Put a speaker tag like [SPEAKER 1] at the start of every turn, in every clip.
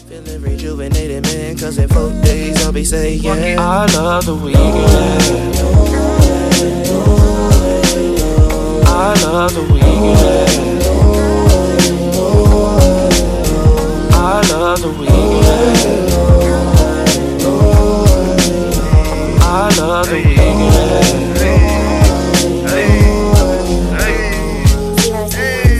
[SPEAKER 1] Feeling rejuvenated, man, cause in four days I'll be saying, I love the weekend. I love the weekend. I love the weekend. I love the weekend.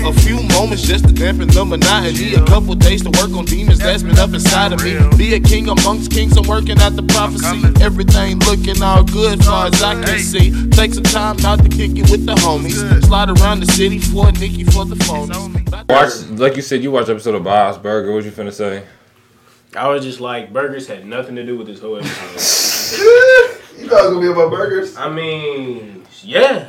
[SPEAKER 2] A few moments just to dampen the monotony. A couple days to work on demons that's been up inside of me. Be a king amongst kings, I'm working out the prophecy. Everything looking all good far as I can see. Take some time out to kick it with the homies. Slide around the city for a Nikki for the phonies.
[SPEAKER 3] Watch, like you said, you watch episode of Bob's Burger. What you finna say?
[SPEAKER 4] I was just like, burgers had nothing to do with this whole episode.
[SPEAKER 5] You thought it was gonna be about burgers?
[SPEAKER 4] I mean, yeah,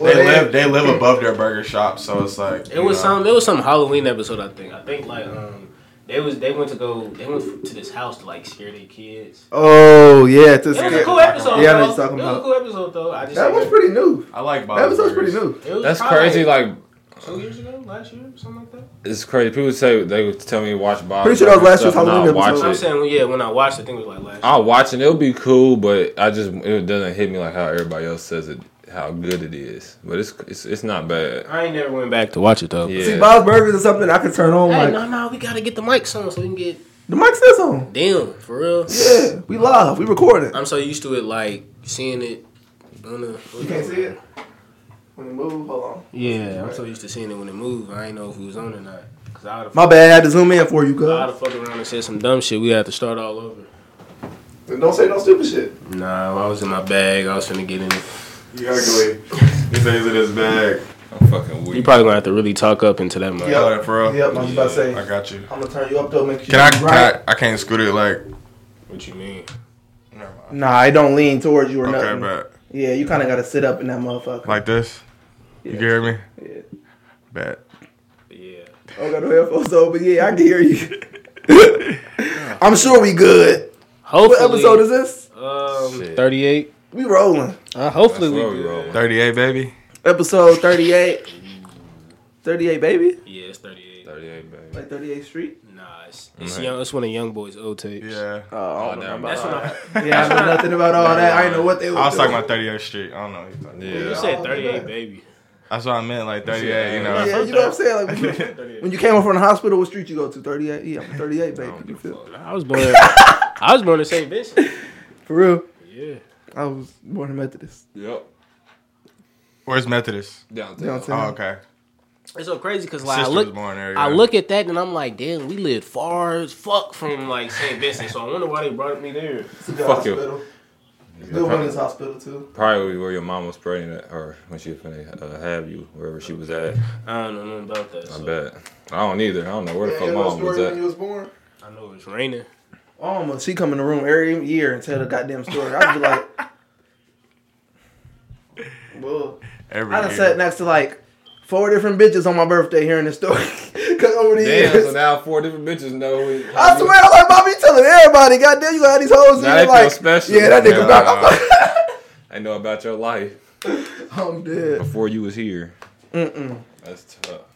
[SPEAKER 5] Well,
[SPEAKER 6] They
[SPEAKER 5] they-
[SPEAKER 6] live they live above their burger shop, so it's like
[SPEAKER 4] it was some. It was some Halloween episode, I think. I think like um, they was they went to go they went to this house to like scare their kids.
[SPEAKER 5] Oh yeah, it's a
[SPEAKER 4] It was a
[SPEAKER 5] scare-
[SPEAKER 4] cool episode.
[SPEAKER 5] Yeah, I know
[SPEAKER 4] though.
[SPEAKER 5] what you're talking
[SPEAKER 4] It was
[SPEAKER 5] about.
[SPEAKER 4] a cool episode though. I just
[SPEAKER 5] That was pretty new.
[SPEAKER 6] I like Bob's
[SPEAKER 5] That episode's pretty
[SPEAKER 6] Burgers.
[SPEAKER 5] new.
[SPEAKER 4] It was
[SPEAKER 3] That's
[SPEAKER 4] probably
[SPEAKER 3] crazy. Like
[SPEAKER 4] two years ago, last year, something like that.
[SPEAKER 3] it's crazy. People say they would tell me to watch Bob's.
[SPEAKER 5] Pretty sure that was
[SPEAKER 3] Burgers
[SPEAKER 5] last year's
[SPEAKER 3] stuff, and
[SPEAKER 5] Halloween
[SPEAKER 3] I'll
[SPEAKER 5] episode.
[SPEAKER 4] I'm
[SPEAKER 3] watch it.
[SPEAKER 4] saying, well, yeah, when I watched, it, I think it was like last.
[SPEAKER 3] I'll watch it. It'll be cool, but I just it doesn't hit me like how everybody else says it. How good it is, but it's it's, it's not bad.
[SPEAKER 4] year. I ain't never went back to watch it though.
[SPEAKER 3] Yeah.
[SPEAKER 5] See, Bob's Burgers is something I can turn on.
[SPEAKER 4] Hey,
[SPEAKER 5] like
[SPEAKER 4] no, no, we gotta get the mics on so we can get
[SPEAKER 5] the mic's this on.
[SPEAKER 4] damn for real.
[SPEAKER 5] Yeah, we live. We recorded.
[SPEAKER 4] I'm so used to it, like seeing it. On the,
[SPEAKER 5] You can't see it. When you move, hold on.
[SPEAKER 4] Yeah, I'm so used to seeing it when it moved. I ain't know if it was on or not. Cause I would
[SPEAKER 5] My bad. I had to zoom in for you,
[SPEAKER 4] have
[SPEAKER 5] cuz.
[SPEAKER 4] fucked around and said some dumb shit. We had to start all over.
[SPEAKER 5] Don't say no stupid shit.
[SPEAKER 4] Nah, I was in my bag. I was finna get in it.
[SPEAKER 6] You ugly. These things in his bag.
[SPEAKER 3] I'm fucking
[SPEAKER 4] You
[SPEAKER 3] weak.
[SPEAKER 4] probably gonna have to really talk up into that mic.
[SPEAKER 5] Yeah.
[SPEAKER 6] Yep. that for real.
[SPEAKER 5] Yep, I was about to say.
[SPEAKER 6] I got you.
[SPEAKER 5] I'm gonna turn you up though. Make sure
[SPEAKER 6] Can I?
[SPEAKER 5] you
[SPEAKER 6] Can
[SPEAKER 5] right.
[SPEAKER 6] I? I can't scoot it like.
[SPEAKER 4] What you mean?
[SPEAKER 6] Never mind.
[SPEAKER 5] Nah, I don't lean towards you or
[SPEAKER 6] Okay,
[SPEAKER 5] nothing.
[SPEAKER 6] bet.
[SPEAKER 5] Yeah, you kind of gotta sit up in that motherfucker.
[SPEAKER 6] Like this. You
[SPEAKER 5] Yeah.
[SPEAKER 6] can hear me?
[SPEAKER 5] Yeah.
[SPEAKER 6] Bet.
[SPEAKER 4] Yeah.
[SPEAKER 5] I don't Oh, got no headphones on, but yeah, I can hear you. I'm sure we good.
[SPEAKER 4] Hopefully,
[SPEAKER 5] What episode is this?
[SPEAKER 4] um
[SPEAKER 3] Shit.
[SPEAKER 4] 38?
[SPEAKER 5] We rolling.
[SPEAKER 4] Uh, hopefully
[SPEAKER 3] That's
[SPEAKER 4] we
[SPEAKER 3] where we
[SPEAKER 4] good.
[SPEAKER 3] rolling.
[SPEAKER 6] Thirty-eight, baby.
[SPEAKER 5] Episode 38. 38, baby.
[SPEAKER 4] Yeah, it's 38.
[SPEAKER 3] 38, baby.
[SPEAKER 5] Like 38 Street.
[SPEAKER 4] Nah, it's, it's
[SPEAKER 3] Right.
[SPEAKER 4] young. It's one of Young Boy's old tapes.
[SPEAKER 6] Yeah.
[SPEAKER 5] Oh, I don't
[SPEAKER 3] Oh,
[SPEAKER 5] know
[SPEAKER 3] never
[SPEAKER 4] That's
[SPEAKER 5] about
[SPEAKER 4] when I,
[SPEAKER 5] that. Yeah, I know nothing about all that. I didn't know what they
[SPEAKER 6] I
[SPEAKER 5] were
[SPEAKER 6] was
[SPEAKER 5] doing.
[SPEAKER 6] talking about 38th Street. I don't know. what you're talking about.
[SPEAKER 4] you
[SPEAKER 3] Yeah.
[SPEAKER 4] said 38, baby.
[SPEAKER 6] That's what I meant. Like 38. You know.
[SPEAKER 5] Yeah, you know what I'm saying? Like, when you- when you came up from the hospital, what street you go to? 38? Yeah, I'm 38, baby. You feel?
[SPEAKER 4] I was born. I was born in St. Vincent.
[SPEAKER 5] For real?
[SPEAKER 4] Yeah.
[SPEAKER 5] I was born a Methodist.
[SPEAKER 3] Yep.
[SPEAKER 6] Where's Methodist?
[SPEAKER 5] You know what I'm
[SPEAKER 3] Downtown.
[SPEAKER 5] saying?
[SPEAKER 6] Oh, okay.
[SPEAKER 4] It's so crazy because like I
[SPEAKER 6] Sister
[SPEAKER 4] look,
[SPEAKER 6] was born there.
[SPEAKER 4] I
[SPEAKER 6] yeah.
[SPEAKER 4] look at that and I'm like, damn, we lived far as fuck from like St. Vincent, so I wonder why they brought me there.
[SPEAKER 5] It's a good
[SPEAKER 3] Fuck you.
[SPEAKER 5] hospital. Good one is
[SPEAKER 3] Probably,
[SPEAKER 5] hospital, too.
[SPEAKER 3] probably where your mom was praying at her when she was finna uh, have you, wherever she was at.
[SPEAKER 4] I don't know nothing about that.
[SPEAKER 3] I
[SPEAKER 4] so
[SPEAKER 3] bet. I don't either. I don't know where the fuck mom was at.
[SPEAKER 5] was born?
[SPEAKER 4] I know it's raining.
[SPEAKER 5] Alma, she come in the room every year and tell the goddamn story. I'd be like, well,
[SPEAKER 6] Every
[SPEAKER 5] I done
[SPEAKER 6] year.
[SPEAKER 5] sat next to like four different bitches on my birthday hearing this story. Cause over the
[SPEAKER 3] Damn,
[SPEAKER 5] years,
[SPEAKER 3] so now four different bitches know. who-
[SPEAKER 5] I swear, I'm like, Bobby telling everybody, goddamn, you got these hoes. and
[SPEAKER 3] Now they
[SPEAKER 5] you're
[SPEAKER 3] feel
[SPEAKER 5] like,
[SPEAKER 3] special.
[SPEAKER 5] yeah, that nigga
[SPEAKER 3] Yeah.
[SPEAKER 5] back.
[SPEAKER 3] I know about your life
[SPEAKER 5] I'm dead.
[SPEAKER 3] before you was here.
[SPEAKER 5] Mm-mm.
[SPEAKER 3] That's tough.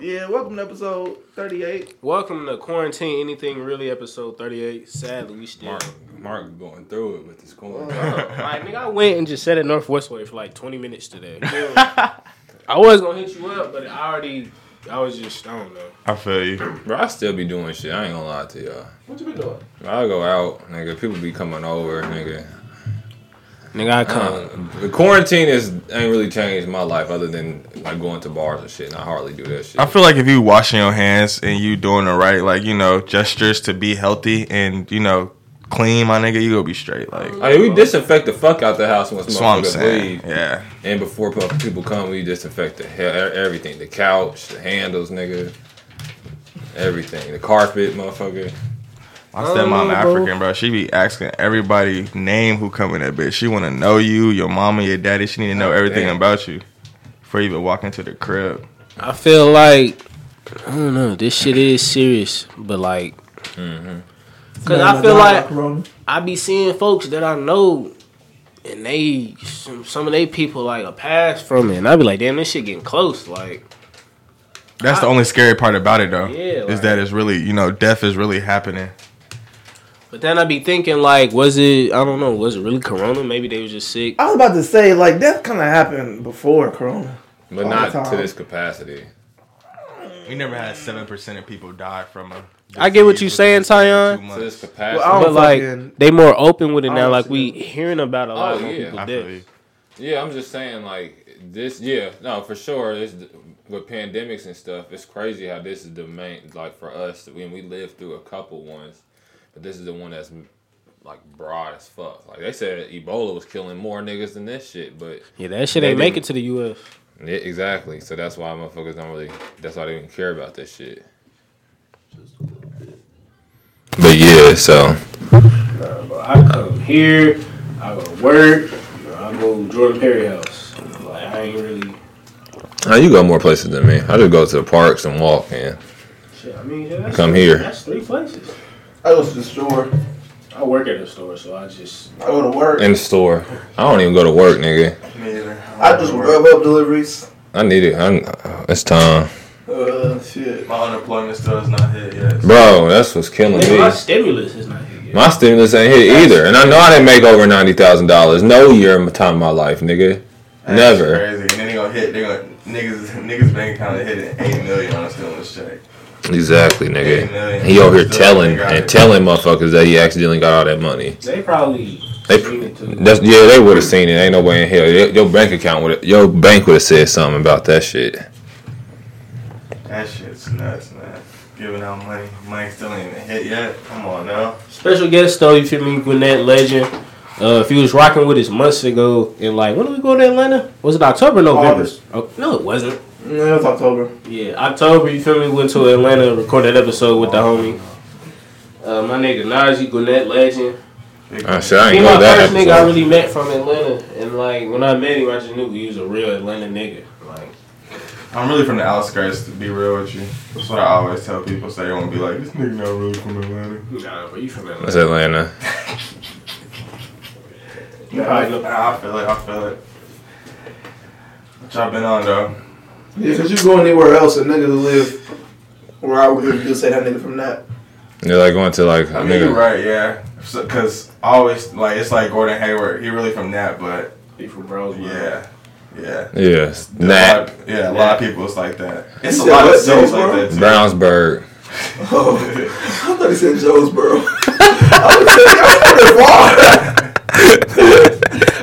[SPEAKER 5] Yeah, welcome to episode 38.
[SPEAKER 4] Welcome to quarantine. Anything really? Episode thirty-eight. Sadly, we still.
[SPEAKER 3] Mark, Mark going through it with his coin.
[SPEAKER 4] Like nigga, I went and just sat at Northwest Way for like twenty minutes today. I was gonna hit you up, but I already. I was just I don't know.
[SPEAKER 6] I feel you.
[SPEAKER 3] Bro, I still be doing shit. I ain't gonna lie to y'all.
[SPEAKER 4] What you been doing?
[SPEAKER 3] I go out, nigga. People be coming over, nigga.
[SPEAKER 4] Nigga, I come.
[SPEAKER 3] Um, the quarantine is ain't really changed my life other than like going to bars and shit. And I hardly do that shit.
[SPEAKER 6] I feel like if you washing your hands and you doing the right, like you know, gestures to be healthy and you know, clean, my nigga, you gonna be straight. Like
[SPEAKER 4] Mm-hmm.
[SPEAKER 3] I mean, we disinfect the fuck out the house once
[SPEAKER 6] that's what I'm
[SPEAKER 3] motherfuckers
[SPEAKER 6] saying.
[SPEAKER 3] leave,
[SPEAKER 6] Yeah.
[SPEAKER 3] and before pu- people come, we disinfect the hell, e- everything: the couch, the handles, nigga, everything, the carpet, motherfucker.
[SPEAKER 6] My
[SPEAKER 4] Uh,
[SPEAKER 6] stepmom African, bro. She be asking everybody name who come in that bitch. She want to know you, your mama, your daddy. She need to know everything
[SPEAKER 3] damn.
[SPEAKER 6] about you before you even walk into the crib.
[SPEAKER 4] I feel like I don't know. This shit is serious, but like, Mm-hmm. cause I feel like I be seeing folks that I know, and they some, some of they people like a pass from it, and I be like, damn, this shit getting close. Like,
[SPEAKER 6] That's the only scary part about it, though.
[SPEAKER 4] Yeah,
[SPEAKER 6] is
[SPEAKER 4] like-
[SPEAKER 6] that it's really you know death is really happening.
[SPEAKER 4] But then I be thinking like, was it? I don't know. Was it really Corona? Maybe they was just sick.
[SPEAKER 5] I was about to say like that kind of happened before Corona.
[SPEAKER 3] but
[SPEAKER 5] All
[SPEAKER 3] not
[SPEAKER 5] the time.
[SPEAKER 3] to this capacity.
[SPEAKER 6] We never had seven percent of people die from a.
[SPEAKER 4] I get what you
[SPEAKER 6] disease
[SPEAKER 4] saying,
[SPEAKER 6] within
[SPEAKER 4] Tyon.
[SPEAKER 6] two
[SPEAKER 3] To this
[SPEAKER 6] months.
[SPEAKER 3] capacity.
[SPEAKER 5] Well, I
[SPEAKER 4] But
[SPEAKER 5] don't
[SPEAKER 4] like,
[SPEAKER 5] fucking-
[SPEAKER 4] they more open with it now.
[SPEAKER 5] don't
[SPEAKER 4] Like
[SPEAKER 5] see
[SPEAKER 4] we
[SPEAKER 5] that.
[SPEAKER 4] hearing about a lot
[SPEAKER 3] Oh,
[SPEAKER 4] of
[SPEAKER 3] yeah.
[SPEAKER 4] people
[SPEAKER 6] I feel you.
[SPEAKER 4] death.
[SPEAKER 3] Yeah, I'm just saying like this. Yeah, no, for sure. It's with pandemics and stuff. It's crazy how this is the main like for us when we lived through a couple ones, but this is the one that's like broad as fuck. Like they said, Ebola was killing more niggas than this shit, but
[SPEAKER 4] Yeah, that shit
[SPEAKER 3] They
[SPEAKER 4] ain't make
[SPEAKER 3] didn't-
[SPEAKER 4] it to the U.S.
[SPEAKER 3] yeah, exactly. So that's why motherfuckers don't really. That's why they didn't care about this shit. But yeah, so
[SPEAKER 4] I come here, I go to work, I go to Jordan Perry house. Like I ain't really.
[SPEAKER 3] how uh, you go more places than me? I just go to the parks and walk and
[SPEAKER 4] Shit, I mean, yeah, that's
[SPEAKER 3] Come here.
[SPEAKER 4] That's three places.
[SPEAKER 5] I go to the store.
[SPEAKER 4] I work at a store, so I just
[SPEAKER 5] I go to work.
[SPEAKER 3] in the store. I don't even go to work, nigga.
[SPEAKER 5] I just grub up deliveries.
[SPEAKER 3] I need it. I, it's time,
[SPEAKER 5] Uh, shit.
[SPEAKER 6] My unemployment still is not hit yet.
[SPEAKER 3] bro. That's what's killing
[SPEAKER 4] Nigga,
[SPEAKER 3] me.
[SPEAKER 4] my stimulus is not here. Yet.
[SPEAKER 3] My stimulus ain't hit either, and I know I didn't make over ninety thousand dollars no year in my time of my life, nigga.
[SPEAKER 6] That's
[SPEAKER 3] Never.
[SPEAKER 6] Crazy. And then they gonna hit. They gonna niggas niggas bank account hit eight million on a stimulus check.
[SPEAKER 3] Exactly,
[SPEAKER 6] Amen.
[SPEAKER 3] nigga. He over here
[SPEAKER 6] Still
[SPEAKER 3] telling
[SPEAKER 6] ain't got
[SPEAKER 3] and
[SPEAKER 6] it.
[SPEAKER 3] telling motherfuckers that he accidentally got all that money.
[SPEAKER 4] They probably
[SPEAKER 3] They,
[SPEAKER 4] seen it too.
[SPEAKER 3] that's yeah, they would have seen it. Ain't no way in hell. Your, your bank account would your bank would have said something about that shit.
[SPEAKER 6] That shit's nuts, man. Giving out money, money still ain't even hit yet. Come on now.
[SPEAKER 4] Special guest though, you feel me? Gwinnett legend. Uh, if he was rocking with us months ago, and like when did we go to Atlanta? Was it October, or November?
[SPEAKER 5] August.
[SPEAKER 4] Oh, no, it wasn't.
[SPEAKER 5] No, it was October.
[SPEAKER 4] Yeah, October. You feel me? Went to Atlanta, recorded that episode with the homie. Uh, my nigga Najee Gwinnett legend.
[SPEAKER 3] Uh, shit, I
[SPEAKER 4] He
[SPEAKER 3] ain't
[SPEAKER 4] my
[SPEAKER 3] know that
[SPEAKER 4] first nigga I
[SPEAKER 3] episode.
[SPEAKER 4] really met from Atlanta, and like when I met him, I just knew he was a real Atlanta nigga. Like
[SPEAKER 6] I'm really from the outskirts. To be real with you, that's what I always tell people. So they won't be like, this nigga not really from Atlanta.
[SPEAKER 4] Nah, but you from
[SPEAKER 3] It's
[SPEAKER 4] Atlanta?
[SPEAKER 3] Atlanta.
[SPEAKER 6] Nah, I feel it. I feel it. What y'all been on though?
[SPEAKER 5] Yeah, cause you go anywhere else, a nigga who live where I would live, you say that nigga from that.
[SPEAKER 3] They're like going to like
[SPEAKER 6] I mean, you're
[SPEAKER 3] nigga.
[SPEAKER 6] right, yeah. Because I always like it's like Gordon Hayward. He really from that, but
[SPEAKER 4] He from Rosewood.
[SPEAKER 6] yeah, yeah.
[SPEAKER 3] Yeah,
[SPEAKER 6] A lot
[SPEAKER 3] Nap,
[SPEAKER 6] of- yeah, a lot of people is like that. It's a
[SPEAKER 5] said
[SPEAKER 6] lot of
[SPEAKER 5] what,
[SPEAKER 6] cities
[SPEAKER 5] Jonesboro?
[SPEAKER 6] like that too.
[SPEAKER 3] Brownsburg.
[SPEAKER 5] Oh, I thought he said Jonesboro. I was like, I'm from Florida.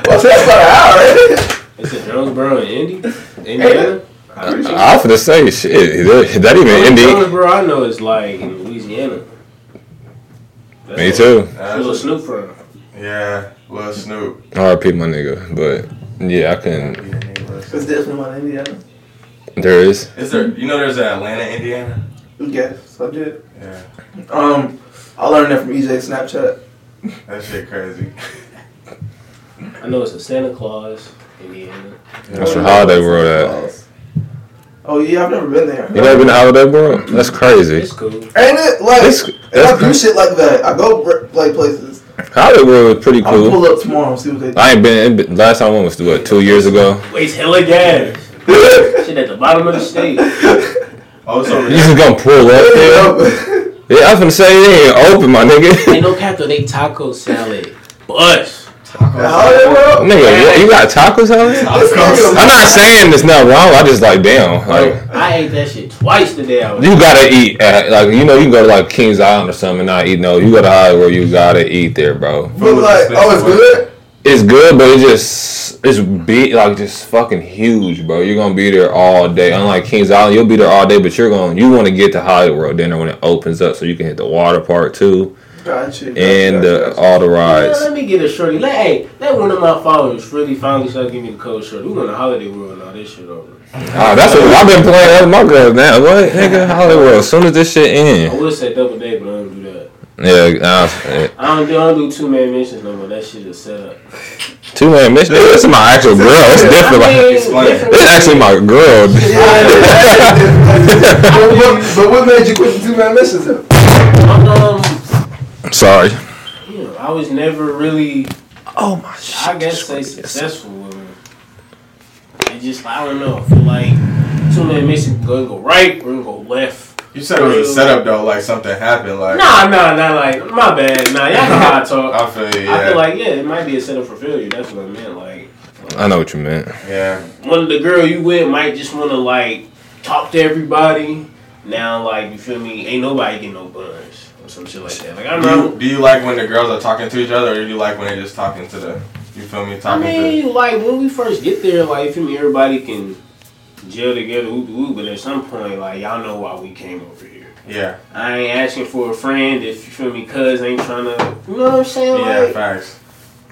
[SPEAKER 5] Well, that's not an hour.
[SPEAKER 4] It's in Jonesboro and Indy, Indiana.
[SPEAKER 3] I was gonna say shit. That, that even Indy.
[SPEAKER 4] Jonesboro, I know is like in Louisiana. That's
[SPEAKER 3] Me
[SPEAKER 4] where-
[SPEAKER 3] too.
[SPEAKER 6] Nah,
[SPEAKER 4] Little Snoop from.
[SPEAKER 6] Yeah, Lil Snoop.
[SPEAKER 3] R.I.P. my nigga. But yeah, I couldn't.
[SPEAKER 5] It's
[SPEAKER 6] Is
[SPEAKER 5] definitely one in Indiana.
[SPEAKER 3] There is.
[SPEAKER 6] there? You know, there's an Atlanta, Indiana.
[SPEAKER 5] Yes, I did.
[SPEAKER 6] Yeah,
[SPEAKER 5] Um, I learned that from EJ Snapchat.
[SPEAKER 6] that shit crazy.
[SPEAKER 4] I know it's in Santa Claus, Indiana.
[SPEAKER 3] That's where Holiday World at.
[SPEAKER 5] Oh yeah, I've never been there.
[SPEAKER 3] You never been to Holiday World? That's crazy.
[SPEAKER 4] It's cool.
[SPEAKER 5] Ain't it like
[SPEAKER 3] It's-
[SPEAKER 5] and
[SPEAKER 3] it's-
[SPEAKER 5] I do shit like that? I go br- like places.
[SPEAKER 3] Holiday World was pretty
[SPEAKER 5] I'll pull
[SPEAKER 3] cool.
[SPEAKER 5] up tomorrow and see what they do.
[SPEAKER 3] I ain't been. it been- Last time I went was what two years ago.
[SPEAKER 4] Waste hella gas. Shit at the bottom of the state.
[SPEAKER 6] Also,
[SPEAKER 3] You just gonna pull up there? Yeah, I was gonna say it ain't open, my nigga.
[SPEAKER 4] Ain't no cap though, they taco salad. Bus.
[SPEAKER 5] Holiday World.
[SPEAKER 3] Nigga, you got tacos out
[SPEAKER 5] This nigga-
[SPEAKER 3] I'm not saying it's not wrong. I just like damn. Like
[SPEAKER 4] I ate that shit twice today. I was
[SPEAKER 3] you gotta eat at like you know you can go to like Kings Island or something and not eat no. You go to Holiday World, you gotta eat there, bro.
[SPEAKER 5] But like, oh, it's good.
[SPEAKER 3] it's good, but it just it's big, like just fucking huge, bro. You're gonna be there all day. Unlike Kings Island, you'll be there all day, but you're going to you want to get to Hollywood World dinner when it opens up, so you can hit the water park too
[SPEAKER 5] Gotcha. gotcha,
[SPEAKER 3] and
[SPEAKER 5] gotcha,
[SPEAKER 3] uh,
[SPEAKER 5] gotcha.
[SPEAKER 3] all the rides.
[SPEAKER 4] Man, let me get a shorty. Let, hey, let one of my followers really finally start giving me the cold shorty. We going to Holiday World and all this shit over.
[SPEAKER 3] Ah, that's what I've been playing. That's my girl now. What nigga Hollywood? As soon as this shit
[SPEAKER 4] I
[SPEAKER 3] in,
[SPEAKER 4] would say double day, but I don't do that.
[SPEAKER 3] yeah, nah, eh,
[SPEAKER 4] I don't do, I don't do two man missions no more. That shit is set up.
[SPEAKER 3] two man mission. Nigga, This is my actual girl. It's different. Like,
[SPEAKER 6] Explain.
[SPEAKER 3] this is actually my girl.
[SPEAKER 5] But what- but what made you quit the two man missions though?
[SPEAKER 4] Um,
[SPEAKER 3] Sorry.
[SPEAKER 4] you know, I was never really,
[SPEAKER 3] Oh my shit.
[SPEAKER 4] I guess, say successful with it. It just, I don't know. I feel like Two man mission. Go go right. We're gonna go left.
[SPEAKER 6] You said it was a setup though, like something happened. Like
[SPEAKER 4] Nah, nah, nah. Like my bad. Nah, y'all know how I talk.
[SPEAKER 6] I feel you. Yeah,
[SPEAKER 4] I feel like yeah, it might be a setup for failure. That's what I meant. Like
[SPEAKER 3] I know what you meant. Uh,
[SPEAKER 6] yeah.
[SPEAKER 4] one of the girl you with might just want to like talk to everybody. Now, like you feel me? Ain't nobody getting no buns or some shit like that. Like I
[SPEAKER 6] Do you,
[SPEAKER 4] know.
[SPEAKER 6] do you like when the girls are talking to each other, or do you like when they're just talking to the? You feel me?
[SPEAKER 4] I
[SPEAKER 6] Talking
[SPEAKER 4] mean, like when we first get there, like you feel me? Everybody can gel together, whoop whoop. But at some point, like y'all know why we came over here.
[SPEAKER 6] to? Yeah.
[SPEAKER 4] I ain't asking for a friend if you feel me, cuz ain't trying to, you know what I'm saying?
[SPEAKER 6] Yeah.
[SPEAKER 4] like,
[SPEAKER 6] Facts.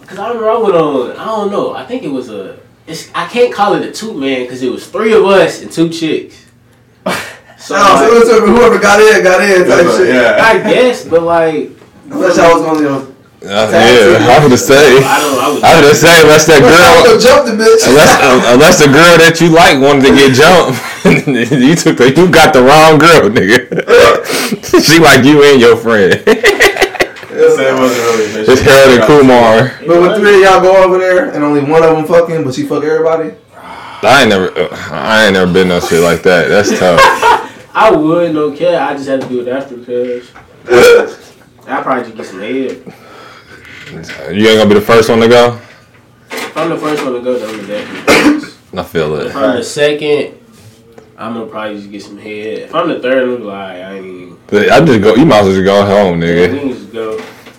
[SPEAKER 4] cause I remember I went on, I don't know, I think it was a, it's, I can't call it a two man, cause it was three of us and two chicks. So,
[SPEAKER 5] No, so it
[SPEAKER 4] like,
[SPEAKER 5] was whoever got in, got in type shit.
[SPEAKER 6] Yeah.
[SPEAKER 4] I guess, but like,
[SPEAKER 5] Unless y'all was on your
[SPEAKER 3] Uh, yeah, I was to say.
[SPEAKER 4] I don't, I was,
[SPEAKER 3] I was to say unless that
[SPEAKER 5] Y'all
[SPEAKER 3] girl,
[SPEAKER 5] would've jumped the bitch.
[SPEAKER 3] unless uh, unless the girl that you like wanted to get jumped, you took the, you got the wrong girl, nigga. she like you and your friend.
[SPEAKER 6] Say it wasn't really. a bitch.
[SPEAKER 3] It's Harold and Kumar.
[SPEAKER 5] But when three of y'all go over there and only one of them fucking, but she fuck everybody.
[SPEAKER 3] I ain't never, uh, I ain't never been no shit like that. That's tough.
[SPEAKER 4] I would, no care, I just had to do it after, cuz. I probably just get some head.
[SPEAKER 3] You ain't gonna be the first one to go.
[SPEAKER 4] If I'm the first one to go, then I'm the definitely.
[SPEAKER 3] I feel it.
[SPEAKER 4] If I'm the second, I'm gonna probably just get some head. If I'm the third, I'm gonna be like, I ain't even.
[SPEAKER 3] But I just go. You might as well just go home,
[SPEAKER 4] We
[SPEAKER 3] nigga.
[SPEAKER 4] can just go.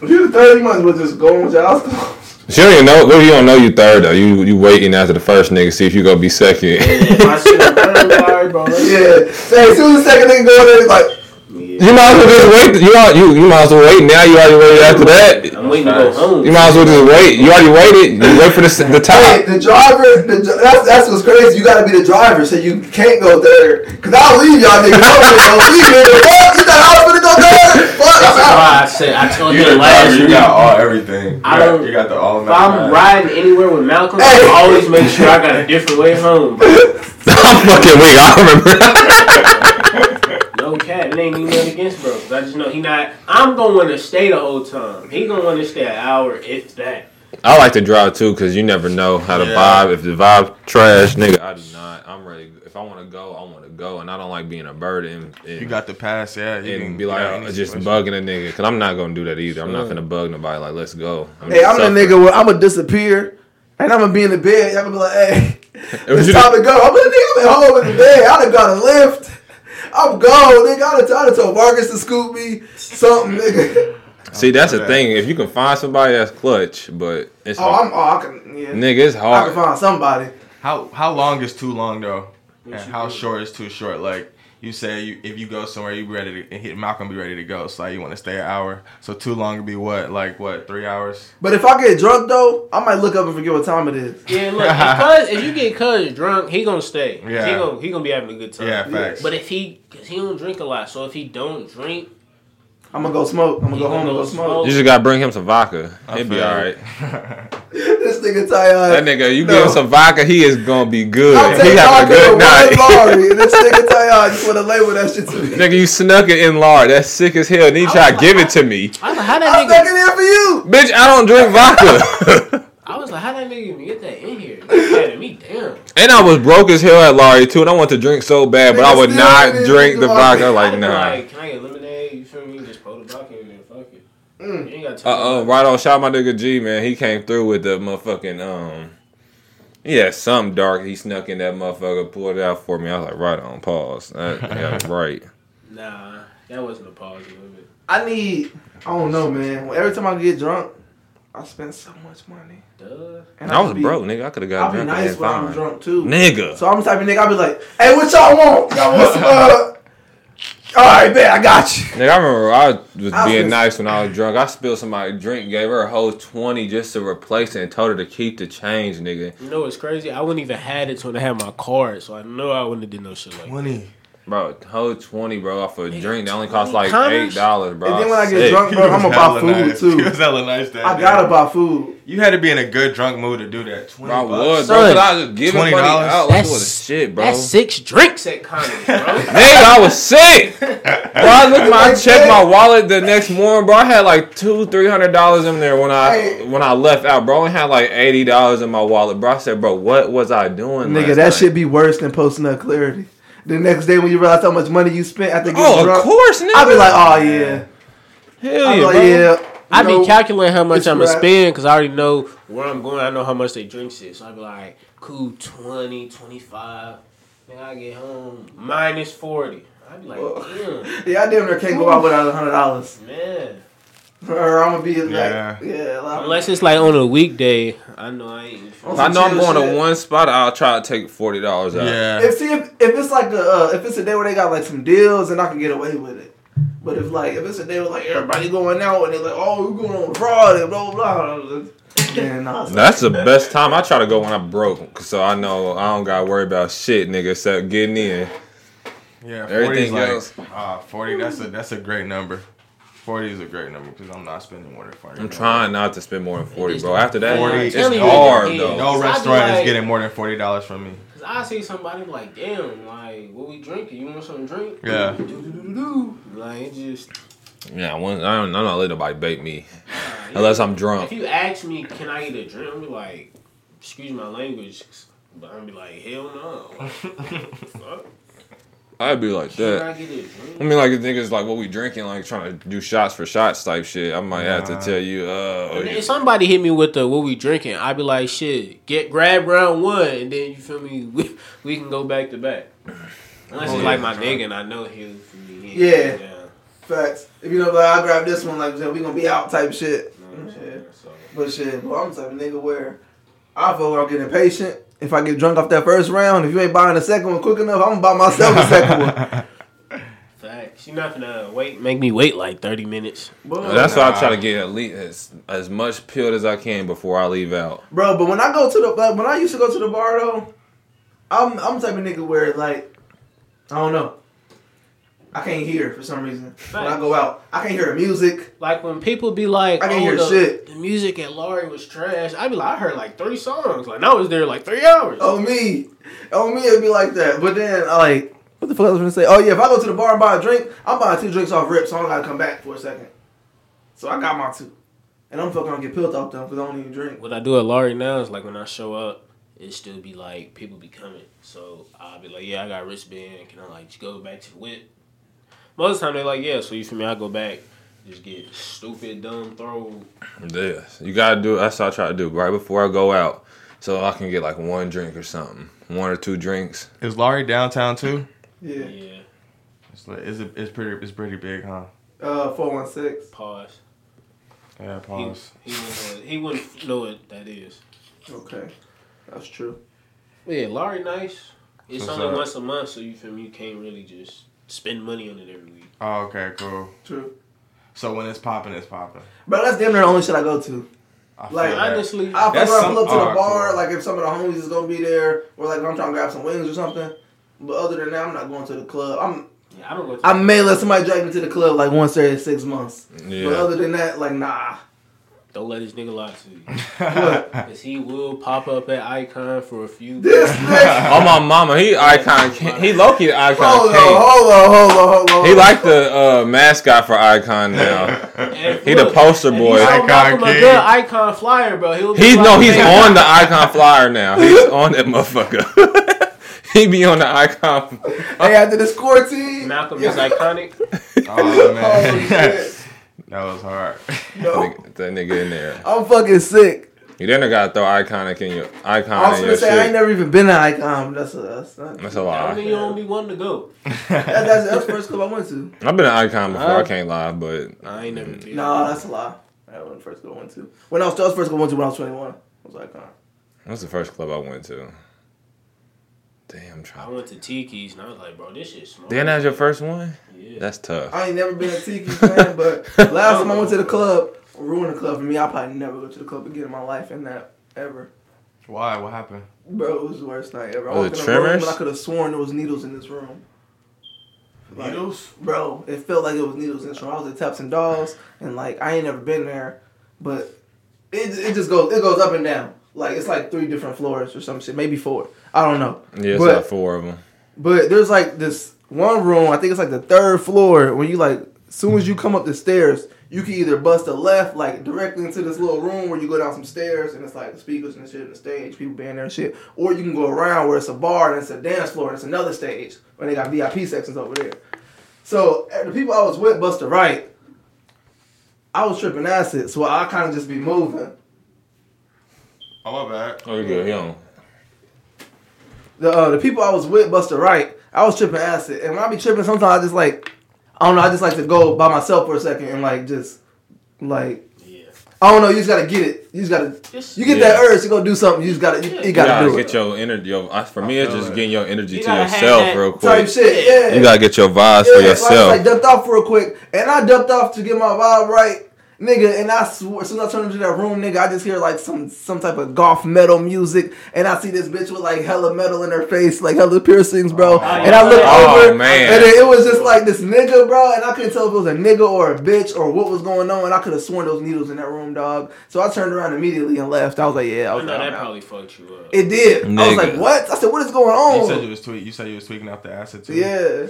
[SPEAKER 5] If you the third, you might as well just go on with y'all stuff.
[SPEAKER 3] She don't even know. Well, you don't know you third though. You you waiting after the first nigga see if you gonna be second.
[SPEAKER 4] Yeah, my shit on third, sorry, bro.
[SPEAKER 5] Yeah. Say, as soon as the second nigga go in there, it's like,
[SPEAKER 4] Yeah.
[SPEAKER 3] You might as well just wait. You are, you you might as well wait. Now you already waited after that.
[SPEAKER 4] I'm waiting to go home.
[SPEAKER 3] You might as well just wait. You already waited. You wait for the s- the
[SPEAKER 5] hey,
[SPEAKER 3] top.
[SPEAKER 5] the driver, the, dri- that's, that's what's crazy. You gotta be the driver, so you can't go third. Cause I'll leave y'all niggas. I'm gonna leave it. Fuck, you thought I was gonna go third? Fuck,
[SPEAKER 4] That's
[SPEAKER 5] I'm out.
[SPEAKER 4] why I said I told
[SPEAKER 6] You
[SPEAKER 4] you
[SPEAKER 6] the
[SPEAKER 4] last
[SPEAKER 6] driver, you
[SPEAKER 4] week.
[SPEAKER 6] got all everything. You
[SPEAKER 4] I
[SPEAKER 6] got-
[SPEAKER 4] don't-
[SPEAKER 6] You got the all.
[SPEAKER 4] If I'm riding anywhere with Malcolm,
[SPEAKER 5] Hey.
[SPEAKER 4] I always make sure I got a different way home. Bro.
[SPEAKER 3] I'm fucking weak. I remember.
[SPEAKER 4] No cat, it ain't even nothing against bro. 'cause I just know he not. I'm gonna want to stay the whole time. He gonna want to stay an hour if that.
[SPEAKER 3] I like to drive too because you never know how to
[SPEAKER 6] Yeah.
[SPEAKER 3] vibe. If the vibe trash, nigga, I do not. I'm ready. If I want to go, I want to go, and I don't like being a burden. And,
[SPEAKER 6] You got the pass. Yeah. You
[SPEAKER 3] and
[SPEAKER 6] can
[SPEAKER 3] be like
[SPEAKER 6] yeah, any
[SPEAKER 3] uh, just
[SPEAKER 6] situation.
[SPEAKER 3] bugging a nigga because I'm not gonna do that either. I'm not gonna bug nobody. Like let's go.
[SPEAKER 5] Hey, I'm the
[SPEAKER 3] just suffering.
[SPEAKER 5] nigga where I'm gonna disappear and I'm gonna be in the bed. Y'all gonna be like, hey, it's
[SPEAKER 3] was you-
[SPEAKER 5] time to go. I'm gonna nigga, I'm at home in the bed. I done got a lift. I'm gone, nigga. I done, I done told Marcus to scoop me something, nigga.
[SPEAKER 3] See, that's the
[SPEAKER 6] Yeah.
[SPEAKER 3] thing. If you can find somebody that's clutch, but it's
[SPEAKER 5] Oh, I'm, oh, I can, yeah.
[SPEAKER 3] nigga, it's
[SPEAKER 5] I can
[SPEAKER 3] hard.
[SPEAKER 5] find somebody.
[SPEAKER 6] How how long is too long though, and
[SPEAKER 4] you
[SPEAKER 6] how
[SPEAKER 4] do?
[SPEAKER 6] short is too short? Like you say, you, if you go somewhere, you be ready to hit Malcolm, be ready to go. So like, you want to stay an hour. So too long would be what? Like what? Three hours?
[SPEAKER 5] But if I get drunk though, I might look up and forget what time it is.
[SPEAKER 4] Yeah, look, because if you get cuz drunk, he gonna stay. 'Cause He
[SPEAKER 6] Yeah.
[SPEAKER 4] gonna he gonna be having a good time.
[SPEAKER 6] Yeah, facts.
[SPEAKER 4] Uh, But if he, cause he don't drink a lot, so if he don't drink,
[SPEAKER 5] I'm gonna go smoke. I'm gonna
[SPEAKER 4] You
[SPEAKER 5] go
[SPEAKER 4] gonna
[SPEAKER 5] home and
[SPEAKER 4] go
[SPEAKER 5] go smoke.
[SPEAKER 3] You just gotta bring him some vodka.
[SPEAKER 6] I
[SPEAKER 3] He'll be
[SPEAKER 6] feel
[SPEAKER 3] all
[SPEAKER 6] you.
[SPEAKER 3] right.
[SPEAKER 5] this nigga tired.
[SPEAKER 3] That nigga, you
[SPEAKER 5] No.
[SPEAKER 3] give him some vodka, he is gonna be good.
[SPEAKER 5] I'll
[SPEAKER 3] He
[SPEAKER 5] take
[SPEAKER 3] have a
[SPEAKER 5] vodka with
[SPEAKER 3] good
[SPEAKER 5] one
[SPEAKER 3] night.
[SPEAKER 5] lorry. and This nigga tired. You wanna label that shit to me?
[SPEAKER 3] Nigga, you snuck it in lard. That's sick as hell. Then you try to
[SPEAKER 4] was
[SPEAKER 3] give
[SPEAKER 4] like-
[SPEAKER 3] it to me.
[SPEAKER 4] I was like, how
[SPEAKER 5] I'm
[SPEAKER 4] that
[SPEAKER 5] back
[SPEAKER 4] nigga?
[SPEAKER 5] in here for you.
[SPEAKER 3] Bitch, I don't drink vodka.
[SPEAKER 4] I was like, how that nigga even get that in here? He mad at me, damn.
[SPEAKER 3] and I was broke as hell at Laurie too, and I want to drink so bad, but I
[SPEAKER 5] Nigga,
[SPEAKER 3] would
[SPEAKER 5] still
[SPEAKER 3] not
[SPEAKER 5] didn't
[SPEAKER 3] drink
[SPEAKER 5] drink
[SPEAKER 3] the
[SPEAKER 5] the
[SPEAKER 3] vodka.
[SPEAKER 5] vodka.
[SPEAKER 3] Like,
[SPEAKER 4] I'd be
[SPEAKER 3] nah.
[SPEAKER 4] Like, can I get lemonade? You feel me? Just pour the vodka in there, fuck it.
[SPEAKER 5] Mm.
[SPEAKER 4] You ain't got
[SPEAKER 3] Uh oh, right on. Shout my nigga G, man. He came through with the motherfucking, um, he had something dark. He snuck in that motherfucker, pulled it out for me. I was like, right on, pause. That, yeah, right.
[SPEAKER 4] Nah, that wasn't a pause limit.
[SPEAKER 5] I need. I don't know, man. Every time I get drunk, I spend so much money.
[SPEAKER 4] Duh.
[SPEAKER 5] And
[SPEAKER 3] I was
[SPEAKER 5] be-
[SPEAKER 3] broke, nigga. I could have
[SPEAKER 5] I'll
[SPEAKER 3] got
[SPEAKER 5] be
[SPEAKER 3] drunk
[SPEAKER 5] nice
[SPEAKER 3] and
[SPEAKER 5] when I'm
[SPEAKER 3] fine.
[SPEAKER 5] drunk too.
[SPEAKER 3] Nigga.
[SPEAKER 5] So I'm the type of nigga. I'll be like, hey, what y'all want? Y'all want some? Uh... All right, man, I got you.
[SPEAKER 3] Nigga, I remember I was
[SPEAKER 5] I was
[SPEAKER 3] being
[SPEAKER 5] just-
[SPEAKER 3] nice when I was drunk. I spilled somebody's drink, gave her a whole 20 just to replace it and told her to keep the change, nigga.
[SPEAKER 4] You know what's crazy? I wouldn't even had it when I had my card, so I know I wouldn't have did no shit like that.
[SPEAKER 6] Twenty.
[SPEAKER 3] Bro, whole 20, bro, off a drink that only
[SPEAKER 4] 20
[SPEAKER 3] cost like
[SPEAKER 4] commas?
[SPEAKER 3] $8, bro.
[SPEAKER 5] And then when I get
[SPEAKER 3] Sick.
[SPEAKER 5] drunk, bro, I'm gonna buy food
[SPEAKER 6] nice. He
[SPEAKER 5] too.
[SPEAKER 6] was hella nice that
[SPEAKER 5] I
[SPEAKER 6] day.
[SPEAKER 5] gotta buy food.
[SPEAKER 6] You had to be in a good drunk mood to do that. Twenty
[SPEAKER 3] Bro, I
[SPEAKER 6] bucks.
[SPEAKER 3] was, bro, 'cause
[SPEAKER 4] Son,
[SPEAKER 3] I was just giving money
[SPEAKER 6] $20?
[SPEAKER 3] out like it
[SPEAKER 4] That's-
[SPEAKER 3] was shit, bro.
[SPEAKER 4] That's six drinks at Connie's, bro.
[SPEAKER 3] Nigga, I was sick. Bro, I looked. my- I checked my wallet the next morning, bro. I had like two, three hundred dollars in there when I
[SPEAKER 5] Hey.
[SPEAKER 3] when I left out, bro. I only had like eighty dollars in my wallet, bro. I said, bro, what was I doing,
[SPEAKER 5] Nigga,
[SPEAKER 3] last
[SPEAKER 5] that
[SPEAKER 3] night?
[SPEAKER 5] should be worse than posting up clarity. The next day when you realize how much money you spent after getting
[SPEAKER 3] Oh,
[SPEAKER 5] drunk,
[SPEAKER 3] of course, nigga.
[SPEAKER 5] I'd be like, oh yeah,
[SPEAKER 4] Hell
[SPEAKER 5] I'd
[SPEAKER 4] yeah,
[SPEAKER 5] be like,
[SPEAKER 4] bro.
[SPEAKER 5] yeah. you
[SPEAKER 4] I be
[SPEAKER 5] know,
[SPEAKER 4] calculating how much
[SPEAKER 5] it's
[SPEAKER 4] I'm gonna
[SPEAKER 5] right.
[SPEAKER 4] spend because I already know where I'm going. I know how much they drinks is. So I be like, cool, 20, 25. Then I get home, minus 40. I be like,
[SPEAKER 5] Whoa.
[SPEAKER 4] damn,
[SPEAKER 5] Yeah, I damn near can't go out without a hundred dollars,
[SPEAKER 4] man.
[SPEAKER 5] or I'm gonna be like,
[SPEAKER 6] Yeah.
[SPEAKER 5] yeah, like,
[SPEAKER 4] Unless it's like on a weekday, I know I ain't.
[SPEAKER 5] I'm
[SPEAKER 3] I know I'm going
[SPEAKER 5] Shit.
[SPEAKER 3] to one spot. I'll try to take forty dollars out.
[SPEAKER 6] Yeah.
[SPEAKER 5] If see if, if it's like a uh, if it's a day where they got like some deals and I can get away with it. But if like if it's a day where like everybody going out and they're like, oh, we're going on fraud and blah blah blah. Man, nah, it's like,
[SPEAKER 3] That's the best time. I try to go when I'm broke, so I know I don't gotta worry about shit, nigga, except getting in.
[SPEAKER 6] Yeah,
[SPEAKER 3] Everything
[SPEAKER 6] 40's like,
[SPEAKER 3] else.
[SPEAKER 6] ah, 40, that's a, that's a great number. 40 is a great number because I'm not spending more than 40.
[SPEAKER 3] I'm trying not to spend more than forty, bro. After that,
[SPEAKER 6] 40
[SPEAKER 3] it's
[SPEAKER 6] Tell
[SPEAKER 4] me
[SPEAKER 3] hard
[SPEAKER 4] what it
[SPEAKER 3] though.
[SPEAKER 4] is.
[SPEAKER 6] No
[SPEAKER 4] I'd be
[SPEAKER 6] restaurant
[SPEAKER 4] like-
[SPEAKER 6] is getting more than $40 from me.
[SPEAKER 4] Cause I see somebody like, damn, like, what we drinking? You want something to drink?
[SPEAKER 6] Yeah.
[SPEAKER 4] Do, do, do, do, do. Like, it just.
[SPEAKER 3] Yeah, one, I don't, I'm not letting nobody bait me unless I'm
[SPEAKER 4] If
[SPEAKER 3] drunk.
[SPEAKER 4] you ask me, can I get a drink? I'm be like, excuse my language, but I'm be like, hell no. Fuck.
[SPEAKER 3] I'd be like
[SPEAKER 4] Can
[SPEAKER 3] that.
[SPEAKER 4] I get a
[SPEAKER 3] I
[SPEAKER 4] drink?
[SPEAKER 3] mean, like if niggas like what we drinking, like trying to do shots for shots type shit. I might have to
[SPEAKER 6] Nah.
[SPEAKER 3] tell you, uh,
[SPEAKER 4] And If somebody hit me with the what we drinking, I'd be like, shit, get grab round one, and then you feel me, we, we can go back to back. Unless
[SPEAKER 6] Oh,
[SPEAKER 4] it's
[SPEAKER 6] yeah.
[SPEAKER 4] like my nigga, and I know he'll for me.
[SPEAKER 5] Yeah. facts. If you know, like I grab this one, like we gonna be out type shit.
[SPEAKER 4] You know what I'm saying? So,
[SPEAKER 5] But shit, well, I'm the type of nigga where I feel like I'm getting impatient. If I get drunk off that first round, if you ain't buying the second one quick enough, I'm gonna buy myself a second one.
[SPEAKER 4] facts. You're not gonna wait, make me wait like 30 minutes.
[SPEAKER 3] Well, that's why I try
[SPEAKER 6] Nah.
[SPEAKER 3] to get at least as, as much peeled as I can before I leave out.
[SPEAKER 5] Bro, but when I go to the like, when I used to go to the bar though, I'm I'm the type of nigga where like I don't know. I can't hear for some reason. When I go out. I can't hear music.
[SPEAKER 4] Like when people be like,
[SPEAKER 5] I didn't
[SPEAKER 4] "Oh,
[SPEAKER 5] hear
[SPEAKER 4] the,
[SPEAKER 5] shit."
[SPEAKER 4] the music at Laurie was trash," I'd be like, "I heard like three songs. Like I was there like three hours."
[SPEAKER 5] Oh me. Oh me it'd be like that. But then I like what the fuck I was gonna say? Oh yeah, if I go to the bar and buy a drink, I'm buying two drinks off rip, so I don't gotta come back for a second. So I got my two. And I'm fucking gonna get pilled off them because I don't even drink.
[SPEAKER 4] What I do at Laurie now is like when I show up, it still be like people be coming. So I'll be like, "Yeah, I got wristband. Can I like just go back to the whip?" Most of the time they're like, "Yeah." So you feel me? I go back, just get stupid, dumb throw.
[SPEAKER 3] Yes, you gotta do. That's what I try to do right before I go out, so I can get like one drink or something, one or two drinks.
[SPEAKER 6] Is Laurie downtown too?
[SPEAKER 5] Yeah.
[SPEAKER 4] Yeah,
[SPEAKER 6] It's, like, it's, a, it's, pretty, it's pretty big, huh?
[SPEAKER 5] Uh four one six.
[SPEAKER 4] pause.
[SPEAKER 6] Yeah,
[SPEAKER 4] He,
[SPEAKER 6] pause.
[SPEAKER 4] he, wouldn't know it. he wouldn't know what that is.
[SPEAKER 5] Okay. That's true.
[SPEAKER 4] But yeah, Laurie nice. It's
[SPEAKER 6] What's
[SPEAKER 4] only
[SPEAKER 6] up?
[SPEAKER 4] once a month, so you feel me? You can't really just spend money on it every week.
[SPEAKER 6] Oh, okay, cool.
[SPEAKER 5] True.
[SPEAKER 6] So when it's popping, it's popping.
[SPEAKER 5] But that's damn near the only shit I go to.
[SPEAKER 6] I feel
[SPEAKER 5] Like,
[SPEAKER 6] that.
[SPEAKER 4] Honestly,
[SPEAKER 5] I
[SPEAKER 6] That's
[SPEAKER 5] prefer I pull up to
[SPEAKER 6] some-
[SPEAKER 5] the
[SPEAKER 6] oh,
[SPEAKER 5] bar,
[SPEAKER 6] cool.
[SPEAKER 5] like if some of the homies is gonna be there, or like if I'm trying to grab some wings or something. But other than that, I'm not going to the club. I'm
[SPEAKER 4] yeah, I don't go. To
[SPEAKER 5] I may let somebody drag me to the club like once every six months. But
[SPEAKER 3] Yeah,
[SPEAKER 5] other than that, like nah.
[SPEAKER 4] don't let this nigga lie to you,
[SPEAKER 5] What?
[SPEAKER 4] cause he will pop up at Icon for a few.
[SPEAKER 5] This nigga.
[SPEAKER 3] oh my mama, he icon. King. He Loki icon.
[SPEAKER 5] Hold on,
[SPEAKER 3] King.
[SPEAKER 5] hold on, hold on, hold on.
[SPEAKER 3] He like the uh, mascot for Icon
[SPEAKER 6] Oh,
[SPEAKER 3] now.
[SPEAKER 4] And
[SPEAKER 3] He the
[SPEAKER 4] look,
[SPEAKER 3] poster
[SPEAKER 4] and
[SPEAKER 3] boy.
[SPEAKER 4] He Icon
[SPEAKER 6] Icon
[SPEAKER 4] Malcolm a
[SPEAKER 6] King.
[SPEAKER 4] good Icon flyer, bro. He'll be
[SPEAKER 3] He's no,
[SPEAKER 4] flying
[SPEAKER 3] he's
[SPEAKER 4] back.
[SPEAKER 3] on the Icon flyer now. He's on that motherfucker. he be on the Icon.
[SPEAKER 5] Hey, after this quarantine.
[SPEAKER 4] Malcolm is iconic.
[SPEAKER 6] oh,
[SPEAKER 5] Oh
[SPEAKER 6] man.
[SPEAKER 5] shit.
[SPEAKER 6] that was hard.
[SPEAKER 5] No,
[SPEAKER 3] That nigga in there.
[SPEAKER 5] I'm fucking sick.
[SPEAKER 3] You then gotta throw iconic in your icon.
[SPEAKER 5] I was gonna
[SPEAKER 3] in your
[SPEAKER 5] say
[SPEAKER 3] shit.
[SPEAKER 5] I ain't never even been to Icon. but That's a, that's, not, that,
[SPEAKER 3] That's a
[SPEAKER 4] I mean,
[SPEAKER 3] lie.
[SPEAKER 4] you only one to go.
[SPEAKER 5] that's that's the first club I went to.
[SPEAKER 3] I've been an icon before. I
[SPEAKER 4] Huh?
[SPEAKER 3] can't lie, but
[SPEAKER 4] I ain't never been.
[SPEAKER 5] No, that's a lie. That wasn't the first club I went to. When I was, that was the first club I went to when I was 21. I was like, uh. nah.
[SPEAKER 3] that's the first club I went to. Damn, I'm
[SPEAKER 4] I
[SPEAKER 3] trying.
[SPEAKER 4] went to Tiki's and I was like, bro, this shit's smart.
[SPEAKER 3] Then that's your first one.
[SPEAKER 4] yeah.
[SPEAKER 3] That's tough.
[SPEAKER 5] I ain't never been a Tiki fan, but last time I went to the club, ruined the club for me. I'll probably never go to the club again in my life and that ever.
[SPEAKER 6] Why? What happened?
[SPEAKER 5] Bro, it was the worst night ever. I
[SPEAKER 3] Was it
[SPEAKER 5] walked in a room,
[SPEAKER 3] tremors?
[SPEAKER 5] but I could have sworn there was needles in this room. Needles? Bro, it felt like it was needles in this room. I was at Taps and Dolls, and like I ain't never been there, but it it just goes it goes up and down. Like it's like three different floors or some shit, maybe four. I don't know.
[SPEAKER 3] Yeah, it's
[SPEAKER 5] But-
[SPEAKER 3] like four of them.
[SPEAKER 5] But there's like this one room, I think it's like the third floor, where you like soon as you come up the stairs, you can either bust a left, like directly into this little room where you go down some stairs and it's like the speakers and shit and the stage, people being there and shit. Or you can go around where it's a bar and it's a dance floor and it's another stage where they got VIP sections over there. So eh, the people I was with bust the right. I was tripping acid, so I kind of just be moving.
[SPEAKER 6] Oh my bad.
[SPEAKER 3] Oh, you good? He on.
[SPEAKER 5] the uh, the people I was with, Buster Wright, I was tripping acid, and when I be tripping, sometimes I just like, I don't know, I just like to go by myself for a second and like just, like,
[SPEAKER 4] Yeah.
[SPEAKER 5] I don't know, you just gotta get it, you just gotta,
[SPEAKER 4] Just
[SPEAKER 5] you get
[SPEAKER 3] Yeah.
[SPEAKER 5] that urge to go do something, you just gotta, you, you
[SPEAKER 3] You
[SPEAKER 5] gotta
[SPEAKER 3] gotta
[SPEAKER 5] do
[SPEAKER 3] get
[SPEAKER 5] it.
[SPEAKER 3] your energy. Your, I- for me,
[SPEAKER 6] I
[SPEAKER 3] it's
[SPEAKER 6] feel
[SPEAKER 3] just
[SPEAKER 6] it.
[SPEAKER 3] getting your energy
[SPEAKER 4] You
[SPEAKER 3] to
[SPEAKER 4] gotta have that
[SPEAKER 3] yourself real
[SPEAKER 5] Type
[SPEAKER 3] quick.
[SPEAKER 5] shit, yeah.
[SPEAKER 3] You gotta get your vibes
[SPEAKER 5] yeah,
[SPEAKER 3] for
[SPEAKER 5] so I just like
[SPEAKER 3] yourself.
[SPEAKER 5] dumped off real quick, and I dumped off to get my vibe right, nigga. And I swear, as soon as I turn into that room, nigga, I just hear like some some type of golf metal music, and I see this bitch with like hella metal in her face, like hella piercings, bro. and I look
[SPEAKER 3] Oh,
[SPEAKER 5] over,
[SPEAKER 3] man.
[SPEAKER 5] and then it was just like this nigga, bro, and I couldn't tell if it was a nigga or a bitch or what was going on, and I could have sworn those needles in that room, dog. So I turned around immediately and left. I was like, yeah, I
[SPEAKER 4] I
[SPEAKER 5] was
[SPEAKER 4] know
[SPEAKER 5] like,
[SPEAKER 4] that
[SPEAKER 5] I'm out.
[SPEAKER 4] probably fucked you up.
[SPEAKER 5] It did. I was
[SPEAKER 3] Nigga.
[SPEAKER 5] like, what? I said, what is going
[SPEAKER 6] You said you
[SPEAKER 5] on?
[SPEAKER 6] was tweak. You said you was tweaking out the acid too.
[SPEAKER 5] Oh. Yeah.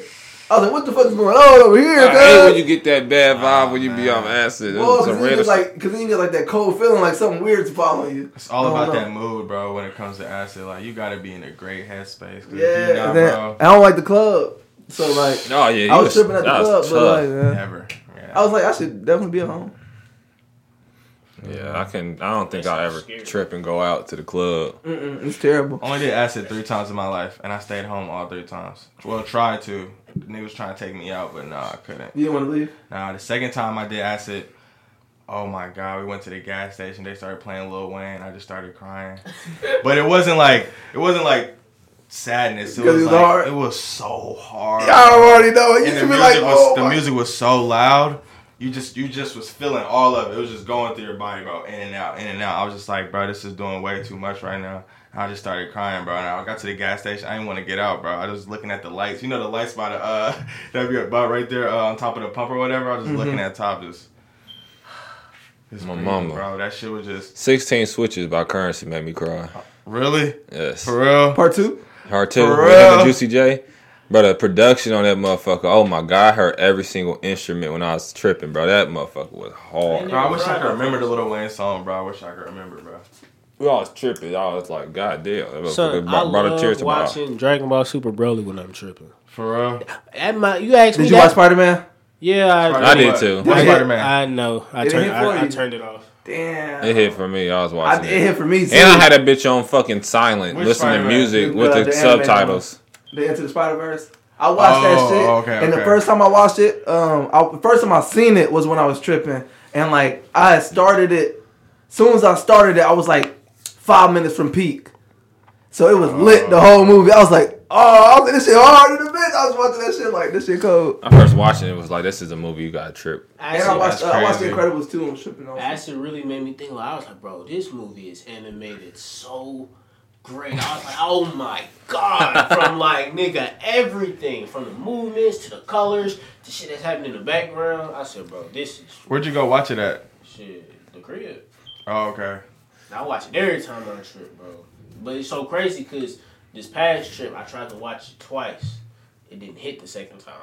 [SPEAKER 5] I was like, what the fuck is going on over here,
[SPEAKER 3] I hate
[SPEAKER 5] cuz?
[SPEAKER 3] when you get that bad vibe when you be on acid.
[SPEAKER 5] Well, because
[SPEAKER 3] It's a
[SPEAKER 5] then, you
[SPEAKER 3] random
[SPEAKER 5] get, like, 'cause then you get like that cold feeling, like something weird's following you.
[SPEAKER 6] It's all
[SPEAKER 5] I don't
[SPEAKER 6] about
[SPEAKER 5] know.
[SPEAKER 6] that mood, bro. When it comes to acid, like you gotta be in a great headspace. 'cause if you
[SPEAKER 5] Yeah,
[SPEAKER 6] not,
[SPEAKER 5] and then-
[SPEAKER 6] bro,
[SPEAKER 5] I don't like the club, so like
[SPEAKER 3] oh yeah, you
[SPEAKER 5] I was tripping at the
[SPEAKER 3] that was
[SPEAKER 5] club, but like
[SPEAKER 3] tough.
[SPEAKER 5] uh,
[SPEAKER 6] never. Yeah.
[SPEAKER 5] I was like I should definitely be at home.
[SPEAKER 3] yeah, I can. I don't think
[SPEAKER 4] That
[SPEAKER 3] I
[SPEAKER 4] sounds
[SPEAKER 3] ever
[SPEAKER 4] scary.
[SPEAKER 3] trip and go out to the club.
[SPEAKER 5] Mm-mm, it's terrible.
[SPEAKER 6] only did acid three times in my life, and I stayed home all three times. Well, tried to. Niggas trying to take me out, but no, I couldn't.
[SPEAKER 5] You didn't want to leave.
[SPEAKER 6] Nah, the second time I did acid, oh my god, we went to the gas station. They started playing Lil Wayne. I just started crying, but it wasn't like it wasn't like sadness. It
[SPEAKER 5] Because
[SPEAKER 6] was,
[SPEAKER 5] it was
[SPEAKER 6] like
[SPEAKER 5] hard?
[SPEAKER 6] it was so hard.
[SPEAKER 5] I already know. You
[SPEAKER 6] and the
[SPEAKER 5] should be
[SPEAKER 6] music
[SPEAKER 5] like,
[SPEAKER 6] was
[SPEAKER 5] oh,
[SPEAKER 6] the
[SPEAKER 5] my-
[SPEAKER 6] music was so loud. You just you just was feeling all of it. It was just going through your body, bro, in and out, in and out. I was just like, bro, this is doing way too much right now. And I just started crying, bro. And I got to the gas station. I didn't want to get out, bro. I was looking at the lights. You know the lights by the uh that be about right there uh, on top of the pump or whatever. I was just
[SPEAKER 5] Mm-hmm.
[SPEAKER 6] looking at top just. just
[SPEAKER 3] My
[SPEAKER 6] breathing,
[SPEAKER 3] mama.
[SPEAKER 6] bro. That shit was just
[SPEAKER 3] Sixteen switches by currency made me cry.
[SPEAKER 6] really
[SPEAKER 3] Yes,
[SPEAKER 6] for real.
[SPEAKER 5] part two.
[SPEAKER 3] Her too.
[SPEAKER 6] For
[SPEAKER 3] With him
[SPEAKER 6] real?
[SPEAKER 3] and Juicy J. Bro, the production on that motherfucker. Oh my god, I heard every single instrument when I was tripping, bro. That motherfucker was hard.
[SPEAKER 6] Bro, I wish I could remember the Little Wayne song, bro. I wish I could remember, bro.
[SPEAKER 3] We all was tripping. I was like, God damn. That motherfucker
[SPEAKER 4] Son, I
[SPEAKER 3] brought, brought a
[SPEAKER 4] love
[SPEAKER 3] tear to my eye.
[SPEAKER 4] watching Dragon Ball Super Broly when I'm tripping.
[SPEAKER 6] For real.
[SPEAKER 4] At my, you asked me
[SPEAKER 5] Did you
[SPEAKER 4] that-
[SPEAKER 5] watch Spider Man?
[SPEAKER 4] Yeah, I,
[SPEAKER 3] I did too.
[SPEAKER 6] What?
[SPEAKER 4] I,
[SPEAKER 6] Spider-Man.
[SPEAKER 4] I know. I
[SPEAKER 5] It
[SPEAKER 4] turned.
[SPEAKER 5] hit for
[SPEAKER 4] I, I
[SPEAKER 5] you.
[SPEAKER 4] turned it off.
[SPEAKER 5] Damn.
[SPEAKER 3] It hit for me. I was
[SPEAKER 5] I,
[SPEAKER 3] watching
[SPEAKER 5] it
[SPEAKER 3] it.
[SPEAKER 5] hit for me too.
[SPEAKER 3] And I had that bitch on fucking silent,
[SPEAKER 6] Which
[SPEAKER 3] listening to
[SPEAKER 6] Spider-Man?
[SPEAKER 3] music
[SPEAKER 5] The-
[SPEAKER 3] with the,
[SPEAKER 5] the anime one.
[SPEAKER 3] subtitles.
[SPEAKER 5] the Into the Spider Verse. I watched
[SPEAKER 6] Oh,
[SPEAKER 5] that shit,
[SPEAKER 6] okay,
[SPEAKER 5] and the
[SPEAKER 6] okay.
[SPEAKER 5] first time I watched it, um, I, the first time I seen it was when I was tripping, and like I had started it. Soon as I started it, I was like five minutes from peak, so it was lit
[SPEAKER 6] Oh.
[SPEAKER 5] the whole movie. I was like, oh, I was like, this shit hard in the bitch. I was watching that shit like this shit cold.
[SPEAKER 3] I first watched it, it was like, this is a movie you gotta trip.
[SPEAKER 5] And I
[SPEAKER 4] Acid,
[SPEAKER 5] watched,
[SPEAKER 6] that's
[SPEAKER 5] uh, I watched The
[SPEAKER 6] crazy.
[SPEAKER 5] Incredibles too. and was tripping on.
[SPEAKER 4] acid really made me think. Like, I was like, bro, this movie is animated so great. I was like, oh my god, from like nigga everything, from the movements to the colors, the shit that's happening in the background. I said, bro, this is
[SPEAKER 6] Where'd you go watch it at?
[SPEAKER 4] shit. The crib.
[SPEAKER 6] Oh, okay.
[SPEAKER 4] I watch it every time on a trip, bro. But it's so crazy because this past trip, I tried to watch it twice. It didn't hit the second time.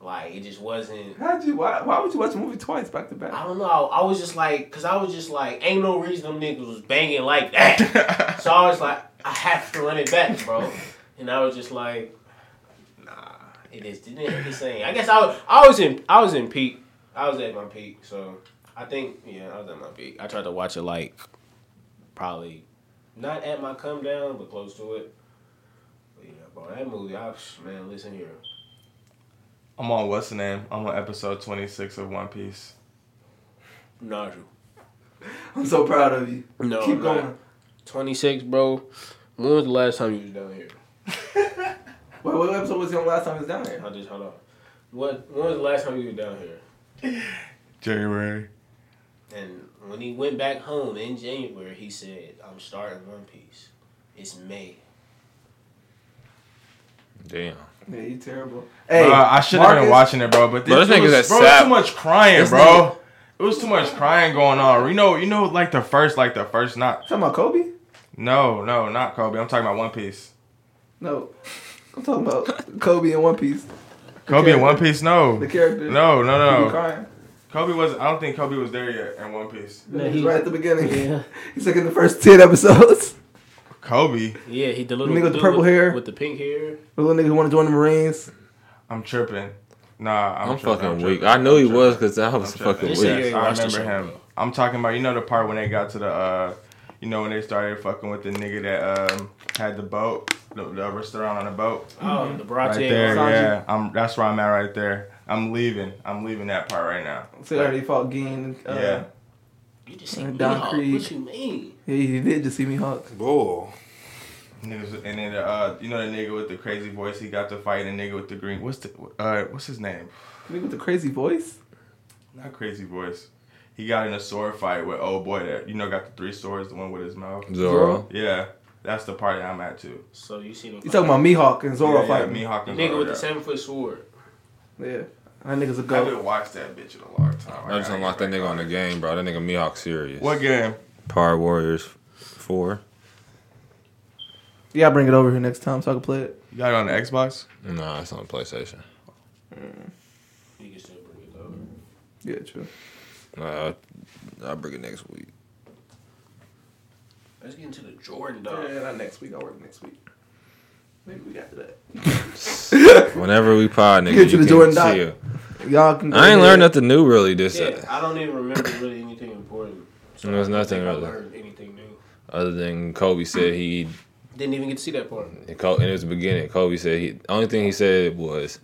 [SPEAKER 4] Like, it just wasn't.
[SPEAKER 5] How'd you? Why, why would you watch a movie twice back to back?
[SPEAKER 4] I don't know. I was just like, because I was just like, ain't no reason them niggas was banging like that. so I was like, I have to run it back, bro. And I was just like, nah, it is it didn't hit the same. I guess I was, I was in I was in peak. I was at my peak. So I think yeah, I was at my peak. I tried to watch it like probably not at my come down, but close to it. But yeah, bro, that movie, I man, listen here.
[SPEAKER 6] I'm on what's the name? I'm on episode 26 of One Piece.
[SPEAKER 4] Naruto.
[SPEAKER 5] I'm so proud of you.
[SPEAKER 4] No,
[SPEAKER 5] Keep
[SPEAKER 4] I'm not.
[SPEAKER 5] going.
[SPEAKER 4] 26, bro. When was the last time you was down here?
[SPEAKER 5] Wait, what episode was he on last time he was down here?
[SPEAKER 4] I just hold on. What? When was the last time you was down here?
[SPEAKER 6] January.
[SPEAKER 4] And when he went back home in January, he said, "I'm starting One Piece. It's May."
[SPEAKER 3] Damn.
[SPEAKER 5] Yeah, you terrible. Hey,
[SPEAKER 6] bro, I should have been
[SPEAKER 5] Marcus-
[SPEAKER 6] watching it, bro. But this,
[SPEAKER 3] Bro, this
[SPEAKER 6] it
[SPEAKER 3] nigga's
[SPEAKER 6] was,
[SPEAKER 3] at
[SPEAKER 6] bro, it was
[SPEAKER 3] Sap.
[SPEAKER 6] too much crying,
[SPEAKER 3] This
[SPEAKER 6] bro. It was too much crying going on. You know, you know, like the first, like the first, not
[SPEAKER 5] Talking about Kobe?
[SPEAKER 6] no, no, not Kobe. I'm talking about One Piece.
[SPEAKER 5] No. I'm talking about Kobe in One Piece.
[SPEAKER 6] Kobe in One Piece? No.
[SPEAKER 5] The character.
[SPEAKER 6] No, no,
[SPEAKER 5] He
[SPEAKER 6] no.
[SPEAKER 5] crying.
[SPEAKER 6] Kobe was. I don't think Kobe was there yet in One Piece.
[SPEAKER 4] No,
[SPEAKER 5] He's
[SPEAKER 4] he-
[SPEAKER 5] right at the beginning.
[SPEAKER 4] Yeah,
[SPEAKER 5] He's like in the first ten episodes.
[SPEAKER 6] Kobe,
[SPEAKER 4] yeah. He the little
[SPEAKER 5] Nigga with the
[SPEAKER 4] dude
[SPEAKER 5] purple
[SPEAKER 4] with,
[SPEAKER 5] hair.
[SPEAKER 4] with the pink hair.
[SPEAKER 5] The little nigga who want to join the Marines.
[SPEAKER 6] I'm tripping. Nah, I'm,
[SPEAKER 3] I'm
[SPEAKER 6] tripping,
[SPEAKER 3] fucking
[SPEAKER 6] I'm
[SPEAKER 3] weak.
[SPEAKER 6] tripping,
[SPEAKER 3] I knew
[SPEAKER 6] I'm
[SPEAKER 3] he
[SPEAKER 6] tripping.
[SPEAKER 3] was because I was
[SPEAKER 6] I'm tripping.
[SPEAKER 3] fucking
[SPEAKER 4] This
[SPEAKER 3] weak.
[SPEAKER 4] year-
[SPEAKER 6] I
[SPEAKER 4] watched the
[SPEAKER 6] remember
[SPEAKER 4] show,
[SPEAKER 6] him. I'm talking about you know the part when they got to the uh, you know when they started fucking with the nigga that um had the boat, the, the restaurant on the boat.
[SPEAKER 4] Oh, the
[SPEAKER 6] Right
[SPEAKER 4] Bronte.
[SPEAKER 6] there,
[SPEAKER 5] Sanji.
[SPEAKER 6] yeah. I'm that's where I'm at right there. I'm leaving. I'm leaving that part right now.
[SPEAKER 5] So he already fought Geen. Uh,
[SPEAKER 6] Yeah.
[SPEAKER 4] You just see
[SPEAKER 5] And
[SPEAKER 4] me
[SPEAKER 5] Don
[SPEAKER 4] Don
[SPEAKER 5] Creed.
[SPEAKER 4] What you mean?
[SPEAKER 5] yeah. He did just see me Hawk.
[SPEAKER 7] Bull.
[SPEAKER 6] Niggas, and then uh, you know the nigga with the crazy voice, he got to fight the nigga with the green. What's the uh, what's his name?
[SPEAKER 5] Nigga with the crazy voice.
[SPEAKER 6] Not crazy voice. He got in a sword fight with old boy that you know got the three swords, the one with his mouth.
[SPEAKER 3] Zoro.
[SPEAKER 6] Yeah, that's the part that I'm at too.
[SPEAKER 4] So you see him?
[SPEAKER 5] You talking about Mihawk and Zoro
[SPEAKER 6] yeah,
[SPEAKER 5] fighting?
[SPEAKER 6] me, Hawkins.
[SPEAKER 4] Nigga with the seven foot sword.
[SPEAKER 5] Yeah. That nigga's a
[SPEAKER 6] I
[SPEAKER 5] goat.
[SPEAKER 6] haven't watched that bitch in a long time.
[SPEAKER 3] I just
[SPEAKER 6] gotta
[SPEAKER 3] unlocked
[SPEAKER 6] get
[SPEAKER 3] that
[SPEAKER 6] back
[SPEAKER 3] nigga on the
[SPEAKER 6] it.
[SPEAKER 3] game, bro. That nigga Mihawk serious.
[SPEAKER 6] What game?
[SPEAKER 3] Power Warriors 4.
[SPEAKER 5] Yeah, I'll bring it over here next time so I can play it.
[SPEAKER 6] You got it on the Xbox?
[SPEAKER 3] Nah, it's on PlayStation.
[SPEAKER 4] You can still bring it over.
[SPEAKER 5] Yeah, true.
[SPEAKER 3] Uh, I'll bring it next week.
[SPEAKER 4] Let's get into the Jordan dog.
[SPEAKER 5] Yeah, not next week. I'll work next week. Maybe we got to that.
[SPEAKER 3] Whenever we pod, nigga,
[SPEAKER 5] Get to
[SPEAKER 3] you
[SPEAKER 5] the
[SPEAKER 3] can
[SPEAKER 5] Jordan Doc.
[SPEAKER 3] chill.
[SPEAKER 5] Y'all can. go
[SPEAKER 3] I ain't
[SPEAKER 5] ahead.
[SPEAKER 3] learned nothing new really this
[SPEAKER 4] Yeah, I don't even remember really anything important. So
[SPEAKER 3] There's
[SPEAKER 4] I don't
[SPEAKER 3] nothing
[SPEAKER 4] think I
[SPEAKER 3] really.
[SPEAKER 4] learned anything new.
[SPEAKER 3] other than Kobe said he
[SPEAKER 4] Didn't even get to see that part.
[SPEAKER 3] And Col- in his beginning, Kobe said he only thing he said was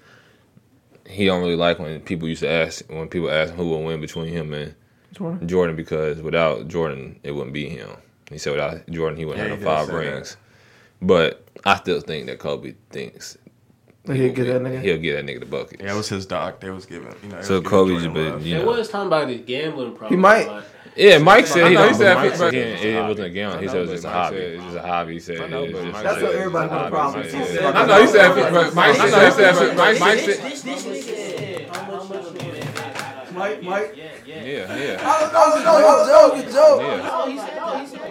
[SPEAKER 3] he don't really like when people used to ask when people ask him who will win between him and
[SPEAKER 5] Jordan?
[SPEAKER 3] Jordan because without Jordan it wouldn't be him. He said without Jordan he wouldn't
[SPEAKER 6] Yeah,
[SPEAKER 3] have
[SPEAKER 6] he
[SPEAKER 3] the
[SPEAKER 6] did
[SPEAKER 3] five
[SPEAKER 6] say that.
[SPEAKER 3] rings. But I still think that Kobe thinks
[SPEAKER 5] He'll get that
[SPEAKER 3] win.
[SPEAKER 5] nigga.
[SPEAKER 3] He'll get that nigga the bucket.
[SPEAKER 6] Yeah, it was his doc. They was giving. You know, they
[SPEAKER 3] So
[SPEAKER 6] was giving
[SPEAKER 3] Kobe
[SPEAKER 6] Jordan
[SPEAKER 3] just been-
[SPEAKER 6] love.
[SPEAKER 3] yeah.
[SPEAKER 4] It was talking about his gambling problem.
[SPEAKER 5] might-
[SPEAKER 4] Like,
[SPEAKER 3] Yeah, Mike said he,
[SPEAKER 7] know, he
[SPEAKER 3] don't-
[SPEAKER 7] said
[SPEAKER 3] Mike
[SPEAKER 7] fifty
[SPEAKER 3] said
[SPEAKER 7] percent
[SPEAKER 3] it, it wasn't a game. He
[SPEAKER 7] I
[SPEAKER 3] said
[SPEAKER 7] know,
[SPEAKER 3] it was just a
[SPEAKER 7] but
[SPEAKER 3] hobby.
[SPEAKER 7] Mike
[SPEAKER 3] It's just a hobby. He said
[SPEAKER 7] I know,
[SPEAKER 3] it was
[SPEAKER 7] but
[SPEAKER 3] just
[SPEAKER 7] Mike
[SPEAKER 3] a
[SPEAKER 5] That's what
[SPEAKER 3] hobby.
[SPEAKER 5] everybody got a problem.
[SPEAKER 3] Mike
[SPEAKER 5] He
[SPEAKER 3] said-
[SPEAKER 5] said-
[SPEAKER 7] I know, he said, but Mike, I know, he said, Mike, Mike said,
[SPEAKER 4] this, this nigga. How much was it?
[SPEAKER 5] Mike, Mike.
[SPEAKER 4] Yeah, yeah.
[SPEAKER 3] Yeah, yeah,
[SPEAKER 5] No, no, no, no, no, no.
[SPEAKER 3] yeah.
[SPEAKER 4] Oh, he said, no, he said,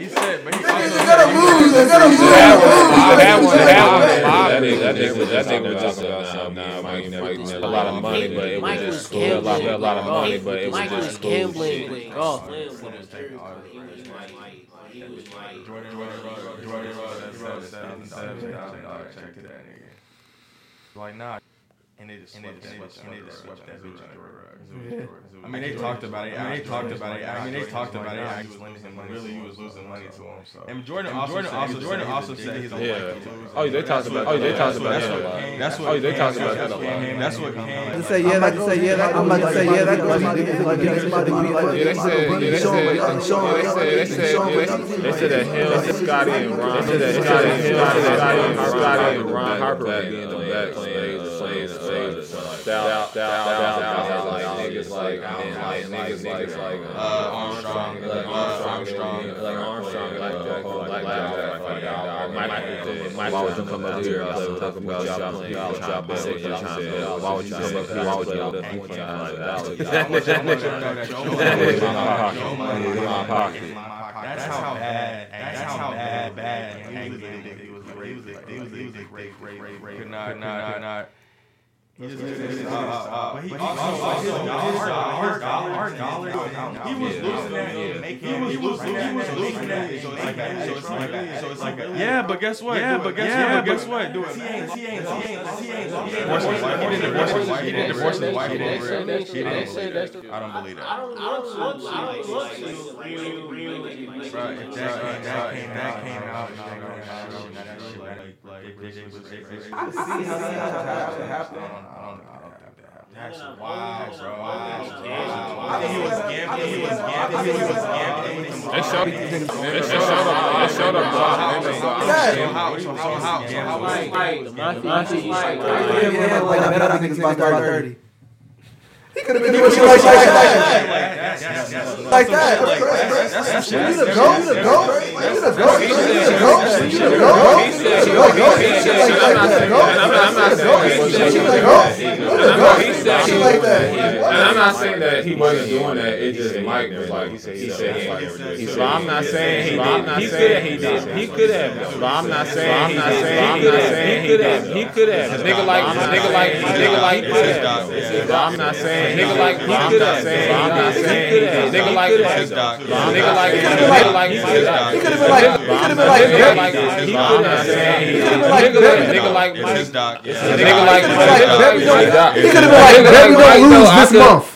[SPEAKER 6] He said, but he
[SPEAKER 5] They gotta move. They gotta move.
[SPEAKER 7] that one,
[SPEAKER 3] That
[SPEAKER 7] that one.
[SPEAKER 3] nigga, that nigga, was- Oh, that nigga was just about something. Nah, Mike, Mike, a lot of money, but it was
[SPEAKER 4] Mike
[SPEAKER 3] just
[SPEAKER 4] was
[SPEAKER 3] cool. A lot, a lot of money, but it
[SPEAKER 4] gambling.
[SPEAKER 3] was
[SPEAKER 4] Mike was
[SPEAKER 3] just cool.
[SPEAKER 4] gambling
[SPEAKER 3] shit.
[SPEAKER 4] with golf. He was like, he was like,
[SPEAKER 6] Like nah, and they just and they just and they just swept that bitch under the rug. I mean, they talked about it. I mean, they talked about it. I mean, they talked about it. I was losing money. Really, you was losing money to him. And Jordan also said Jordan also said he's
[SPEAKER 3] Yeah.
[SPEAKER 6] a
[SPEAKER 3] Oh, they talked about. Oh, they talked about that a lot.
[SPEAKER 6] That's what.
[SPEAKER 3] Oh, they talked about that a lot.
[SPEAKER 6] That's what. came.
[SPEAKER 5] I'm about to say yeah, like to say yeah, that- I'm about to say yeah, that goes my nigga. Like, yeah, that's my nigga.
[SPEAKER 3] Yeah, they said, yeah, they said, yeah, they said, they said, they said that Hill, Scotty, and Ron, they said that Scotty, Hill, Scotty, and Scotty, and Ron Harper were getting the back plays, the plays, the plays, doubt, doubt, doubt, doubt, like niggas like, and like niggas niggas like
[SPEAKER 6] Uh, Armstrong,
[SPEAKER 3] like Armstrong, like Armstrong, like Jack, like Jack, like Michael. Michael, why would you come up here and play with us about y'all playing college football? Why would you come up here? Why would you come up
[SPEAKER 6] How much- how much
[SPEAKER 3] here?
[SPEAKER 6] of that Joe money
[SPEAKER 3] Money
[SPEAKER 6] is
[SPEAKER 3] in
[SPEAKER 6] in
[SPEAKER 3] my
[SPEAKER 6] my
[SPEAKER 3] pocket.
[SPEAKER 6] pocket?
[SPEAKER 3] Money in my pocket.
[SPEAKER 6] That's how bad. That's how bad. Bad. He was addicted. He was addicted. He was addicted. He was addicted. Could not. Could not. Could not. He just couldn't stop. But he also- also- our- our- our dollar- He was losing that. He was losing. He was losing that. So it's like a- so it's like a- so it's like a- Yeah, but guess what? Yeah, but guess what? But guess what? Do it. He ain't. He ain't. He ain't. He ain't. He didn't divorce his wife. He didn't divorce his wife. He didn't divorce his wife. He didn't divorce his wife. I don't believe that. Right, exactly. That came out. That came out. I don't,
[SPEAKER 5] See how that happened.
[SPEAKER 6] I don't, I don't think that happened. That's wow, bro.
[SPEAKER 5] I think he was gambling. He was gambling. He was gambling.
[SPEAKER 3] They showed up. They showed up. They showed up.
[SPEAKER 4] like, like, the mafia used to
[SPEAKER 5] Yeah,
[SPEAKER 4] like,
[SPEAKER 5] yeah, yeah, like, I bet I think it's about 30. He could have been doing
[SPEAKER 6] Like
[SPEAKER 5] shit like that.
[SPEAKER 6] that.
[SPEAKER 5] Like that. Like that. You the goat. You the goat. You the goat. You the goat. You the goat. You the goat. Shit like that. You the goat.
[SPEAKER 3] I'm
[SPEAKER 5] Shit like that. You the goat. You the goat. Shit like that.
[SPEAKER 3] not saying And I'm not saying that think he wasn't
[SPEAKER 8] He
[SPEAKER 3] doing
[SPEAKER 8] said
[SPEAKER 3] that.
[SPEAKER 8] he
[SPEAKER 3] It just
[SPEAKER 8] said
[SPEAKER 3] Mike
[SPEAKER 8] he
[SPEAKER 3] was
[SPEAKER 8] never
[SPEAKER 3] like,
[SPEAKER 8] did.
[SPEAKER 3] he
[SPEAKER 8] He said he
[SPEAKER 3] said, he
[SPEAKER 8] never
[SPEAKER 3] said.
[SPEAKER 8] did.
[SPEAKER 3] like,
[SPEAKER 8] He said
[SPEAKER 3] he
[SPEAKER 8] he
[SPEAKER 3] said-
[SPEAKER 8] never
[SPEAKER 3] But I'm not
[SPEAKER 8] did.
[SPEAKER 3] saying he
[SPEAKER 8] He
[SPEAKER 3] did.
[SPEAKER 8] said
[SPEAKER 3] I'm
[SPEAKER 8] he
[SPEAKER 3] not
[SPEAKER 8] did.
[SPEAKER 3] saying
[SPEAKER 8] He
[SPEAKER 3] he
[SPEAKER 8] said he did. He said he did. He could have.
[SPEAKER 3] did. He could have. But I'm not saying he did. But I'm not saying
[SPEAKER 8] He
[SPEAKER 3] he
[SPEAKER 8] could
[SPEAKER 3] did.
[SPEAKER 8] have.
[SPEAKER 3] He could have. A nigga like, a nigga like, a nigga like
[SPEAKER 6] He
[SPEAKER 3] Mike.
[SPEAKER 6] could have.
[SPEAKER 3] But I'm not saying, nigga like,
[SPEAKER 8] He
[SPEAKER 3] I'm
[SPEAKER 8] could
[SPEAKER 3] not
[SPEAKER 8] have.
[SPEAKER 3] saying, I'm not
[SPEAKER 8] He
[SPEAKER 3] saying he
[SPEAKER 8] could
[SPEAKER 3] did.
[SPEAKER 8] have.
[SPEAKER 3] Nigga
[SPEAKER 8] He
[SPEAKER 3] like,
[SPEAKER 8] could
[SPEAKER 3] Mike.
[SPEAKER 8] have.
[SPEAKER 3] nigga like,
[SPEAKER 5] could've been like-
[SPEAKER 3] nigga like, Mike.
[SPEAKER 5] He could have been like, he could have been like,
[SPEAKER 3] Nigga
[SPEAKER 5] Dirk.
[SPEAKER 3] like, he could have said he
[SPEAKER 5] He
[SPEAKER 3] did.
[SPEAKER 5] could've been like
[SPEAKER 3] Nigga
[SPEAKER 5] Dirk.
[SPEAKER 3] like, nigga like
[SPEAKER 6] It's
[SPEAKER 3] Mike.
[SPEAKER 6] his doc. It's
[SPEAKER 3] A
[SPEAKER 6] his
[SPEAKER 3] nigga
[SPEAKER 6] doc.
[SPEAKER 3] like,
[SPEAKER 5] He could've
[SPEAKER 3] a
[SPEAKER 5] been like,
[SPEAKER 3] nigga
[SPEAKER 5] Dirk, we
[SPEAKER 3] like Mike.
[SPEAKER 5] don't- he could have been like, Dirk, we
[SPEAKER 8] Mike,
[SPEAKER 5] don't
[SPEAKER 8] though, I
[SPEAKER 5] lose this
[SPEAKER 8] could-
[SPEAKER 5] month.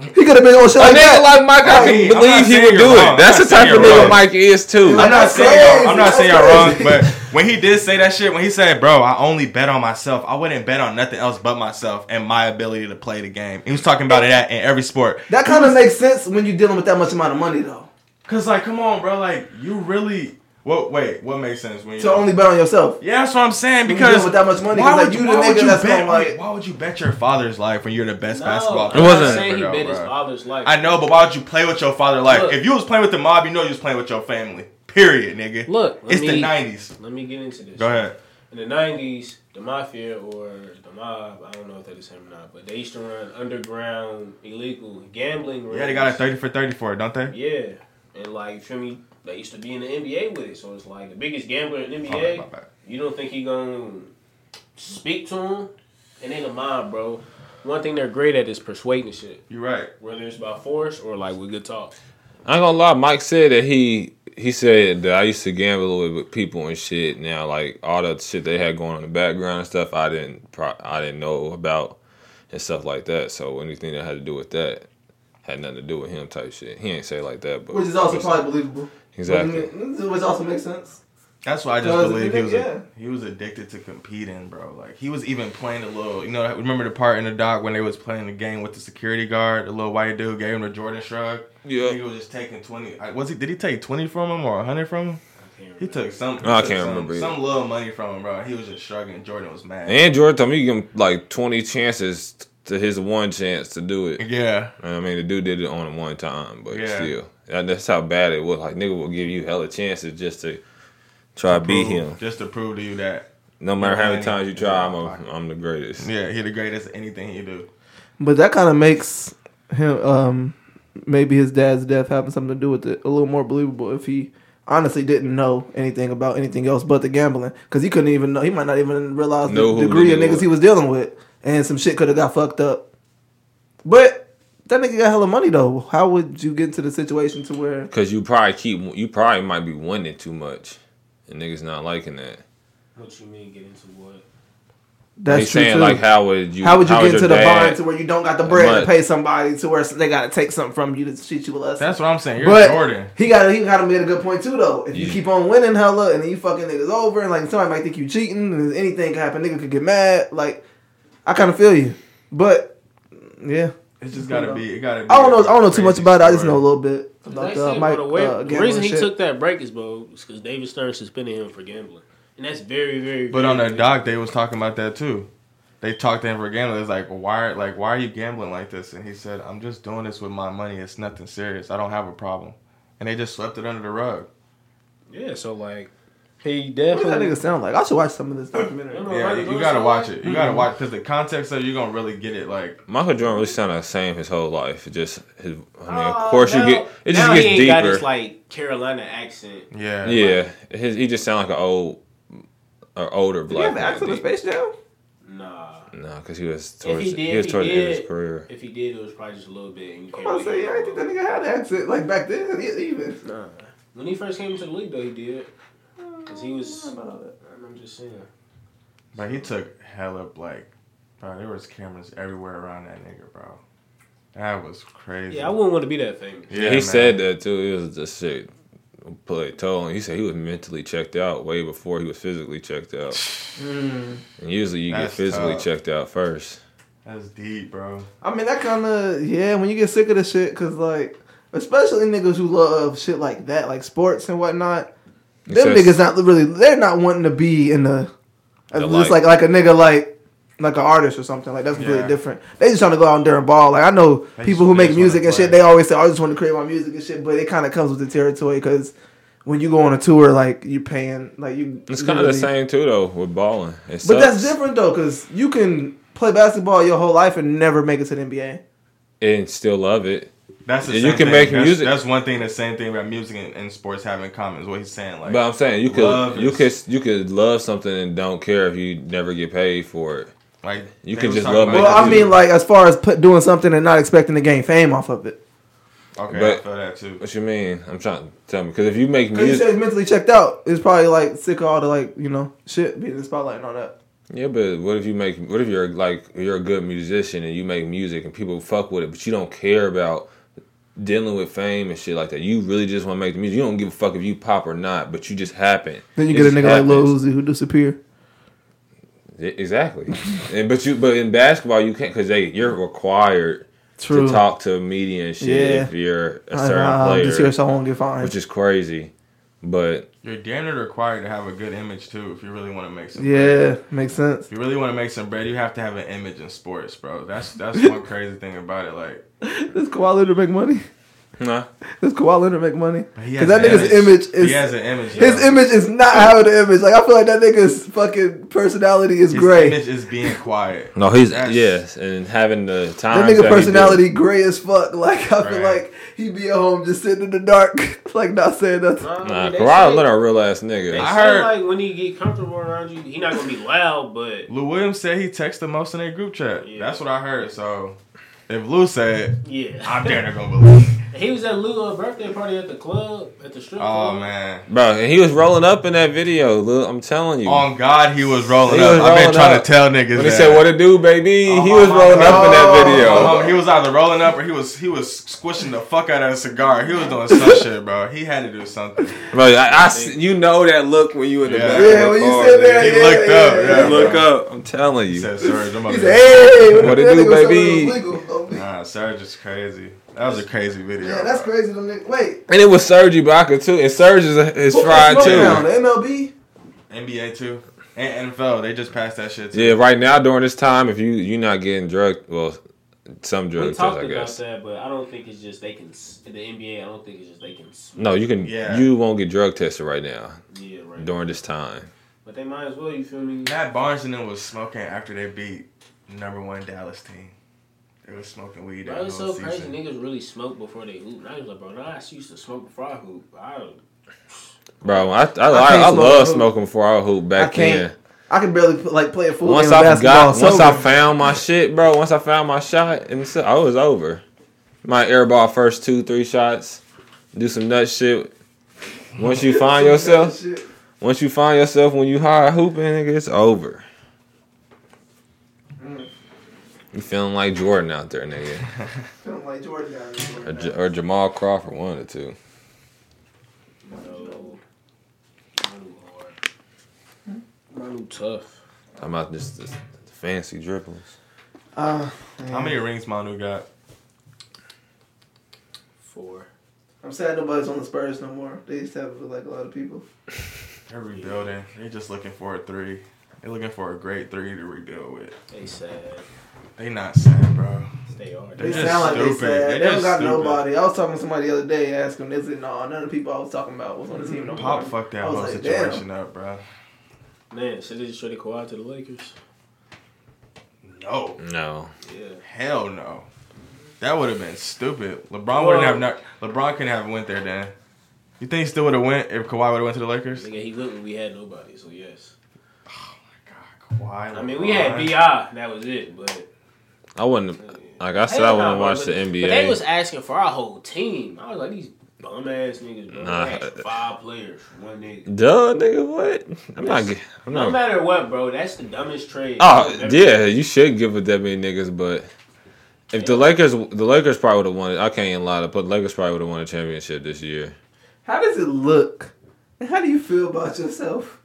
[SPEAKER 5] He could have been on shit
[SPEAKER 8] A
[SPEAKER 5] like
[SPEAKER 8] nigga
[SPEAKER 5] that.
[SPEAKER 8] like Mike, I
[SPEAKER 6] Hey,
[SPEAKER 8] can
[SPEAKER 6] I'm
[SPEAKER 8] believe
[SPEAKER 6] not
[SPEAKER 8] he
[SPEAKER 6] saying
[SPEAKER 8] would
[SPEAKER 6] you're
[SPEAKER 8] do
[SPEAKER 6] wrong.
[SPEAKER 8] it. That's the type of
[SPEAKER 6] I'm not saying you're
[SPEAKER 8] nigga
[SPEAKER 6] wrong.
[SPEAKER 8] Mike is too.
[SPEAKER 6] I'm not
[SPEAKER 5] That's
[SPEAKER 6] saying y'all, I'm not
[SPEAKER 5] crazy.
[SPEAKER 6] saying y'all wrong,
[SPEAKER 5] That's
[SPEAKER 6] but when he did say that shit, when he said, "Bro, I only bet on myself. I wouldn't bet on nothing else but myself and my ability to play the game." He was talking about that in every sport.
[SPEAKER 5] That kind of makes sense when you're dealing with that much amount of money, though.
[SPEAKER 6] Cause like, come on, bro, like you really. What? Wait, what makes sense when you?
[SPEAKER 5] To only bet on yourself.
[SPEAKER 6] yeah, that's what I'm saying.
[SPEAKER 5] When you
[SPEAKER 6] Because
[SPEAKER 5] deal with that much money, 'cause,
[SPEAKER 6] why
[SPEAKER 5] like,
[SPEAKER 6] would
[SPEAKER 5] you
[SPEAKER 6] you,
[SPEAKER 5] the
[SPEAKER 6] why
[SPEAKER 5] nigga
[SPEAKER 6] would you
[SPEAKER 5] that's
[SPEAKER 6] bet?
[SPEAKER 5] gonna, like-
[SPEAKER 6] why would you bet your father's life when you're the best basketball
[SPEAKER 4] I'm
[SPEAKER 6] player?
[SPEAKER 4] not
[SPEAKER 8] wasn't.
[SPEAKER 4] saying he
[SPEAKER 6] Bro,
[SPEAKER 4] bet his
[SPEAKER 6] bro.
[SPEAKER 4] father's life.
[SPEAKER 6] I know, but why would you play with your father? Like,
[SPEAKER 4] Look.
[SPEAKER 6] if you was playing with the mob, you know you was playing with your family. Period, nigga.
[SPEAKER 4] Look, let
[SPEAKER 6] it's
[SPEAKER 4] me-
[SPEAKER 6] the '90s.
[SPEAKER 4] Let me get into this.
[SPEAKER 6] Go ahead.
[SPEAKER 4] In the nineties, the mafia or the mob, I don't know if they're the same or not, but they used to run underground illegal gambling rings.
[SPEAKER 6] Yeah, they got a 30 for 30 for it, don't they?
[SPEAKER 4] Yeah. And like you feel me, they used to be in the NBA with it. So it's like the biggest gambler in the
[SPEAKER 6] My bad, my
[SPEAKER 4] NBA,
[SPEAKER 6] bad.
[SPEAKER 4] you don't think he gonna speak to him? It ain't a mob, bro. One thing they're great at is persuading shit.
[SPEAKER 6] You're right.
[SPEAKER 4] Whether it's by force or like with good talk.
[SPEAKER 3] I ain't gonna lie, Mike said that he he said that I used to gamble with, with people and shit. Now, like all that shit they had going on in the background and stuff, I didn't pro- I didn't know about and stuff like that. So anything that had to do with that had nothing to do with him type shit. He ain't say it like that, but
[SPEAKER 5] Which is also probably believable.
[SPEAKER 3] exactly.
[SPEAKER 5] Which also makes sense.
[SPEAKER 6] That's why I just
[SPEAKER 5] Cause
[SPEAKER 6] believe
[SPEAKER 5] the
[SPEAKER 6] he
[SPEAKER 5] nigga-
[SPEAKER 6] was
[SPEAKER 5] yeah.
[SPEAKER 6] he was addicted to competing, bro. Like he was even playing the little, you know, remember the part in the doc when they was playing the game with the security guard, the little white dude gave him the Jordan shrug.
[SPEAKER 3] Yeah.
[SPEAKER 6] he was just taking twenty. I- Was he? Did he take twenty from him or hundred from him? He took some.
[SPEAKER 3] No, I
[SPEAKER 6] took
[SPEAKER 3] can't
[SPEAKER 6] some-
[SPEAKER 3] remember either.
[SPEAKER 6] Some little money from him, bro. He was just shrugging. Jordan was mad.
[SPEAKER 3] And Jordan told me you give him like twenty chances to his one chance to do it.
[SPEAKER 6] yeah,
[SPEAKER 3] I mean, the dude did it on one time, but
[SPEAKER 6] Yeah.
[SPEAKER 3] still, That- that's how bad it was. Like nigga will give you hella chances just to try to beat him.
[SPEAKER 6] just to prove to you that
[SPEAKER 3] No matter how many
[SPEAKER 6] Yeah.
[SPEAKER 3] times you try, I'm a, I'm the greatest.
[SPEAKER 6] yeah, he the greatest at anything he do.
[SPEAKER 5] But that kind of makes him, um, maybe his dad's death having something to do with it a little more believable if he honestly didn't know anything about anything else but the gambling. Because he couldn't even know, he might not even realize
[SPEAKER 3] Know who
[SPEAKER 5] the degree
[SPEAKER 3] to
[SPEAKER 5] of
[SPEAKER 3] deal
[SPEAKER 5] niggas
[SPEAKER 3] with.
[SPEAKER 5] he was dealing with. And some shit could have got fucked up. But that nigga got hella money though. How would you get into the situation to where.
[SPEAKER 3] Cause you probably keep you probably might be winning too much, and niggas not liking that.
[SPEAKER 4] What you mean get into what?
[SPEAKER 3] They
[SPEAKER 5] That's true.
[SPEAKER 3] saying
[SPEAKER 5] too.
[SPEAKER 3] like, how would you?
[SPEAKER 5] How would you get
[SPEAKER 3] your
[SPEAKER 5] into the
[SPEAKER 3] dad-
[SPEAKER 5] bond to where you don't got the bread
[SPEAKER 3] But-
[SPEAKER 5] to pay somebody to where they got to take something from you to treat you with less?
[SPEAKER 6] That's what I'm saying. You're
[SPEAKER 5] but
[SPEAKER 6] Jordan.
[SPEAKER 5] he got he got to make a good point too though. If you
[SPEAKER 3] Yeah.
[SPEAKER 5] keep on winning hella and then you fucking niggas over and like somebody might think you cheating and anything can happen, nigga could get mad. Like I kind of feel you, but yeah,
[SPEAKER 6] It's just gotta be. It gotta. Be
[SPEAKER 5] I don't know. I don't know too much
[SPEAKER 6] crazy
[SPEAKER 5] about it. I just know a
[SPEAKER 6] story.
[SPEAKER 5] little bit
[SPEAKER 4] They
[SPEAKER 5] about
[SPEAKER 4] said,
[SPEAKER 5] uh, Mike
[SPEAKER 4] bro, the, way-
[SPEAKER 5] uh,
[SPEAKER 4] the reason
[SPEAKER 5] gambling
[SPEAKER 4] he
[SPEAKER 5] shit.
[SPEAKER 4] took that break is bro, because David Stern suspended him for gambling, and that's very, very.
[SPEAKER 6] But
[SPEAKER 4] very
[SPEAKER 6] on the
[SPEAKER 4] big.
[SPEAKER 6] doc, they was talking about that too. They talked to him for gambling. It's like why, like why are you gambling like this? And he said, "I'm just doing this with my money. It's nothing serious. I don't have a problem." And they just swept it under the rug.
[SPEAKER 4] yeah, so like he
[SPEAKER 5] what does that
[SPEAKER 4] definitely.
[SPEAKER 5] nigga sound like? I should watch some of this documentary.
[SPEAKER 4] No, no,
[SPEAKER 6] Yeah,
[SPEAKER 4] like,
[SPEAKER 6] you,
[SPEAKER 4] know
[SPEAKER 6] gotta
[SPEAKER 4] what
[SPEAKER 6] watch
[SPEAKER 4] I'm
[SPEAKER 6] it. You gotta watch because the context of it, you gonna really get it. Like
[SPEAKER 3] Michael Jordan really sounded the same his whole life. It just, his, I mean,
[SPEAKER 4] saying?
[SPEAKER 3] of course
[SPEAKER 4] Oh,
[SPEAKER 3] you get it. Just
[SPEAKER 4] now
[SPEAKER 3] gets
[SPEAKER 4] he ain't
[SPEAKER 3] deeper.
[SPEAKER 4] Got his, like Carolina accent.
[SPEAKER 6] yeah,
[SPEAKER 3] yeah, his, he just sound like an old, an older
[SPEAKER 5] Do you
[SPEAKER 3] black
[SPEAKER 5] have an
[SPEAKER 3] man.
[SPEAKER 5] accent of Space Jam?
[SPEAKER 4] Nah,
[SPEAKER 3] Nah, cause he was towards
[SPEAKER 4] he
[SPEAKER 3] he,
[SPEAKER 4] did,
[SPEAKER 3] was
[SPEAKER 4] he
[SPEAKER 3] towards the end of
[SPEAKER 4] did.
[SPEAKER 3] his career.
[SPEAKER 4] if he did, it was probably just a little bit. And you
[SPEAKER 5] I'm
[SPEAKER 4] can't
[SPEAKER 5] about to say,
[SPEAKER 4] really
[SPEAKER 5] yeah, I didn't think that nigga had an accent like back then. Even.
[SPEAKER 4] Nah, when he first came into the league, though, he did. Cause he was. I'm just saying.
[SPEAKER 6] but he took hella like, bro. There was cameras everywhere around that nigga, bro. That was crazy.
[SPEAKER 4] Yeah, I wouldn't want to be that famous.
[SPEAKER 3] Yeah, he said that too. It was just shit. Play told him. He said he was mentally checked out way before he was physically checked out.
[SPEAKER 5] Hmm.
[SPEAKER 3] And usually you
[SPEAKER 6] That's
[SPEAKER 3] get physically
[SPEAKER 6] tough.
[SPEAKER 3] checked out first.
[SPEAKER 6] That's deep, bro.
[SPEAKER 5] I mean, that kind of yeah. When you get sick of the shit, cause like, especially niggas who love shit like that, like sports and whatnot. Them
[SPEAKER 3] It's
[SPEAKER 5] niggas not really. They're not wanting to be in the.
[SPEAKER 3] The
[SPEAKER 5] It's like
[SPEAKER 3] light.
[SPEAKER 5] like a nigga like like an artist or something like that's completely
[SPEAKER 6] Yeah.
[SPEAKER 5] different. They just trying to go out there and ball. Like I know
[SPEAKER 6] They
[SPEAKER 5] people
[SPEAKER 6] just-
[SPEAKER 5] who
[SPEAKER 6] they
[SPEAKER 5] make
[SPEAKER 6] just wanna
[SPEAKER 5] music and
[SPEAKER 6] play.
[SPEAKER 5] shit. They always say I just want to create my music and shit, but it kind of comes with the territory because when you go on a tour, like you paying like you.
[SPEAKER 3] It's
[SPEAKER 5] you
[SPEAKER 3] kind of the
[SPEAKER 5] really-
[SPEAKER 3] same too though with balling. It
[SPEAKER 5] But that's
[SPEAKER 3] sucks.
[SPEAKER 5] different though, because you can play basketball your whole life and never make it to the NBA.
[SPEAKER 3] and still love it.
[SPEAKER 6] That's the
[SPEAKER 3] And
[SPEAKER 6] same
[SPEAKER 3] you can
[SPEAKER 6] thing.
[SPEAKER 3] make
[SPEAKER 6] that's,
[SPEAKER 3] music-
[SPEAKER 6] That's one thing. The same thing about music and, and sports have in common is what he's saying. Like,
[SPEAKER 3] But I'm saying you
[SPEAKER 6] love
[SPEAKER 3] could you
[SPEAKER 6] is-
[SPEAKER 3] could you could love something and don't care if you never get paid for it.
[SPEAKER 6] like
[SPEAKER 3] you
[SPEAKER 6] they
[SPEAKER 3] can
[SPEAKER 6] was
[SPEAKER 3] just
[SPEAKER 6] talking
[SPEAKER 3] love
[SPEAKER 6] about-
[SPEAKER 5] Well, I mean, like as far as put, doing something and not expecting to gain fame off of it.
[SPEAKER 6] okay, I
[SPEAKER 3] but-
[SPEAKER 6] feel that too.
[SPEAKER 3] What you mean? I'm trying to tell me because if you make
[SPEAKER 5] Because you said
[SPEAKER 3] music,
[SPEAKER 5] he's mentally checked out. It's probably like sick of all the like you know shit being in the spotlight and all that.
[SPEAKER 3] yeah, but what if you make what if you're like you're a good musician and you make music and people fuck with it, but you don't care about dealing with fame and shit like that. You really just want to make the music. You don't give a fuck if you pop or not, but you just happen.
[SPEAKER 5] Then you
[SPEAKER 3] It
[SPEAKER 5] get a
[SPEAKER 3] just
[SPEAKER 5] nigga like Lil
[SPEAKER 3] happens.
[SPEAKER 5] Uzi who disappear.
[SPEAKER 3] Yeah, E-, Exactly, and but you but in basketball you can't because they you're required
[SPEAKER 5] True.
[SPEAKER 3] to talk to media and shit
[SPEAKER 5] Yeah.
[SPEAKER 3] if you're a
[SPEAKER 5] I-
[SPEAKER 3] certain
[SPEAKER 5] I- I'm just here
[SPEAKER 3] player,
[SPEAKER 5] so I won't get
[SPEAKER 3] which
[SPEAKER 5] fined.
[SPEAKER 3] is crazy. But
[SPEAKER 6] You're damn near required to have a good image too if you really want to make some.
[SPEAKER 5] Yeah, makes sense.
[SPEAKER 6] If you really want to make some bread, you have to have an image in sports, bro. That's that's one crazy thing about it. Like,
[SPEAKER 5] Does Kawhi Leonard make money?
[SPEAKER 3] nah,
[SPEAKER 5] Does Kawhi Leonard make money?
[SPEAKER 6] he
[SPEAKER 5] Because
[SPEAKER 6] has
[SPEAKER 5] that
[SPEAKER 6] an
[SPEAKER 5] nigga's image
[SPEAKER 6] he has
[SPEAKER 5] is
[SPEAKER 6] an image.
[SPEAKER 5] his
[SPEAKER 6] though.
[SPEAKER 5] image is not how the image. Like I feel like that nigga's fucking personality is
[SPEAKER 6] His
[SPEAKER 5] gray.
[SPEAKER 6] image is being quiet.
[SPEAKER 3] no, he's
[SPEAKER 6] That's-
[SPEAKER 3] yes, and having the time
[SPEAKER 5] That nigga personality gray as fuck. Like I feel
[SPEAKER 6] Right.
[SPEAKER 5] like he be at home just sitting in the dark, like not saying nothing.
[SPEAKER 3] Nah, Kawhi Leonard, a real ass nigga.
[SPEAKER 4] They
[SPEAKER 6] I
[SPEAKER 4] I
[SPEAKER 6] heard-
[SPEAKER 4] heard like when he get comfortable around you, he not gonna be loud, but
[SPEAKER 6] Lou Williams said he texts the most in their group chat.
[SPEAKER 4] Yeah.
[SPEAKER 6] That's what I heard. So if Lou said,
[SPEAKER 4] yeah.
[SPEAKER 6] I'm damn near gonna believe. it.
[SPEAKER 4] He was at Lua's birthday party at the club at the strip.
[SPEAKER 6] Oh
[SPEAKER 4] club.
[SPEAKER 6] man.
[SPEAKER 3] Bro, and he was rolling up in that video. Lil, I'm telling you.
[SPEAKER 6] On God, he was rolling
[SPEAKER 3] He was
[SPEAKER 6] up. I've been
[SPEAKER 3] rolling
[SPEAKER 6] trying
[SPEAKER 3] up.
[SPEAKER 6] to tell
[SPEAKER 3] when
[SPEAKER 6] niggas.
[SPEAKER 3] he
[SPEAKER 6] that.
[SPEAKER 3] said, "What it do, baby?"
[SPEAKER 6] Oh,
[SPEAKER 3] he was
[SPEAKER 6] my
[SPEAKER 3] rolling up in that
[SPEAKER 6] God.
[SPEAKER 3] video.
[SPEAKER 6] Oh, he was either rolling up or he was he was squishing the fuck out of a cigar. He was doing some shit, bro. He had to do something.
[SPEAKER 3] Bro, I, I s- you know that look when you in the
[SPEAKER 6] Yeah.
[SPEAKER 3] back. of
[SPEAKER 5] oh. Yeah,
[SPEAKER 3] the
[SPEAKER 5] when you
[SPEAKER 3] car,
[SPEAKER 5] sit
[SPEAKER 3] nigga.
[SPEAKER 5] there,
[SPEAKER 6] He
[SPEAKER 5] yeah,
[SPEAKER 6] looked
[SPEAKER 5] yeah,
[SPEAKER 6] up,
[SPEAKER 5] yeah.
[SPEAKER 6] yeah.
[SPEAKER 3] Look up. I'm telling
[SPEAKER 6] He
[SPEAKER 3] you.
[SPEAKER 6] said, "Serge, I'm
[SPEAKER 5] He
[SPEAKER 6] over
[SPEAKER 5] said,
[SPEAKER 6] there."
[SPEAKER 5] "Hey, what,
[SPEAKER 3] What
[SPEAKER 5] the
[SPEAKER 3] it do, baby?"
[SPEAKER 5] baby?
[SPEAKER 6] Nah, Serge is crazy. That was a crazy video.
[SPEAKER 5] oh, Yeah, that's
[SPEAKER 6] bro.
[SPEAKER 5] crazy. them nigga- Wait,
[SPEAKER 3] And it was Serge Ibaka too. And Serge is, is
[SPEAKER 5] who
[SPEAKER 3] fried
[SPEAKER 5] put
[SPEAKER 3] too.
[SPEAKER 5] Smoke down? The MLB.
[SPEAKER 6] NBA too and NFL. They just passed that shit. Too.
[SPEAKER 3] Yeah, right now during this time, if you you're not getting drugged, well, some
[SPEAKER 4] We
[SPEAKER 3] drug tests,
[SPEAKER 4] talked
[SPEAKER 3] I
[SPEAKER 4] about
[SPEAKER 3] guess.
[SPEAKER 4] that, but I don't think it's just they can. s- The NBA, I don't think it's just they can. s-
[SPEAKER 3] No, you can.
[SPEAKER 6] Yeah.
[SPEAKER 3] You won't get drug tested right now
[SPEAKER 4] Yeah, right.
[SPEAKER 3] during this time.
[SPEAKER 4] But they might as well. You feel me?
[SPEAKER 6] Matt Barnes and them was smoking after they beat number one Dallas team. They was smoking weed that
[SPEAKER 4] Bro,
[SPEAKER 6] whole
[SPEAKER 4] it's so crazy.
[SPEAKER 6] season.
[SPEAKER 4] Niggas really smoke before they hoop. And I was like, bro, nah, I used to smoke before I hoop. I don't.
[SPEAKER 3] Bro, I I, I,
[SPEAKER 5] can't
[SPEAKER 3] I
[SPEAKER 5] smoke
[SPEAKER 3] love
[SPEAKER 5] hoop.
[SPEAKER 3] smoking before I hoop
[SPEAKER 5] I
[SPEAKER 3] back
[SPEAKER 5] can't.
[SPEAKER 3] then.
[SPEAKER 5] I can barely like play a full
[SPEAKER 3] Once
[SPEAKER 5] game of
[SPEAKER 3] I
[SPEAKER 5] basketball.
[SPEAKER 3] got, once I
[SPEAKER 5] sober.
[SPEAKER 3] found my shit, bro. Once I found my shot, and so, I was over. My airball first two, three shots, do some nut shit. Once you find yourself,
[SPEAKER 5] Shit.
[SPEAKER 3] once you find yourself when you high hooping, nigga, it's over. You feeling like Jordan out there, nigga,
[SPEAKER 5] Feeling like Jordan down there.
[SPEAKER 3] or, J- or Jamal Crawford, one or two.
[SPEAKER 4] know. I knew hard. I knew tough.
[SPEAKER 3] I'm out this, this fancy dribbles.
[SPEAKER 5] Uh,
[SPEAKER 6] How many rings Manu got?
[SPEAKER 4] Four.
[SPEAKER 5] I'm sad nobody's on the Spurs no more. They used to have like a lot of people.
[SPEAKER 6] They're rebuilding. They're just looking for a three. They're looking for a great three to rebuild with.
[SPEAKER 4] They sad.
[SPEAKER 6] They not sad, bro.
[SPEAKER 4] They are.
[SPEAKER 5] They sound
[SPEAKER 6] They're just
[SPEAKER 5] like
[SPEAKER 6] stupid.
[SPEAKER 5] they sad.
[SPEAKER 6] They're
[SPEAKER 5] They don't
[SPEAKER 6] just
[SPEAKER 5] got
[SPEAKER 6] stupid.
[SPEAKER 5] nobody. I was talking to somebody the other day. Asked them, they said, "No, none of the people I was talking about was on the team no
[SPEAKER 6] Pop
[SPEAKER 5] more."
[SPEAKER 6] fucked that
[SPEAKER 5] I was
[SPEAKER 6] whole
[SPEAKER 5] like,
[SPEAKER 6] situation up, bro.
[SPEAKER 4] Man, should they just traded Kawhi to the Lakers?
[SPEAKER 6] No,
[SPEAKER 3] No,
[SPEAKER 4] Yeah.
[SPEAKER 6] hell no. That would have been stupid. LeBron wouldn't have not. LeBron couldn't have went there then. You think he still would have went if Kawhi would have went to the Lakers?
[SPEAKER 4] Nigga, he went when we had nobody, so yes.
[SPEAKER 6] God, Kawhi.
[SPEAKER 4] I mean, we had
[SPEAKER 6] LeBron.
[SPEAKER 4] B.I., that was it, but.
[SPEAKER 3] I wouldn't. Like I said, I wouldn't watch the NBA.
[SPEAKER 4] But they was asking for our whole team. I was like, these bum ass niggas, bro.
[SPEAKER 3] Nah.
[SPEAKER 4] They asked for five players, for one nigga.
[SPEAKER 3] Duh, nigga, what? I'm not. ge- I'm
[SPEAKER 4] No
[SPEAKER 3] not.
[SPEAKER 4] matter what, bro, that's the dumbest trade.
[SPEAKER 3] Oh
[SPEAKER 4] I've ever-
[SPEAKER 3] yeah, you should give it that many niggas, but if the Lakers, the Lakers probably would have won it. I can't even lie, but the Lakers probably would have won a championship this year.
[SPEAKER 5] How does it look? And how do you feel about yourself?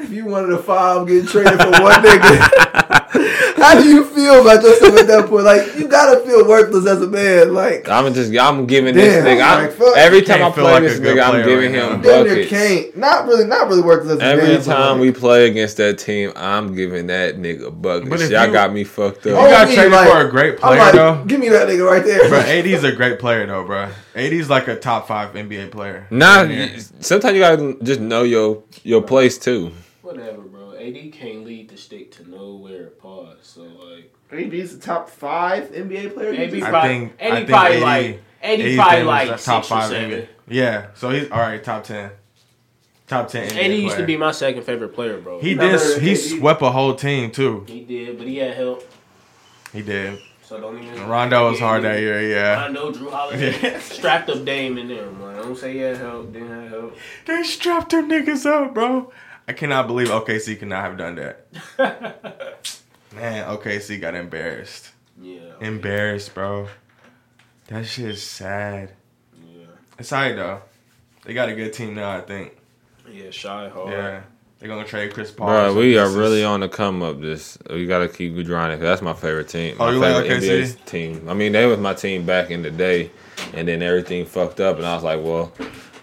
[SPEAKER 5] If you wanted a five, getting traded for one nigga, how do you feel about yourself at that point? Like you gotta feel worthless as a man. Like
[SPEAKER 3] I'm just, I'm giving this
[SPEAKER 5] Damn,
[SPEAKER 3] nigga.
[SPEAKER 5] I'm
[SPEAKER 3] I'm-
[SPEAKER 5] like, fuck.
[SPEAKER 3] every
[SPEAKER 6] You
[SPEAKER 3] time I
[SPEAKER 6] can't feel
[SPEAKER 3] play
[SPEAKER 6] like a
[SPEAKER 3] this
[SPEAKER 6] good
[SPEAKER 3] nigga, I'm
[SPEAKER 6] player
[SPEAKER 3] giving
[SPEAKER 6] right
[SPEAKER 3] him
[SPEAKER 6] now.
[SPEAKER 5] damn near
[SPEAKER 3] buckets.
[SPEAKER 5] can't. Not really, not really worthless as a man.
[SPEAKER 3] Every
[SPEAKER 5] but,
[SPEAKER 3] time we
[SPEAKER 5] like,
[SPEAKER 3] play against that team, I'm giving that nigga
[SPEAKER 6] But
[SPEAKER 3] buckets.
[SPEAKER 6] if
[SPEAKER 3] Y'all
[SPEAKER 6] you-
[SPEAKER 3] got me fucked
[SPEAKER 6] You
[SPEAKER 3] up.
[SPEAKER 5] Oh,
[SPEAKER 6] got
[SPEAKER 5] me,
[SPEAKER 6] traded
[SPEAKER 5] like-
[SPEAKER 6] for a great
[SPEAKER 5] I'm
[SPEAKER 6] player
[SPEAKER 5] like,
[SPEAKER 6] though.
[SPEAKER 5] give me that nigga right there.
[SPEAKER 6] Bro, AD's a great player though, bro. AD's like a top five NBA player.
[SPEAKER 3] Nah,
[SPEAKER 6] Yeah.
[SPEAKER 3] sometimes you gotta just know your your place too.
[SPEAKER 4] Whatever, bro. AD can't lead the stick to nowhere. Pause. So like
[SPEAKER 5] AB's the top five NBA player. you
[SPEAKER 4] AD
[SPEAKER 5] just-
[SPEAKER 6] I
[SPEAKER 4] probably,
[SPEAKER 6] think- I
[SPEAKER 4] AD
[SPEAKER 6] think
[SPEAKER 4] probably
[SPEAKER 6] AD
[SPEAKER 4] like AD,
[SPEAKER 6] He's
[SPEAKER 4] probably
[SPEAKER 6] been
[SPEAKER 4] like
[SPEAKER 6] the
[SPEAKER 4] six or seven.
[SPEAKER 6] NBA. Yeah, so he's all right. Top ten, top ten.
[SPEAKER 4] AD
[SPEAKER 6] NBA
[SPEAKER 4] used to
[SPEAKER 6] player.
[SPEAKER 4] be my second favorite player, bro.
[SPEAKER 6] He
[SPEAKER 5] Another
[SPEAKER 6] did. He
[SPEAKER 5] KD.
[SPEAKER 6] swept a whole team too.
[SPEAKER 4] He did, but he had help.
[SPEAKER 6] He did.
[SPEAKER 4] So don't even.
[SPEAKER 6] Rondo was hard that year.
[SPEAKER 4] I
[SPEAKER 6] Yeah.
[SPEAKER 4] know Drew Holiday strapped up Dame in there. Man. Don't say he had help. Didn't have help.
[SPEAKER 6] They strapped them niggas up, bro. I cannot believe OKC could not have done that. Man, OKC got embarrassed.
[SPEAKER 4] yeah.
[SPEAKER 6] Embarrassed, bro. That shit is sad.
[SPEAKER 4] Yeah.
[SPEAKER 6] It's alright though. They got a good team now, I think.
[SPEAKER 4] Yeah. Shy hard.
[SPEAKER 6] Yeah. They're gonna trade Chris Paul.
[SPEAKER 3] Bro,
[SPEAKER 6] So
[SPEAKER 3] we
[SPEAKER 6] this
[SPEAKER 3] are
[SPEAKER 6] is-
[SPEAKER 3] really on the come up. This we gotta keep grinding. 'cause that's my favorite team.
[SPEAKER 6] Oh,
[SPEAKER 3] My
[SPEAKER 6] you like
[SPEAKER 3] favorite
[SPEAKER 6] OKC?
[SPEAKER 3] NBA team. I mean, they was my team back in the day, and then everything fucked up, and I was like, well,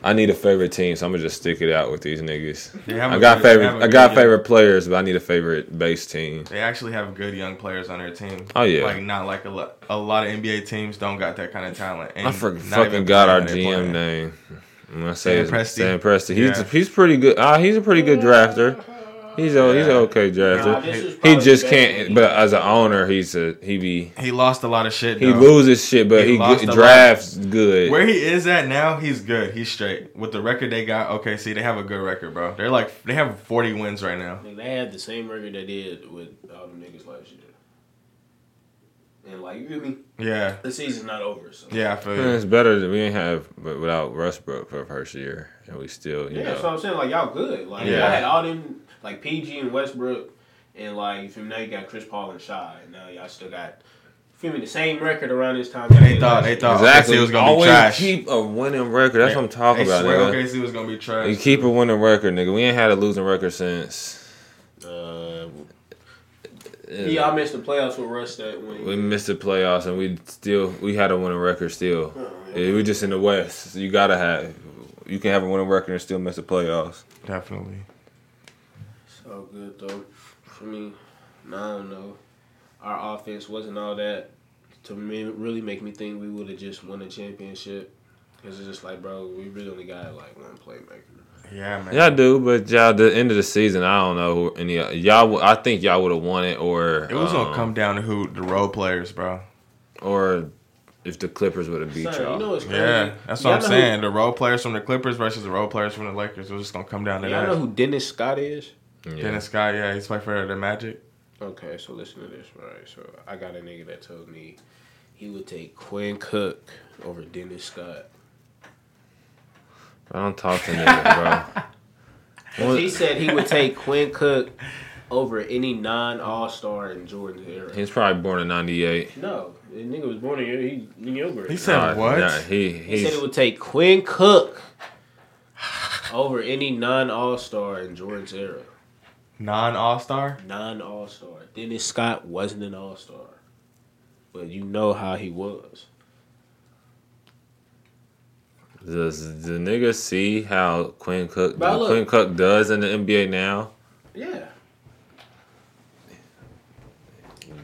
[SPEAKER 3] I need a favorite team, so I'm gonna just stick it out with these niggas.
[SPEAKER 6] They have a
[SPEAKER 3] I got
[SPEAKER 6] good- they have
[SPEAKER 3] favorite.
[SPEAKER 6] a
[SPEAKER 3] I got
[SPEAKER 6] good-
[SPEAKER 3] favorite players, but I need a favorite base team.
[SPEAKER 6] They actually have good young players on their team.
[SPEAKER 3] Oh, yeah.
[SPEAKER 6] like not like a lot. A lot of NBA teams don't got that kind of talent. And
[SPEAKER 3] I for,
[SPEAKER 6] not
[SPEAKER 3] fucking
[SPEAKER 6] even
[SPEAKER 3] got our
[SPEAKER 6] playing when they
[SPEAKER 3] GM
[SPEAKER 6] play.
[SPEAKER 3] name. I'm gonna say
[SPEAKER 6] Sam
[SPEAKER 3] Sam
[SPEAKER 6] Presti?
[SPEAKER 3] Presti. Sam Presti. He's
[SPEAKER 6] Yeah.
[SPEAKER 3] he's pretty good. Uh, he's a pretty good drafter. He's a he's an
[SPEAKER 6] Yeah.
[SPEAKER 3] okay
[SPEAKER 4] Nah,
[SPEAKER 3] drafter.
[SPEAKER 4] this is
[SPEAKER 3] He
[SPEAKER 4] probably
[SPEAKER 3] just
[SPEAKER 4] better than
[SPEAKER 3] can't.
[SPEAKER 4] he-
[SPEAKER 3] But as an owner, he's a he be
[SPEAKER 6] He lost a lot of shit.
[SPEAKER 3] he
[SPEAKER 6] though.
[SPEAKER 3] loses shit, but
[SPEAKER 6] He
[SPEAKER 3] he,
[SPEAKER 6] lost
[SPEAKER 3] g-
[SPEAKER 6] a lot.
[SPEAKER 3] drafts good.
[SPEAKER 6] Where he is at now, he's good. He's straight with the record they got. Okay, see, they have a good record, bro. They're like they have 40 wins right now.
[SPEAKER 4] Like, they had the same record they did with all the niggas last year. And like you feel me,
[SPEAKER 6] Yeah,
[SPEAKER 4] the season's not over. So
[SPEAKER 6] yeah, I feel
[SPEAKER 3] Man,
[SPEAKER 6] you.
[SPEAKER 3] it's better than we didn't have but without Westbrook for the first year, and we still you
[SPEAKER 4] Yeah,
[SPEAKER 3] know.
[SPEAKER 4] so I'm saying like y'all good. Like
[SPEAKER 6] Yeah.
[SPEAKER 4] I had all them like PG and Westbrook, and like you feel me, now you got Chris Paul and Shy, and now y'all still got you feel me the same record around this time. y'all
[SPEAKER 6] They
[SPEAKER 4] did
[SPEAKER 6] thought
[SPEAKER 4] last
[SPEAKER 6] they
[SPEAKER 3] Exactly.
[SPEAKER 4] year.
[SPEAKER 6] thought OKC was gonna
[SPEAKER 3] Always
[SPEAKER 6] be trash.
[SPEAKER 3] keep a winning record. That's what I'm talking
[SPEAKER 6] they
[SPEAKER 3] about.
[SPEAKER 6] swear
[SPEAKER 3] Nigga.
[SPEAKER 6] OKC was gonna be trash.
[SPEAKER 3] You keep a winning record, nigga. We ain't had a losing record since.
[SPEAKER 4] Uh, yeah, I missed the playoffs with Russ that when
[SPEAKER 3] We missed the playoffs and we still we had a winning record still. Yeah, we just in the West. So you gotta have you can have a winning record and still miss the playoffs.
[SPEAKER 6] Definitely.
[SPEAKER 4] So good though. For me, nah, I don't know. Our offense wasn't all that to me, really make me think we would have just won a championship. Cause it's just like, bro, we really only got like one playmaker.
[SPEAKER 6] Yeah, man.
[SPEAKER 3] Y'all do, but y'all the end of the season. I don't know who any y'all. would- I think y'all would have won it or
[SPEAKER 6] It was
[SPEAKER 3] um,
[SPEAKER 6] gonna come down to who the role players, bro.
[SPEAKER 3] or if the Clippers would have beat
[SPEAKER 4] Son, you
[SPEAKER 3] y'all.
[SPEAKER 4] know what's crazy?
[SPEAKER 6] Yeah, that's what
[SPEAKER 4] Y'all
[SPEAKER 6] I'm
[SPEAKER 4] know
[SPEAKER 6] saying. The role players from the Clippers versus the role players from the Lakers. It was just gonna come down
[SPEAKER 4] Who,
[SPEAKER 6] to
[SPEAKER 4] y'all
[SPEAKER 6] that.
[SPEAKER 4] know who Dennis Scott is?
[SPEAKER 3] Yeah.
[SPEAKER 6] Dennis Scott, yeah, he's played for the Magic.
[SPEAKER 4] Okay, so listen to this, right? So I got a nigga that told me he would take Quinn Cook over Dennis Scott.
[SPEAKER 3] I don't talk to niggas, bro.
[SPEAKER 4] 'Cause He said he would take Quinn Cook over any non All Star in Jordan's era.
[SPEAKER 3] He's probably born in '98.
[SPEAKER 4] No, the nigga was born in your, he, in your grade.
[SPEAKER 6] He said what?
[SPEAKER 3] he
[SPEAKER 4] He
[SPEAKER 3] he's,
[SPEAKER 4] said it would take Quinn Cook over any non All Star in Jordan's era.
[SPEAKER 6] Non All Star.
[SPEAKER 4] Non All Star. Dennis Scott wasn't an All Star, but you know how he was.
[SPEAKER 3] does the nigga see how Quinn Cook
[SPEAKER 4] Bro, look.
[SPEAKER 3] Quinn Cook does in the NBA now?
[SPEAKER 4] Yeah.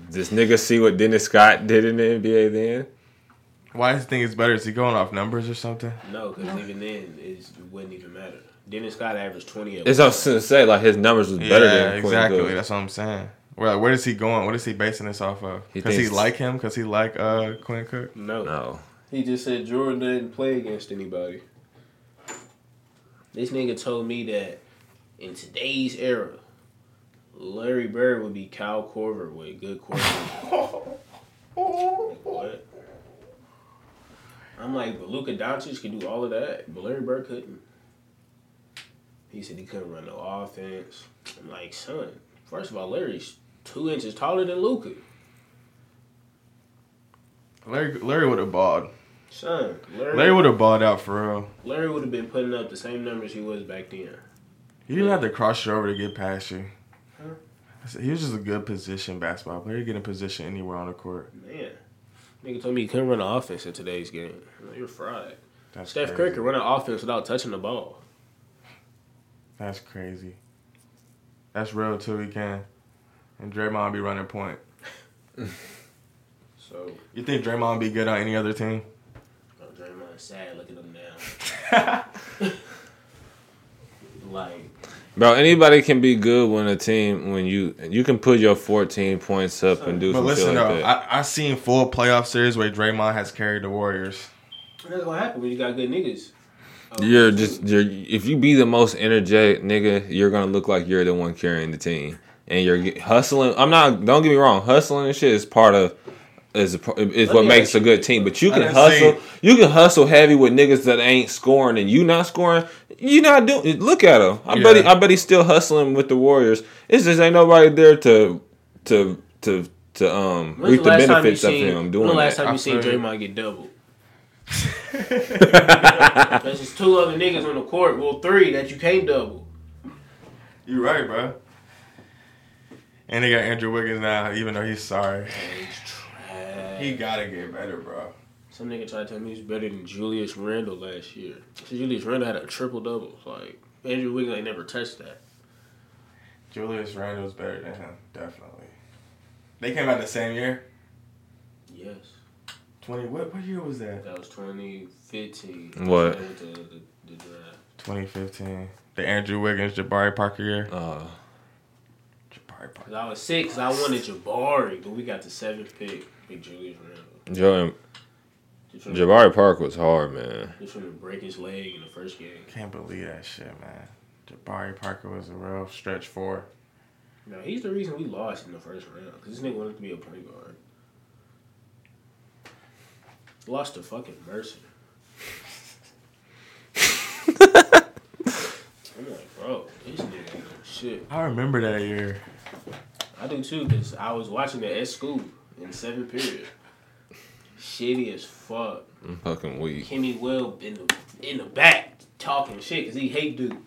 [SPEAKER 3] This nigga see what Dennis Scott did in the NBA then?
[SPEAKER 6] Why does he think it's better? Is he going off numbers or something?
[SPEAKER 4] No, because even then it wouldn't even matter. Dennis Scott averaged twenty. At
[SPEAKER 3] It's what I was gonna say, like his numbers was better
[SPEAKER 6] yeah,
[SPEAKER 3] than Quinn
[SPEAKER 6] exactly.
[SPEAKER 3] Cook.
[SPEAKER 6] That's what I'm saying. Where, where is he going? What is he basing this off of?
[SPEAKER 3] He
[SPEAKER 6] Because he,
[SPEAKER 3] thinks-
[SPEAKER 6] like him? Because he like uh Quinn Cook?
[SPEAKER 4] no.
[SPEAKER 3] No.
[SPEAKER 4] He just said Jordan didn't play against anybody. This nigga told me that in today's era, Larry Bird would be Kyle Corver with good quarterback. Like, what? I'm like, but Luka Doncic could do all of that, but Larry Bird couldn't. He said he couldn't run no offense. I'm like, son, first of all, Larry's two inches taller than Luka.
[SPEAKER 6] Larry Larry would have balled.
[SPEAKER 4] Son,
[SPEAKER 6] Larry would have balled out for real.
[SPEAKER 4] Larry would have been putting up the same numbers he was back then.
[SPEAKER 6] He didn't have to cross you over to get past you.
[SPEAKER 4] Huh?
[SPEAKER 6] I said, He was just a good position basketball player. He get in position anywhere on the court.
[SPEAKER 4] Man, nigga told me he couldn't run an offense in today's game. I'm like, You're fried.
[SPEAKER 6] That's
[SPEAKER 4] Steph
[SPEAKER 6] crazy.
[SPEAKER 4] Curry could run an offense without touching the ball.
[SPEAKER 6] That's crazy. That's real too. He can. And Draymond be running point.
[SPEAKER 4] So
[SPEAKER 6] You think Draymond be good on any other team?
[SPEAKER 4] bro, Draymond's sad. Look at him now. like
[SPEAKER 3] Bro, anybody can be good when a team when you you can put your fourteen points up and do
[SPEAKER 6] But
[SPEAKER 3] some
[SPEAKER 6] listen
[SPEAKER 3] shit like
[SPEAKER 6] though,
[SPEAKER 3] that.
[SPEAKER 6] I, I seen full playoff series where Draymond has carried the Warriors.
[SPEAKER 4] That's gonna happen when you got good niggas. Oh,
[SPEAKER 3] You're
[SPEAKER 4] shoot.
[SPEAKER 3] just you're if you be the most energetic nigga, you're gonna look like you're the one carrying the team, and you're get- hustling. I'm not. Don't get me wrong, hustling and shit is part of is a par- is
[SPEAKER 4] Let
[SPEAKER 3] what
[SPEAKER 4] me
[SPEAKER 3] makes
[SPEAKER 4] ask
[SPEAKER 3] a good team. But you
[SPEAKER 6] I
[SPEAKER 3] can
[SPEAKER 6] done
[SPEAKER 3] hustle.
[SPEAKER 6] seen-
[SPEAKER 3] You can hustle heavy with niggas that ain't scoring, and you not scoring. You not doing. Look at him. I bet. He,
[SPEAKER 6] Yeah.
[SPEAKER 3] I bet he's still hustling with the Warriors. It's just ain't nobody there to to to to um
[SPEAKER 4] When's
[SPEAKER 3] reap the
[SPEAKER 4] last time you
[SPEAKER 3] benefits of
[SPEAKER 4] seen-
[SPEAKER 3] him
[SPEAKER 4] When
[SPEAKER 3] doing
[SPEAKER 4] the last
[SPEAKER 3] that.
[SPEAKER 4] time
[SPEAKER 6] I
[SPEAKER 4] you seen
[SPEAKER 6] feel you.
[SPEAKER 4] Draymond get doubled? That's just two other niggas on the court. Well, three that you can't double.
[SPEAKER 6] You right, bro. And they got Andrew Wiggins now, even though he's sorry. He gotta get better, bro.
[SPEAKER 4] Some nigga tried to tell me he's better than Julius Randle last year. So Julius Randle had a triple double. Like Andrew Wiggins ain't never touched that.
[SPEAKER 6] Julius Randle's better than him, definitely. They came out the same year.
[SPEAKER 4] Yes,
[SPEAKER 6] Twenty what? What year was that?
[SPEAKER 4] that was
[SPEAKER 3] What?
[SPEAKER 4] 2015. They went to the- the draft.
[SPEAKER 6] Twenty fifteen. The Andrew Wiggins, Jabari Parker year.
[SPEAKER 3] Uh,
[SPEAKER 6] Jabari Parker.
[SPEAKER 4] 'Cause I was six. I wanted Jabari, but we got the seventh pick with Julius Randle.
[SPEAKER 3] Joe
[SPEAKER 4] Just
[SPEAKER 3] and
[SPEAKER 4] from,
[SPEAKER 3] Jabari Park was hard, man.
[SPEAKER 4] just from to break his leg in the first game.
[SPEAKER 6] Can't believe that shit, man. Jabari Parker was a real stretch four.
[SPEAKER 4] No, he's the reason we lost in the first round because this nigga wanted to be a point guard. Lost to fucking Mercer. I'm like, bro, this nigga ain't shit.
[SPEAKER 6] I remember that year.
[SPEAKER 4] I do too because I was watching it at school in seventh period. Shitty as fuck.
[SPEAKER 3] I'm fucking weak.
[SPEAKER 4] Kenny Will in the in the back talking shit because he hate dude.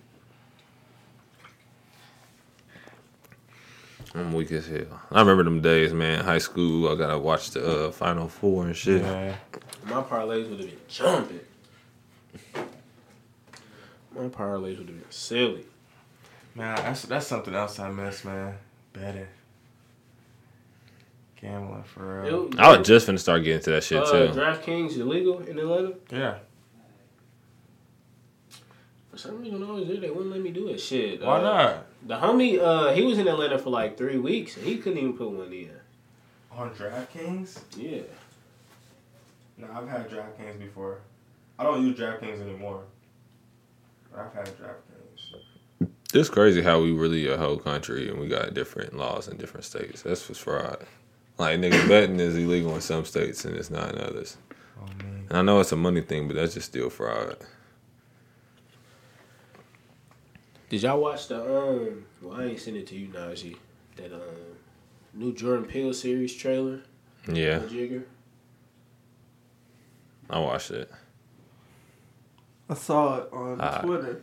[SPEAKER 3] I'm weak as hell. I remember them days, man. High school, I gotta watch the uh, Final Four and shit.
[SPEAKER 6] Yeah.
[SPEAKER 4] My parlays would have been jumping. My parlays would have been silly.
[SPEAKER 6] Man, that's that's something else I miss, man. Betting. Gambling for real.
[SPEAKER 4] It-
[SPEAKER 3] I was just finna start getting to that shit
[SPEAKER 4] uh,
[SPEAKER 3] too.
[SPEAKER 4] DraftKings illegal in Atlanta.
[SPEAKER 6] Yeah.
[SPEAKER 4] For some reason, when I was there, they wouldn't let me do that shit.
[SPEAKER 6] Why
[SPEAKER 4] Uh,
[SPEAKER 6] not?
[SPEAKER 4] The homie, uh, he was in Atlanta for like three weeks and he couldn't even put one in.
[SPEAKER 6] On DraftKings?
[SPEAKER 4] Yeah,
[SPEAKER 6] No, I've had DraftKings before. I don't use DraftKings anymore. But I've had DraftKings.
[SPEAKER 3] It's crazy how we really a whole country and we got different laws in different states. That's what's fraud. Like nigga, betting is illegal in some states and it's not in others.
[SPEAKER 6] Oh man.
[SPEAKER 3] And I know it's a money thing, but that's just still fraud.
[SPEAKER 4] Did y'all watch the um? Well, I ain't send it to you, Najee. That um, new Jordan Peele series trailer,
[SPEAKER 3] Yeah,
[SPEAKER 4] The Jigger.
[SPEAKER 3] I watched it.
[SPEAKER 5] I saw it on
[SPEAKER 3] Ah.
[SPEAKER 5] Twitter.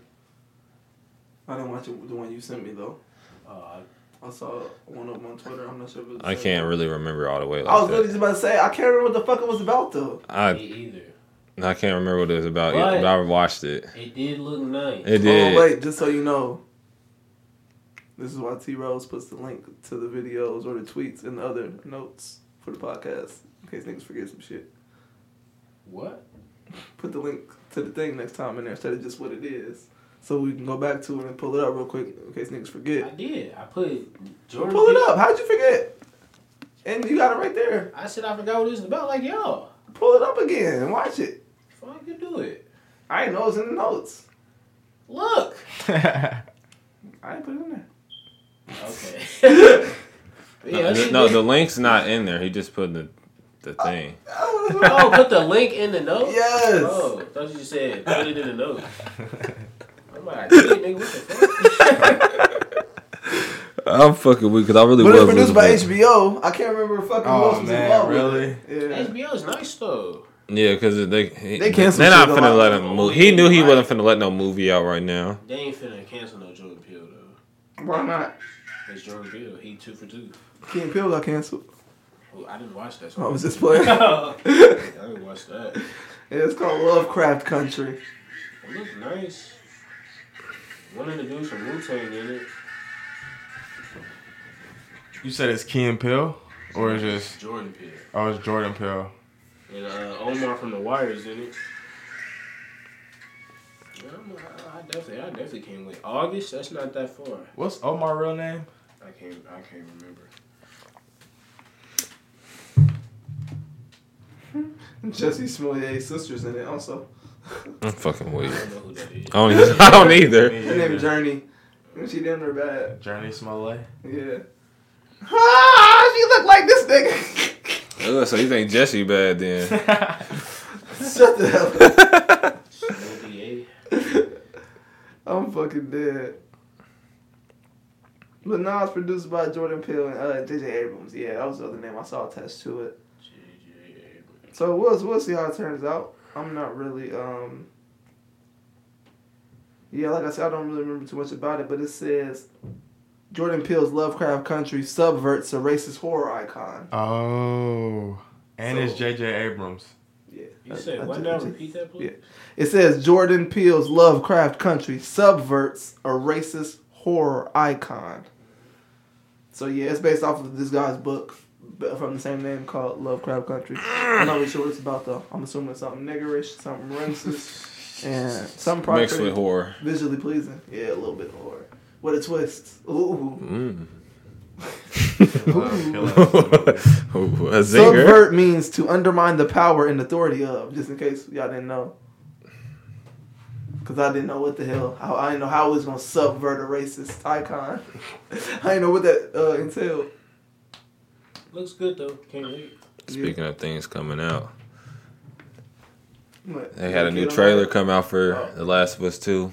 [SPEAKER 5] I didn't watch it, the one you sent me though.
[SPEAKER 4] Uh,
[SPEAKER 5] I saw one of them on Twitter. I'm not sure. If it was the
[SPEAKER 3] I
[SPEAKER 5] same
[SPEAKER 3] can't
[SPEAKER 5] one.
[SPEAKER 3] really remember all the way
[SPEAKER 5] I was
[SPEAKER 3] like
[SPEAKER 5] literally
[SPEAKER 3] that.
[SPEAKER 5] just about to say I can't remember what the fuck it was about though.
[SPEAKER 4] I,
[SPEAKER 3] I
[SPEAKER 4] me either.
[SPEAKER 3] I can't remember what it was about
[SPEAKER 4] What?
[SPEAKER 3] yet, but I watched it.
[SPEAKER 4] It did look nice.
[SPEAKER 3] It
[SPEAKER 5] Oh
[SPEAKER 3] did.
[SPEAKER 5] wait, just so you know, this is why T Rose puts the link to the videos or the tweets and the other notes for the podcast in case niggas forget some shit.
[SPEAKER 4] What?
[SPEAKER 5] Put the link to the thing next time in there instead of just what it is, so we can go back to it and pull it up real quick in case niggas
[SPEAKER 4] I
[SPEAKER 5] forget.
[SPEAKER 4] did. I put Jordan.
[SPEAKER 5] Pull it
[SPEAKER 4] Peele-
[SPEAKER 5] up. How'd you forget? And you got it right there.
[SPEAKER 4] I said I forgot what it was about. Like y'all,
[SPEAKER 5] Pull it up again and watch it.
[SPEAKER 4] fuck, you do it.
[SPEAKER 5] I ain't know it's in the notes.
[SPEAKER 4] Look.
[SPEAKER 5] I ain't put it in there.
[SPEAKER 4] Okay. yeah,
[SPEAKER 3] No,
[SPEAKER 4] that
[SPEAKER 3] Uh, the,
[SPEAKER 4] shit
[SPEAKER 3] no,
[SPEAKER 4] did- Uh,
[SPEAKER 3] the link's not in there. He just put the the thing.
[SPEAKER 5] Oh, that's right.
[SPEAKER 4] Oh, put the link in the note?
[SPEAKER 5] Yes.
[SPEAKER 4] Oh, thought you just said put it in the note. I'm like, I did, nigga, what the fuck?
[SPEAKER 3] I'm fucking weak because I really
[SPEAKER 5] But it's
[SPEAKER 3] was.
[SPEAKER 5] produced
[SPEAKER 3] looking
[SPEAKER 5] by
[SPEAKER 3] for-
[SPEAKER 5] HBO. I can't remember fucking who else
[SPEAKER 6] Oh
[SPEAKER 5] was
[SPEAKER 6] man,
[SPEAKER 5] involved.
[SPEAKER 6] really?
[SPEAKER 5] With it.
[SPEAKER 4] HBO's nice though.
[SPEAKER 3] Yeah, because they he,
[SPEAKER 5] They
[SPEAKER 3] they
[SPEAKER 5] canceled
[SPEAKER 3] They're not
[SPEAKER 5] shit a
[SPEAKER 3] finna
[SPEAKER 5] lot.
[SPEAKER 3] let him move. He knew he wasn't finna let no movie out right now.
[SPEAKER 4] They ain't finna cancel no Jordan Peele though.
[SPEAKER 5] Yeah. Why not?
[SPEAKER 4] It's Jordan Peele. He two for two.
[SPEAKER 5] Key and Peele got canceled.
[SPEAKER 4] Oh, I didn't watch that.
[SPEAKER 5] I was just
[SPEAKER 4] I
[SPEAKER 5] playing. yeah,
[SPEAKER 4] didn't watch that.
[SPEAKER 5] it's called Lovecraft Country.
[SPEAKER 4] It looked nice. Wanted to do some Wu Tang in it.
[SPEAKER 6] You said it's Key and Pill? Or it's just
[SPEAKER 4] Jordan Peele.
[SPEAKER 6] oh it's Jordan Pill.
[SPEAKER 4] And uh, Omar from The Wire is in it. But I'm, I, I definitely, I definitely can't wait. August? That's not that far.
[SPEAKER 6] What's Omar real name?
[SPEAKER 4] I can't, I can't remember.
[SPEAKER 5] Jesse Smollett's sister's in it also.
[SPEAKER 3] I'm fucking
[SPEAKER 4] I
[SPEAKER 3] weird.
[SPEAKER 4] don't know who that is.
[SPEAKER 3] I don't, e- I don't either.
[SPEAKER 5] Her name Journey. And She damn near bad.
[SPEAKER 6] Journey Smollett.
[SPEAKER 5] Yeah. Ah, she look like this nigga.
[SPEAKER 3] Ugh, so you think Jesse bad then?
[SPEAKER 5] Shut the hell up.
[SPEAKER 4] OBA.
[SPEAKER 5] I'm fucking dead. But nah, it's produced by Jordan Peele and uh, JJ Abrams. Yeah, that was the other name I saw attached to it.
[SPEAKER 4] J.J. Abrams.
[SPEAKER 5] So we'll we'll see how it turns out. I'm not really um Yeah, like I said, I don't really remember too much about it, but it says Jordan Peele's Lovecraft Country subverts a racist horror icon.
[SPEAKER 6] Oh. And it's
[SPEAKER 5] So-
[SPEAKER 6] J.J. Abrams.
[SPEAKER 4] You said
[SPEAKER 5] I-
[SPEAKER 4] what
[SPEAKER 5] I-
[SPEAKER 4] now?
[SPEAKER 5] I-
[SPEAKER 4] Repeat that, please.
[SPEAKER 5] It says Jordan Peele's Lovecraft Country subverts a racist horror icon. So yeah, it's based off of this guy's book b- from the same name called Lovecraft Country. I'm not really sure what it's about though. I'm assuming it's something niggerish, something racist, and something probably
[SPEAKER 3] Mixed with
[SPEAKER 5] pretty
[SPEAKER 3] horror.
[SPEAKER 5] visually pleasing. Yeah, a little bit of horror. What a twist! Ooh,
[SPEAKER 3] Mm.
[SPEAKER 6] Love killing us.
[SPEAKER 3] Ooh, a zinger.
[SPEAKER 5] subvert means to undermine the power and authority of. Just in case y'all didn't know, because I didn't know what the hell. How I didn't know how it was gonna subvert a racist icon. I didn't know what that uh, entailed.
[SPEAKER 4] Looks good though. Can't wait.
[SPEAKER 3] Speaking of things coming out,
[SPEAKER 5] What?
[SPEAKER 3] they had a new trailer come out for The Last of Us Two.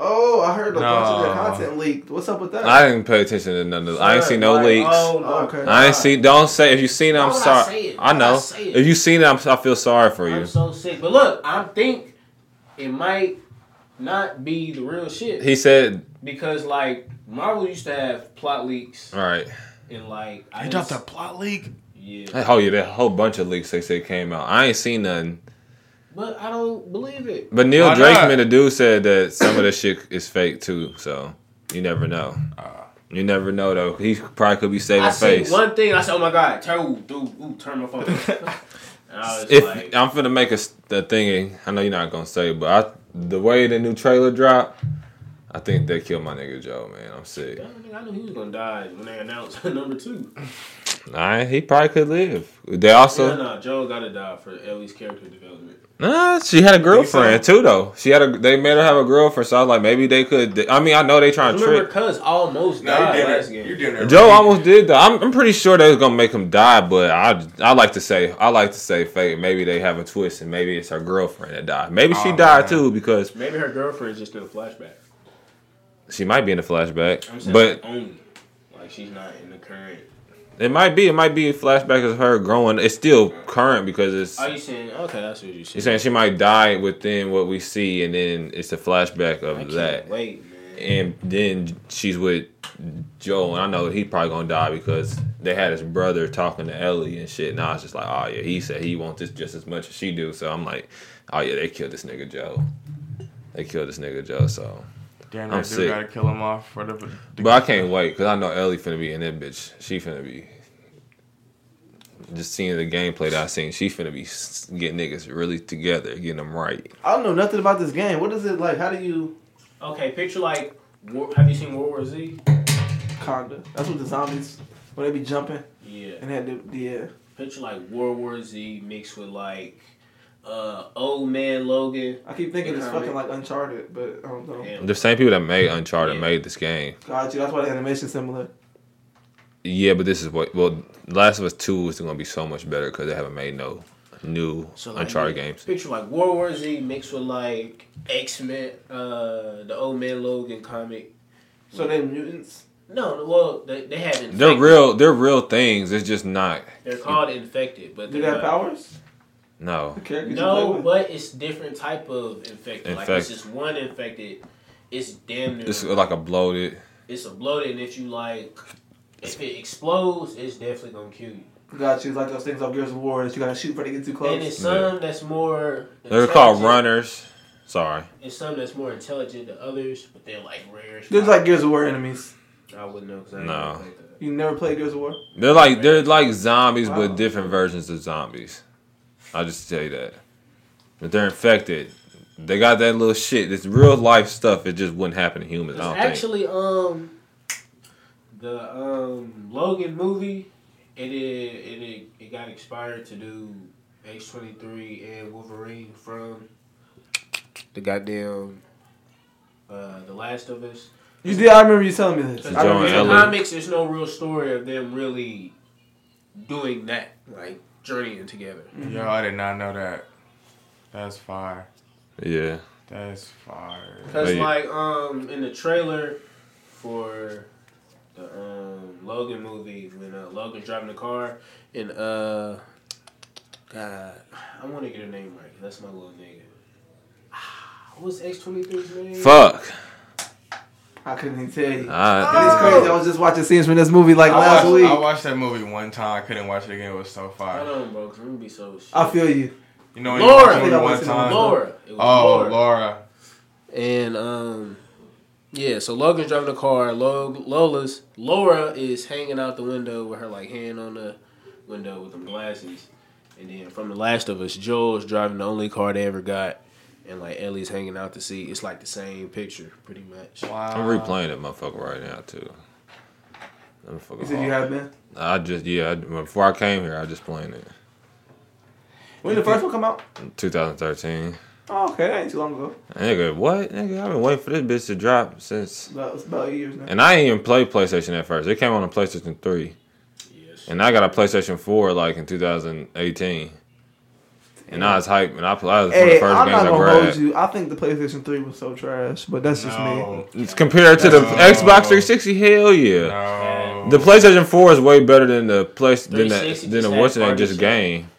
[SPEAKER 5] Oh, I heard a bunch of their
[SPEAKER 6] No.
[SPEAKER 5] content leaked. What's up with that?
[SPEAKER 3] I didn't pay attention to none of. I ain't seen no
[SPEAKER 4] Like,
[SPEAKER 3] leaks.
[SPEAKER 4] Oh,
[SPEAKER 5] Oh,
[SPEAKER 4] okay.
[SPEAKER 5] okay.
[SPEAKER 3] I ain't seen. Don't say if you seen it. I'm
[SPEAKER 4] Why would I say
[SPEAKER 3] sorry.
[SPEAKER 4] it?
[SPEAKER 3] I
[SPEAKER 4] Why would I
[SPEAKER 3] know.
[SPEAKER 4] say it?
[SPEAKER 3] If you seen it, I'm, I feel sorry for you.
[SPEAKER 4] I'm so sick. But look, I think it might not be the real shit
[SPEAKER 3] He said,
[SPEAKER 4] because like Marvel used to have plot leaks
[SPEAKER 3] "All right,
[SPEAKER 4] and like
[SPEAKER 6] They dropped a plot leak.
[SPEAKER 4] yeah.
[SPEAKER 3] that whole Oh, yeah, that whole bunch of leaks they said came out. I ain't seen nothing."
[SPEAKER 4] But I don't believe it.
[SPEAKER 3] But Neil
[SPEAKER 6] Why
[SPEAKER 3] Drakeman,
[SPEAKER 6] not?
[SPEAKER 3] the dude, said that some of the shit is fake too. So you never know. You never know though. He probably could be saving
[SPEAKER 4] I seen
[SPEAKER 3] face.
[SPEAKER 4] one thing. I said, "Oh my god, turn, ooh, dude, ooh, turn my phone." and I was
[SPEAKER 3] If
[SPEAKER 4] like,
[SPEAKER 3] I'm finna make a s- the thing, I know you're not gonna say, it, but I, the way the new trailer dropped, I think they killed my nigga Joe. Man, I'm sick.
[SPEAKER 4] I don't think I knew he was gonna die when they announced number two.
[SPEAKER 3] Nah, he probably could live. They also
[SPEAKER 4] Oh, yeah, no, Joe gotta die for Ellie's character development.
[SPEAKER 3] Nah, she had a
[SPEAKER 6] so?
[SPEAKER 3] girlfriend too, though. She had a. They made her have a girlfriend, so I was like, maybe they could. I mean, I know they trying to
[SPEAKER 4] Remember,
[SPEAKER 3] trick.
[SPEAKER 4] Cuz almost
[SPEAKER 6] No,
[SPEAKER 4] died
[SPEAKER 6] you're
[SPEAKER 4] last
[SPEAKER 6] doing it.
[SPEAKER 4] game.
[SPEAKER 6] You're doing it.
[SPEAKER 3] Joe almost did though. I'm, I'm pretty sure they was gonna make him die, but I I like to say I like to say fate. Maybe they have a twist, and maybe it's her girlfriend that died. Maybe she
[SPEAKER 6] Oh,
[SPEAKER 3] died
[SPEAKER 6] man.
[SPEAKER 3] too because
[SPEAKER 4] Maybe her girlfriend's just in a flashback.
[SPEAKER 3] she might be in the flashback.
[SPEAKER 4] I'm saying
[SPEAKER 3] But
[SPEAKER 4] like only. Like she's not in the current.
[SPEAKER 3] it might be it might be a flashback of her growing. It's still current because it's.
[SPEAKER 4] Are you saying okay? That's what you
[SPEAKER 3] She's
[SPEAKER 4] said.
[SPEAKER 3] saying she might die within what we see, and then it's a flashback
[SPEAKER 4] I
[SPEAKER 3] of
[SPEAKER 4] can't
[SPEAKER 3] that.
[SPEAKER 4] wait, man.
[SPEAKER 3] and then she's with Joe, and I know he probably gonna die because they had his brother talking to Ellie and shit. And I was just like, oh yeah, he said he wants this just as much as she do. So I'm like, oh yeah, they killed this nigga Joe. They killed this nigga Joe. So,
[SPEAKER 6] Damn,
[SPEAKER 3] I'm
[SPEAKER 6] that
[SPEAKER 3] sick.
[SPEAKER 6] dude gotta kill him off for the. the
[SPEAKER 3] but I can't wait because I know Ellie finna be in that bitch. She finna be. Just seeing the gameplay that I seen, she finna be s- getting niggas really together, getting them right.
[SPEAKER 5] I don't know nothing about this game. What is it like? How do you
[SPEAKER 4] Okay, picture like. War, have you seen World War Z?
[SPEAKER 5] Conda? That's what the zombies when they be jumping
[SPEAKER 4] Yeah.
[SPEAKER 5] and had the yeah.
[SPEAKER 4] Picture like World War Z mixed with like uh Old Man Logan.
[SPEAKER 5] I keep thinking it's
[SPEAKER 4] Economic.
[SPEAKER 5] fucking like Uncharted, but I don't know.
[SPEAKER 4] And
[SPEAKER 3] The same people that made Uncharted
[SPEAKER 4] Yeah.
[SPEAKER 3] made this game.
[SPEAKER 5] Got you. That's why the animation's similar.
[SPEAKER 3] Yeah, but this is what. Well, Last of Us Two is going to be so much better because they haven't made no new
[SPEAKER 4] so like,
[SPEAKER 3] Uncharted games.
[SPEAKER 4] Picture like World War Z mixed with like X Men, uh, the Old Man Logan comic.
[SPEAKER 5] So they mutants.
[SPEAKER 4] No, well they, they had infected.
[SPEAKER 3] They're real. They're real things. It's just not.
[SPEAKER 4] They're called infected, but
[SPEAKER 5] Do
[SPEAKER 4] they're
[SPEAKER 5] they have
[SPEAKER 4] not.
[SPEAKER 5] powers?
[SPEAKER 3] No.
[SPEAKER 5] The characters you play
[SPEAKER 4] No,
[SPEAKER 5] with?
[SPEAKER 4] but it's different type of infected. Like
[SPEAKER 3] Infect-
[SPEAKER 4] it's just one infected. It's damn near.
[SPEAKER 3] It's
[SPEAKER 4] It's,
[SPEAKER 3] like a bloated.
[SPEAKER 4] a bloated, and if you like, if it explodes, it's definitely gonna kill you.
[SPEAKER 5] Got you. It's like those things off Gears of War that you gotta shoot before they get too
[SPEAKER 4] And it's
[SPEAKER 5] close.
[SPEAKER 4] some that's more.
[SPEAKER 3] They're called
[SPEAKER 4] intelligent,
[SPEAKER 3] runners. Sorry.
[SPEAKER 4] And some that's more intelligent than others, but they're like rare. as
[SPEAKER 5] There's
[SPEAKER 4] fuck.
[SPEAKER 5] like Gears of War enemies.
[SPEAKER 4] I wouldn't know. 'cause I ain't
[SPEAKER 3] No.
[SPEAKER 4] played that.
[SPEAKER 5] You never played Gears of War?
[SPEAKER 3] They're like they're like zombies,
[SPEAKER 5] Wow.
[SPEAKER 3] but different versions of zombies. I'll just tell you that. But they're infected. They got that little shit. This real life stuff. It just wouldn't happen to humans.
[SPEAKER 4] It's
[SPEAKER 3] I don't think.
[SPEAKER 4] actually um the um Logan movie. It it it, it got inspired to do H twenty three and Wolverine from the goddamn uh The Last of Us.
[SPEAKER 5] You did. I remember you telling me this.
[SPEAKER 4] Because
[SPEAKER 5] I remember
[SPEAKER 3] John
[SPEAKER 5] you
[SPEAKER 4] in
[SPEAKER 5] telling
[SPEAKER 3] Elliott.
[SPEAKER 5] me-
[SPEAKER 4] comics, there's no real story of them really doing that, like journeying together.
[SPEAKER 6] Yo, I did not know that. That's fire.
[SPEAKER 3] Yeah.
[SPEAKER 6] That's fire.
[SPEAKER 4] Because
[SPEAKER 3] Oh, yeah.
[SPEAKER 4] like um in the trailer for the um Logan movie when uh, Logan's driving the car and uh God I want to get her name right. That's my little nigga. Ah, What's X 23s name?
[SPEAKER 3] Fuck.
[SPEAKER 5] I couldn't even tell you.
[SPEAKER 3] I,
[SPEAKER 5] It's crazy. I was just watching scenes from this movie like
[SPEAKER 6] I
[SPEAKER 5] last
[SPEAKER 6] watched,
[SPEAKER 5] week.
[SPEAKER 6] I watched that movie one time. I couldn't watch it again. It was so
[SPEAKER 4] Hold
[SPEAKER 6] fire.
[SPEAKER 4] on, bro. Cause I'm gonna be so. Shit.
[SPEAKER 5] I feel you.
[SPEAKER 6] You know, when you watch
[SPEAKER 4] Laura.
[SPEAKER 6] a movie one time.
[SPEAKER 4] Laura. It was
[SPEAKER 6] Oh,
[SPEAKER 4] Laura.
[SPEAKER 6] Laura.
[SPEAKER 4] And um, yeah. So Logan's driving the car. Lo- Lola's Laura is hanging out the window with her like hand on the window with them glasses. And then from The Last of Us, Joel's driving the only car they ever got, and like Ellie's hanging out to see. It's like the same picture, pretty much.
[SPEAKER 6] Wow.
[SPEAKER 3] I'm
[SPEAKER 5] Um,
[SPEAKER 3] replaying that motherfucker right now too. I'm fucking
[SPEAKER 5] You said you have
[SPEAKER 3] hard.
[SPEAKER 5] been.
[SPEAKER 3] I just yeah. I, before I came here, I just playing it.
[SPEAKER 5] When did the first one come out?
[SPEAKER 3] 2013.
[SPEAKER 5] Oh, okay, that ain't too long ago.
[SPEAKER 3] Nigga, what? Nigga, I've been waiting for this bitch to drop since.
[SPEAKER 5] About, it's about eight years now.
[SPEAKER 3] And I didn't even play PlayStation at first. It came on a PlayStation 3.
[SPEAKER 4] Yes.
[SPEAKER 3] And I got a PlayStation 4 like in 2018. And I was hyped. And I played I was one of the
[SPEAKER 5] Hey,
[SPEAKER 3] 1st
[SPEAKER 5] I'm not
[SPEAKER 3] games I
[SPEAKER 5] gonna hold
[SPEAKER 3] grabbed.
[SPEAKER 5] you. I think the PlayStation 3 was so trash, but that's just me.
[SPEAKER 6] No.
[SPEAKER 3] It's compared to the
[SPEAKER 6] No.
[SPEAKER 3] Xbox 360. Hell yeah.
[SPEAKER 6] No.
[SPEAKER 3] The PlayStation 4 is way better than the place than the
[SPEAKER 4] 360
[SPEAKER 3] than the
[SPEAKER 4] just
[SPEAKER 3] what's
[SPEAKER 4] had
[SPEAKER 3] name just
[SPEAKER 4] party
[SPEAKER 3] game.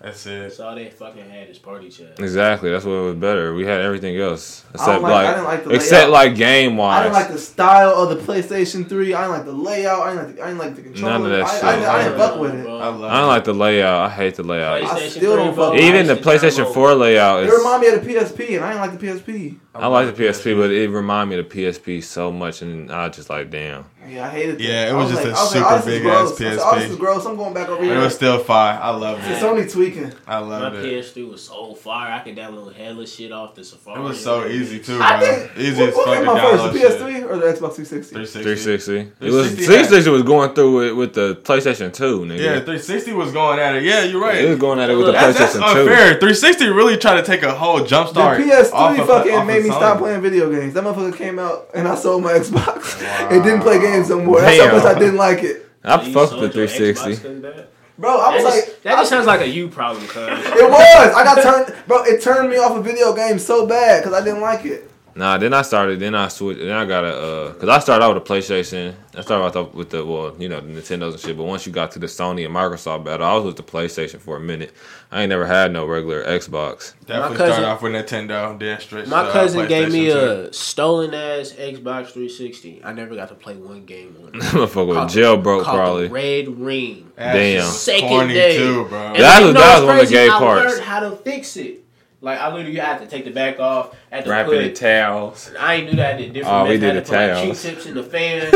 [SPEAKER 6] That's it.
[SPEAKER 4] That's all they fucking had is party chat.
[SPEAKER 3] Exactly. That's what it was better. We had everything else
[SPEAKER 5] I
[SPEAKER 3] except
[SPEAKER 5] don't like- I
[SPEAKER 3] like,
[SPEAKER 5] didn't like the layout.
[SPEAKER 3] except like game
[SPEAKER 5] I didn't like
[SPEAKER 3] wise.
[SPEAKER 5] the style of the PlayStation 3. I didn't like the layout. I didn't like the, I didn't like the controller.
[SPEAKER 3] None of that
[SPEAKER 5] I,
[SPEAKER 3] shit.
[SPEAKER 5] I, didn't- I didn't fuck with it.
[SPEAKER 4] Bro.
[SPEAKER 6] I love
[SPEAKER 3] I don't like the layout. I hate the layout.
[SPEAKER 5] I
[SPEAKER 4] PlayStation
[SPEAKER 5] still don't
[SPEAKER 4] 3, bro.
[SPEAKER 5] fuck-
[SPEAKER 3] Even the PlayStation 4 layout
[SPEAKER 5] It
[SPEAKER 3] is.
[SPEAKER 5] reminded me of the PSP, and I didn't like the PSP.
[SPEAKER 3] I like the PSP, but it reminded me of the PSP so much, and I was just like, damn.
[SPEAKER 5] Yeah, I hated that.
[SPEAKER 6] Yeah, it
[SPEAKER 5] I
[SPEAKER 6] was just
[SPEAKER 5] like-
[SPEAKER 6] a
[SPEAKER 5] I was like,
[SPEAKER 6] super
[SPEAKER 5] oh, this is
[SPEAKER 6] big-ass
[SPEAKER 5] gross. I said, oh, this
[SPEAKER 6] PSP.
[SPEAKER 5] is gross. I'm going back over
[SPEAKER 6] It
[SPEAKER 5] here.
[SPEAKER 6] was still fire. I loved it.
[SPEAKER 5] It's only tweaking.
[SPEAKER 6] I
[SPEAKER 4] My
[SPEAKER 6] loved it.
[SPEAKER 4] PS3 was so fire. I could download hella shit off the Safari.
[SPEAKER 6] It was so easy too,
[SPEAKER 5] I
[SPEAKER 6] bro.
[SPEAKER 5] think.
[SPEAKER 6] Easy
[SPEAKER 5] what,
[SPEAKER 6] as
[SPEAKER 5] what
[SPEAKER 6] fuck to
[SPEAKER 5] came out first,
[SPEAKER 6] download
[SPEAKER 5] the
[SPEAKER 6] shit.
[SPEAKER 5] PS3 or the Xbox 360?
[SPEAKER 6] 360.
[SPEAKER 3] 360. It was
[SPEAKER 6] 360
[SPEAKER 3] 360 was going through it with the PlayStation 2, nigga.
[SPEAKER 6] Yeah, 360 was going at it. Yeah, you're right.
[SPEAKER 3] It was going at it with the
[SPEAKER 6] That's, that's
[SPEAKER 3] PlayStation 2.
[SPEAKER 6] unfair. 360 really tried to take a whole jump
[SPEAKER 5] The
[SPEAKER 6] start. off
[SPEAKER 5] PS3
[SPEAKER 6] of-
[SPEAKER 5] fucking
[SPEAKER 6] off of
[SPEAKER 5] made me
[SPEAKER 6] Sony.
[SPEAKER 5] stop playing video games. That motherfucker came out and I sold my Xbox and didn't play games no more. That's
[SPEAKER 3] Damn.
[SPEAKER 5] how much I didn't like it.
[SPEAKER 3] I fucked with the 360.
[SPEAKER 5] Bro, I
[SPEAKER 4] That
[SPEAKER 5] was
[SPEAKER 4] just,
[SPEAKER 5] like,
[SPEAKER 4] that just sounds like a you problem, cuz.
[SPEAKER 5] it was. I got turned, bro. It turned me off of video games so bad because I didn't like it.
[SPEAKER 3] Nah, then I started, then I switched, then I got a, uh, cause I started out with the PlayStation. I started out with the, well, you know, the Nintendos and shit, but once you got to the Sony and Microsoft battle, I was with the PlayStation for a minute. I ain't never had no regular Xbox.
[SPEAKER 6] Definitely
[SPEAKER 4] My cousin-
[SPEAKER 6] start off with Nintendo, then straight.
[SPEAKER 4] My
[SPEAKER 6] to, uh,
[SPEAKER 4] cousin gave me
[SPEAKER 6] PlayStation
[SPEAKER 4] a stolen ass Xbox 360. I never got to play one game on it.
[SPEAKER 3] Motherfucker
[SPEAKER 4] Called-
[SPEAKER 3] was jailbroke,
[SPEAKER 4] called
[SPEAKER 3] probably.
[SPEAKER 4] the Red Ring.
[SPEAKER 6] 2. That
[SPEAKER 3] Damn.
[SPEAKER 6] shit was
[SPEAKER 4] Second
[SPEAKER 6] corny
[SPEAKER 4] day.
[SPEAKER 6] too, bro.
[SPEAKER 4] And
[SPEAKER 3] That
[SPEAKER 4] you
[SPEAKER 3] was-
[SPEAKER 4] know
[SPEAKER 3] that
[SPEAKER 4] what's
[SPEAKER 3] was one of the gay
[SPEAKER 4] crazy?
[SPEAKER 3] parts.
[SPEAKER 4] I learned how to fix it. Like I literally had to take the back off. At the
[SPEAKER 3] Wrapping in
[SPEAKER 4] put,
[SPEAKER 3] towels.
[SPEAKER 4] I ain't do that. I did different.
[SPEAKER 3] Oh,
[SPEAKER 4] Oh,
[SPEAKER 3] we did
[SPEAKER 4] I had
[SPEAKER 3] the
[SPEAKER 4] to put, like,
[SPEAKER 3] towels.
[SPEAKER 4] Q-tips in the fan.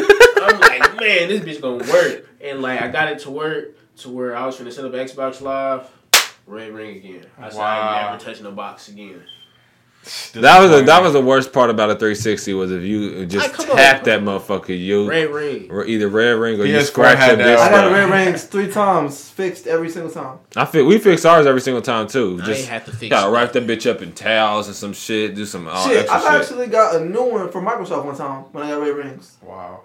[SPEAKER 4] I'm like, man, this bitch gonna work. And like, I got it to work to where I was finna set up Xbox Live. Red ring again. I said I ain't
[SPEAKER 6] Wow.
[SPEAKER 4] never touching a box again.
[SPEAKER 3] That was the, that was the worst part about a 360 was if you just
[SPEAKER 4] Like, come on.
[SPEAKER 3] tap that motherfucker, you
[SPEAKER 4] Red ring.
[SPEAKER 3] or either red ring or you
[SPEAKER 6] PS4
[SPEAKER 3] scratch
[SPEAKER 6] had
[SPEAKER 3] that
[SPEAKER 6] that.
[SPEAKER 3] bitch.
[SPEAKER 5] I got
[SPEAKER 3] up.
[SPEAKER 5] red rings three times, fixed every single time.
[SPEAKER 3] I fi- we fix ours every single time too.
[SPEAKER 4] I
[SPEAKER 3] Just
[SPEAKER 4] ain't had to fix
[SPEAKER 3] gotta
[SPEAKER 4] it.
[SPEAKER 3] wrap that bitch up in towels and some shit. Do some all
[SPEAKER 5] shit,
[SPEAKER 3] extra
[SPEAKER 5] I
[SPEAKER 3] Oh, shit.
[SPEAKER 5] actually got a new one for Microsoft one time when I got red rings.
[SPEAKER 6] wow.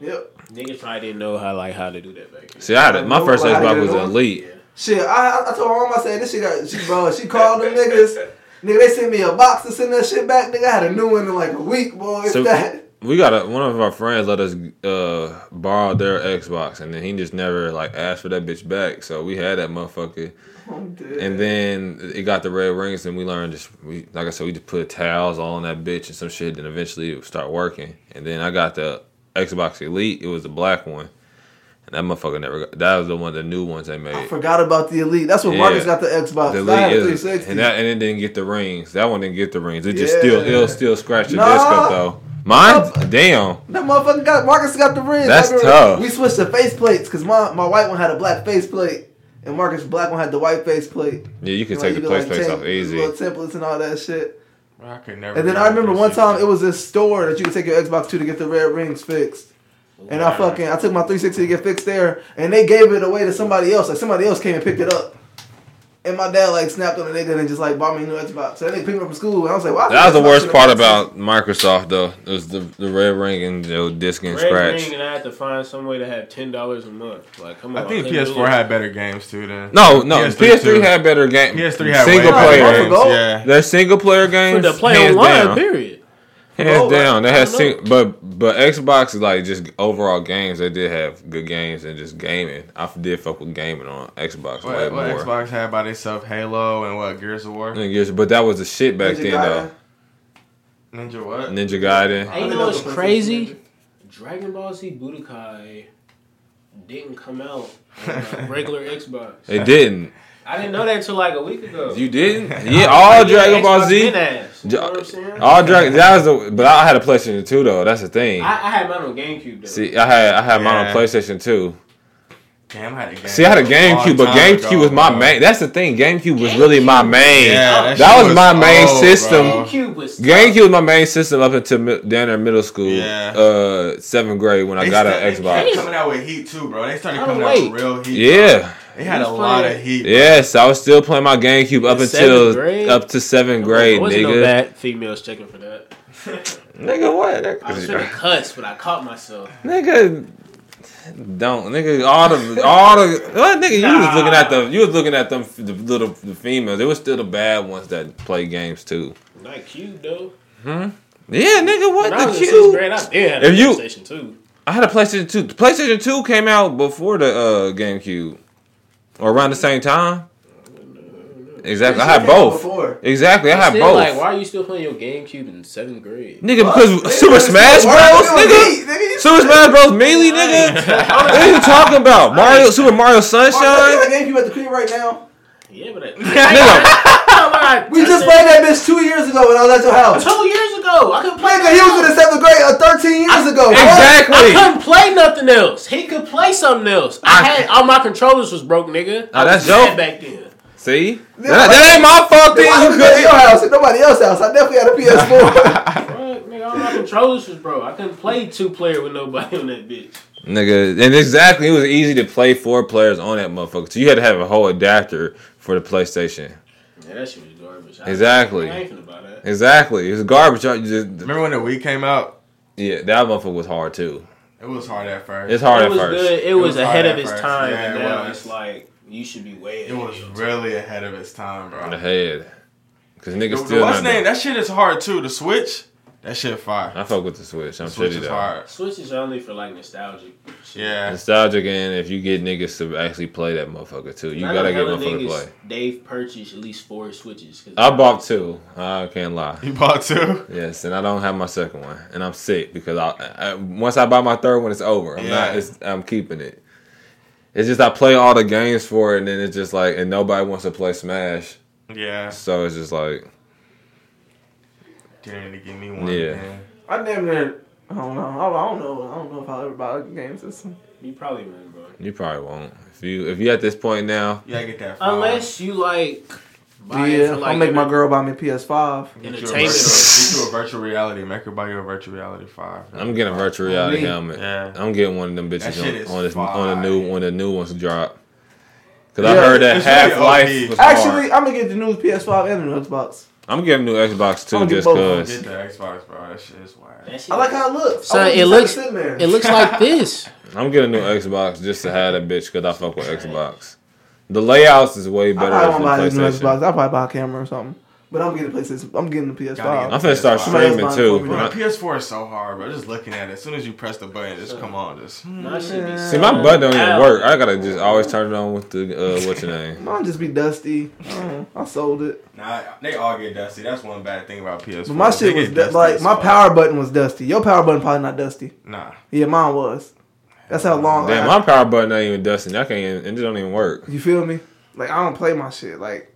[SPEAKER 5] Yep.
[SPEAKER 4] Niggas probably didn't know how like how to do that back then.
[SPEAKER 3] See, I had a, my
[SPEAKER 5] Like,
[SPEAKER 3] first
[SPEAKER 5] what, how
[SPEAKER 3] Xbox
[SPEAKER 5] you
[SPEAKER 3] was
[SPEAKER 5] doing?
[SPEAKER 3] elite.
[SPEAKER 5] Shit, I I- I told my mom I said this shit got she bro. She called them niggas. Nigga, they sent me a box to send that shit back. Nigga, I had a new one in like a week, boy. If
[SPEAKER 3] So-
[SPEAKER 5] that.
[SPEAKER 3] We got a, one of our friends let us uh, borrow their Xbox, and then he just never like asked for that bitch back. So we had that motherfucker,
[SPEAKER 5] I'm dead.
[SPEAKER 3] and then it got the red rings, and we learned just we like I said, we just put towels all on that bitch and some shit, and eventually it would start working. And then I got the Xbox Elite. It was the black one, and that motherfucker never. Got, that was the one, of the new ones they made.
[SPEAKER 5] I forgot about the Elite. That's when
[SPEAKER 3] Yeah.
[SPEAKER 5] Marcus got the Xbox.
[SPEAKER 3] The
[SPEAKER 5] I had a
[SPEAKER 3] league is,
[SPEAKER 5] 360.
[SPEAKER 3] and that and it didn't get the rings. That one didn't get the rings. It just
[SPEAKER 5] Yeah.
[SPEAKER 3] still it'll still scratch your
[SPEAKER 5] Nah.
[SPEAKER 3] disc up though. Mine,
[SPEAKER 5] Nope.
[SPEAKER 3] damn.
[SPEAKER 5] That motherfucker got Marcus got the ring.
[SPEAKER 3] That's
[SPEAKER 5] I remember
[SPEAKER 3] tough.
[SPEAKER 5] We switched the face plates because my, my white one had a black face plate and Marcus black one had the white face plate.
[SPEAKER 3] Yeah, you can
[SPEAKER 5] And,
[SPEAKER 3] take
[SPEAKER 5] like,
[SPEAKER 3] the
[SPEAKER 5] could,
[SPEAKER 3] place
[SPEAKER 5] like,
[SPEAKER 3] face off
[SPEAKER 5] change
[SPEAKER 3] easy.
[SPEAKER 5] Little templates and all that shit.
[SPEAKER 6] I could never.
[SPEAKER 5] And then I remember one time it was this store that you could take your Xbox to to get the red rings fixed. And I fucking I took my 360 to get fixed there, and they gave it away to somebody else. Like somebody else came and picked it up. And my dad like snapped on a nigga and just like bought me a new Xbox. So that nigga picked me up from school, and I was like, "Wow."
[SPEAKER 3] That was the worst part about Microsoft though. It was the the red ring and the disc and
[SPEAKER 4] Red
[SPEAKER 3] scratch.
[SPEAKER 4] Ring and I had to find some way to have ten dollars a month. Like, come on.
[SPEAKER 6] I think
[SPEAKER 4] couldn't do
[SPEAKER 6] PS4
[SPEAKER 4] it.
[SPEAKER 6] had better games too. Then
[SPEAKER 3] No, no,
[SPEAKER 6] PS3
[SPEAKER 3] PS3,
[SPEAKER 6] too.
[SPEAKER 3] had better game.
[SPEAKER 6] PS3 had
[SPEAKER 3] single
[SPEAKER 6] way
[SPEAKER 5] better
[SPEAKER 3] player.
[SPEAKER 5] games. Gold?
[SPEAKER 6] Yeah.
[SPEAKER 3] Their single player
[SPEAKER 4] for
[SPEAKER 3] games.
[SPEAKER 4] the play
[SPEAKER 3] hands
[SPEAKER 4] online.
[SPEAKER 3] down.
[SPEAKER 4] Period.
[SPEAKER 3] Hands
[SPEAKER 4] Oh,
[SPEAKER 3] down,
[SPEAKER 4] I-
[SPEAKER 3] they
[SPEAKER 4] I
[SPEAKER 3] had
[SPEAKER 4] know.
[SPEAKER 3] sing- but but Xbox is like just overall games. They did have good games and just gaming. I did fuck with gaming on Xbox way
[SPEAKER 6] What, what
[SPEAKER 3] more.
[SPEAKER 6] Xbox had by itself, Halo and what Gears of War,
[SPEAKER 3] I think it's- But that was the shit back then
[SPEAKER 6] Ninja what?
[SPEAKER 3] though. Ninja Gaiden.
[SPEAKER 4] And you know what's crazy? Dragon Ball Z Budokai didn't come out on a regular Xbox.
[SPEAKER 3] It didn't.
[SPEAKER 4] I didn't know that until like a week ago.
[SPEAKER 3] You didn't? Yeah, all Dragon Ball Z.
[SPEAKER 4] Ass, you know what I'm saying? I,
[SPEAKER 3] All Dragon. That was the. But I had a PlayStation 2 though. That's the thing.
[SPEAKER 4] I had mine on GameCube though.
[SPEAKER 3] See, I had I had mine
[SPEAKER 6] Yeah.
[SPEAKER 3] on PlayStation 2.
[SPEAKER 6] Damn, I had a game.
[SPEAKER 3] See, I had a GameCube, but
[SPEAKER 6] Long time
[SPEAKER 3] GameCube
[SPEAKER 6] ago,
[SPEAKER 3] was my
[SPEAKER 6] bro.
[SPEAKER 3] main. That's the thing. GameCube was really my main.
[SPEAKER 6] Yeah,
[SPEAKER 3] That
[SPEAKER 6] shit
[SPEAKER 3] was my main
[SPEAKER 6] old,
[SPEAKER 3] system.
[SPEAKER 6] bro.
[SPEAKER 4] GameCube was
[SPEAKER 3] GameCube was my main system up until mi- down there in middle school,
[SPEAKER 6] Yeah.
[SPEAKER 3] uh, seventh grade when I
[SPEAKER 6] They
[SPEAKER 3] got
[SPEAKER 6] sta-
[SPEAKER 3] an
[SPEAKER 6] they kept
[SPEAKER 3] Xbox.
[SPEAKER 6] coming out with heat too, bro. They started
[SPEAKER 4] Oh,
[SPEAKER 6] coming
[SPEAKER 4] wait.
[SPEAKER 6] out with real heat.
[SPEAKER 3] Yeah,
[SPEAKER 6] They had a
[SPEAKER 4] Who's
[SPEAKER 6] lot
[SPEAKER 4] playing?
[SPEAKER 6] of heat.
[SPEAKER 3] yes, I was still playing my GameCube up
[SPEAKER 4] In
[SPEAKER 3] until
[SPEAKER 4] seventh grade?
[SPEAKER 3] up to seventh grade,
[SPEAKER 4] There wasn't
[SPEAKER 3] nigga.
[SPEAKER 4] No bad females checking for that.
[SPEAKER 3] Nigga, what? That-
[SPEAKER 4] I was trying to cuss, but I caught myself.
[SPEAKER 3] nigga, don't nigga. All the all the what, nigga. You was
[SPEAKER 4] Nah.
[SPEAKER 3] looking at them. You was looking at them. The little the females. They were still the bad ones that play games too.
[SPEAKER 4] Not cute though.
[SPEAKER 3] Yeah, nigga. What
[SPEAKER 4] When I
[SPEAKER 3] the
[SPEAKER 4] was in sixth
[SPEAKER 3] cube?
[SPEAKER 4] grade, I did have a
[SPEAKER 3] If you-
[SPEAKER 4] PlayStation 2.
[SPEAKER 3] I had a PlayStation 2. The PlayStation 2 came out before the uh, GameCube. Or around the same time. Exactly. I had both.
[SPEAKER 5] Before.
[SPEAKER 3] Exactly. I had
[SPEAKER 4] Still,
[SPEAKER 3] both.
[SPEAKER 4] Like, why are you still playing your GameCube in seventh grade?
[SPEAKER 3] Nigga, because Super Smash Bros. Nigga. Super Smash Bros. Melee, nigga. what are you talking about? Mario, Super Mario
[SPEAKER 5] Sunshine.
[SPEAKER 3] Sunshine?
[SPEAKER 5] GameCube at the crib right now.
[SPEAKER 4] Yeah, but
[SPEAKER 3] Nigga,
[SPEAKER 4] I,
[SPEAKER 5] We just played that bitch two years ago when I was at your house.
[SPEAKER 4] two years ago. I couldn't play
[SPEAKER 5] Nigga, he was in the seventh grade uh, 13 years ago. bro.
[SPEAKER 4] I
[SPEAKER 3] exactly.
[SPEAKER 4] couldn't play nothing else. He could play something else. I had all my controllers was broke, nigga.
[SPEAKER 3] Nah, that's
[SPEAKER 4] I
[SPEAKER 3] dope.
[SPEAKER 4] was mad back then.
[SPEAKER 3] See? That, that ain't my fault,
[SPEAKER 5] Then why you
[SPEAKER 3] then. You
[SPEAKER 5] was at your
[SPEAKER 3] couldn't.
[SPEAKER 5] house and nobody else's house. I definitely had a PS4.
[SPEAKER 4] Fuck, nigga, all my controllers was broke. I couldn't play two player with nobody on that bitch.
[SPEAKER 3] Nigga, and exactly. It was easy to play four players on that motherfucker. So you had to have a whole adapter for the PlayStation.
[SPEAKER 4] Yeah, that shit was garbage. I-
[SPEAKER 3] Exactly.
[SPEAKER 4] I ain't finna buy that.
[SPEAKER 3] Exactly. It's garbage. You just-
[SPEAKER 6] Remember when the Wii came out?
[SPEAKER 3] yeah, that motherfucker was hard too.
[SPEAKER 6] It was hard at first.
[SPEAKER 3] It's hard
[SPEAKER 4] it
[SPEAKER 3] at
[SPEAKER 4] was
[SPEAKER 3] first.
[SPEAKER 4] good. It,
[SPEAKER 6] was
[SPEAKER 4] was, ahead
[SPEAKER 6] hard
[SPEAKER 4] of
[SPEAKER 6] at
[SPEAKER 4] its
[SPEAKER 6] first.
[SPEAKER 4] time,
[SPEAKER 6] Yeah,
[SPEAKER 4] and
[SPEAKER 6] it
[SPEAKER 4] now
[SPEAKER 6] was.
[SPEAKER 4] it's like you should be way.
[SPEAKER 6] It
[SPEAKER 4] ahead
[SPEAKER 6] was
[SPEAKER 4] of your time.
[SPEAKER 6] really ahead of its time, bro.
[SPEAKER 3] The head. Cause
[SPEAKER 6] The-
[SPEAKER 3] niggas
[SPEAKER 6] the-
[SPEAKER 3] still
[SPEAKER 6] what's
[SPEAKER 3] not.
[SPEAKER 6] name?
[SPEAKER 3] doing-
[SPEAKER 6] That shit is hard too. The Switch, that shit fire.
[SPEAKER 3] I fuck with the Switch. I'm
[SPEAKER 6] The Switch
[SPEAKER 3] shitty
[SPEAKER 6] is
[SPEAKER 3] though.
[SPEAKER 6] hard.
[SPEAKER 4] Switch is only for like nostalgic. shit.
[SPEAKER 6] Yeah,
[SPEAKER 3] Nostalgic and if you get niggas to actually play that motherfucker too, you
[SPEAKER 4] I know
[SPEAKER 3] gotta get
[SPEAKER 4] hella
[SPEAKER 3] motherfucker to play.
[SPEAKER 4] niggas, They've purchased at least four switches. 'cause
[SPEAKER 3] I bought two. I can't lie.
[SPEAKER 6] you bought two.
[SPEAKER 3] Yes, and I don't have my second one, and I'm sick because I, I once I buy my third one, it's over. I'm
[SPEAKER 6] Yeah.
[SPEAKER 3] not. It's, I'm keeping it. It's just I play all the games for it, and then it's just like, and nobody wants to play Smash,
[SPEAKER 6] Yeah,
[SPEAKER 3] so it's just like,
[SPEAKER 6] damn to give me one.
[SPEAKER 3] Yeah.
[SPEAKER 6] man.
[SPEAKER 5] I damn near. I don't know. I I don't know. I don't know if I'll ever buy a game system.
[SPEAKER 4] You probably won't, bro.
[SPEAKER 3] You probably won't. If you if you at this point now,
[SPEAKER 6] you gotta get that. Fire.
[SPEAKER 4] Unless you like. Buy it
[SPEAKER 5] Yeah,
[SPEAKER 4] for, like,
[SPEAKER 5] I'll make my
[SPEAKER 4] enter-
[SPEAKER 5] girl buy me a PS5.
[SPEAKER 6] get you, a virtual,
[SPEAKER 4] entertainment.
[SPEAKER 6] get you a virtual reality. Make her buy you a virtual reality five.
[SPEAKER 3] I'm getting a virtual reality
[SPEAKER 5] Me.
[SPEAKER 3] helmet.
[SPEAKER 6] Yeah.
[SPEAKER 3] I'm getting one of them bitches
[SPEAKER 6] shit is
[SPEAKER 3] on, on, this, on the new
[SPEAKER 6] fire.
[SPEAKER 3] when the new ones drop. Cause I
[SPEAKER 5] Yeah,
[SPEAKER 3] heard that
[SPEAKER 6] it's really
[SPEAKER 3] Half Life
[SPEAKER 6] OP.
[SPEAKER 3] was
[SPEAKER 5] Actually,
[SPEAKER 3] Actually,
[SPEAKER 5] I'm gonna get the new PS5 and the new Xbox.
[SPEAKER 3] I'm getting a new Xbox too
[SPEAKER 5] I'ma get
[SPEAKER 3] just
[SPEAKER 5] both of
[SPEAKER 6] Get
[SPEAKER 3] cause.
[SPEAKER 6] the Xbox, bro. That shit is wild.
[SPEAKER 4] That shit-
[SPEAKER 5] I like how it looks.
[SPEAKER 4] So
[SPEAKER 5] I want
[SPEAKER 4] it
[SPEAKER 5] this
[SPEAKER 4] looks-
[SPEAKER 5] thing to sit there.
[SPEAKER 4] It looks like this.
[SPEAKER 3] I'm getting a new Xbox just to have that bitch cause I fuck with Xbox. The layouts is way
[SPEAKER 5] I
[SPEAKER 3] better
[SPEAKER 5] probably won't buy
[SPEAKER 3] than
[SPEAKER 5] the new Xbox.
[SPEAKER 3] PlayStation.
[SPEAKER 5] I'll probably buy a camera or something. But I'm getting the PlayStation. I'm getting the
[SPEAKER 6] Gotta
[SPEAKER 5] PS5.
[SPEAKER 3] I'm finna start
[SPEAKER 5] Somebody else
[SPEAKER 3] streaming
[SPEAKER 5] buying
[SPEAKER 3] too.
[SPEAKER 5] it for me.
[SPEAKER 6] Bro,
[SPEAKER 3] When I-
[SPEAKER 6] PS4 is so hard, bro. Just looking at it, as soon as you press the button, just come on, just. hmm.
[SPEAKER 4] My shit be
[SPEAKER 3] See, my butt don't even work. I gotta just always turn it on with the uh, what's your name.
[SPEAKER 5] Mine just be dusty. I, don't know. I sold it.
[SPEAKER 6] Nah, they all get dusty. That's one bad thing about PS4.
[SPEAKER 5] But my
[SPEAKER 6] They
[SPEAKER 5] shit
[SPEAKER 6] get
[SPEAKER 5] was du-
[SPEAKER 6] dusty
[SPEAKER 5] like
[SPEAKER 6] as
[SPEAKER 5] my
[SPEAKER 6] fuck.
[SPEAKER 5] power button was dusty. Your power button probably not dusty.
[SPEAKER 6] Nah,
[SPEAKER 5] Yeah, mine was. That's how long.
[SPEAKER 3] Damn, my power button ain't even dusting. I can't. Even, it don't even work.
[SPEAKER 5] You feel me? Like I don't play my shit. Like,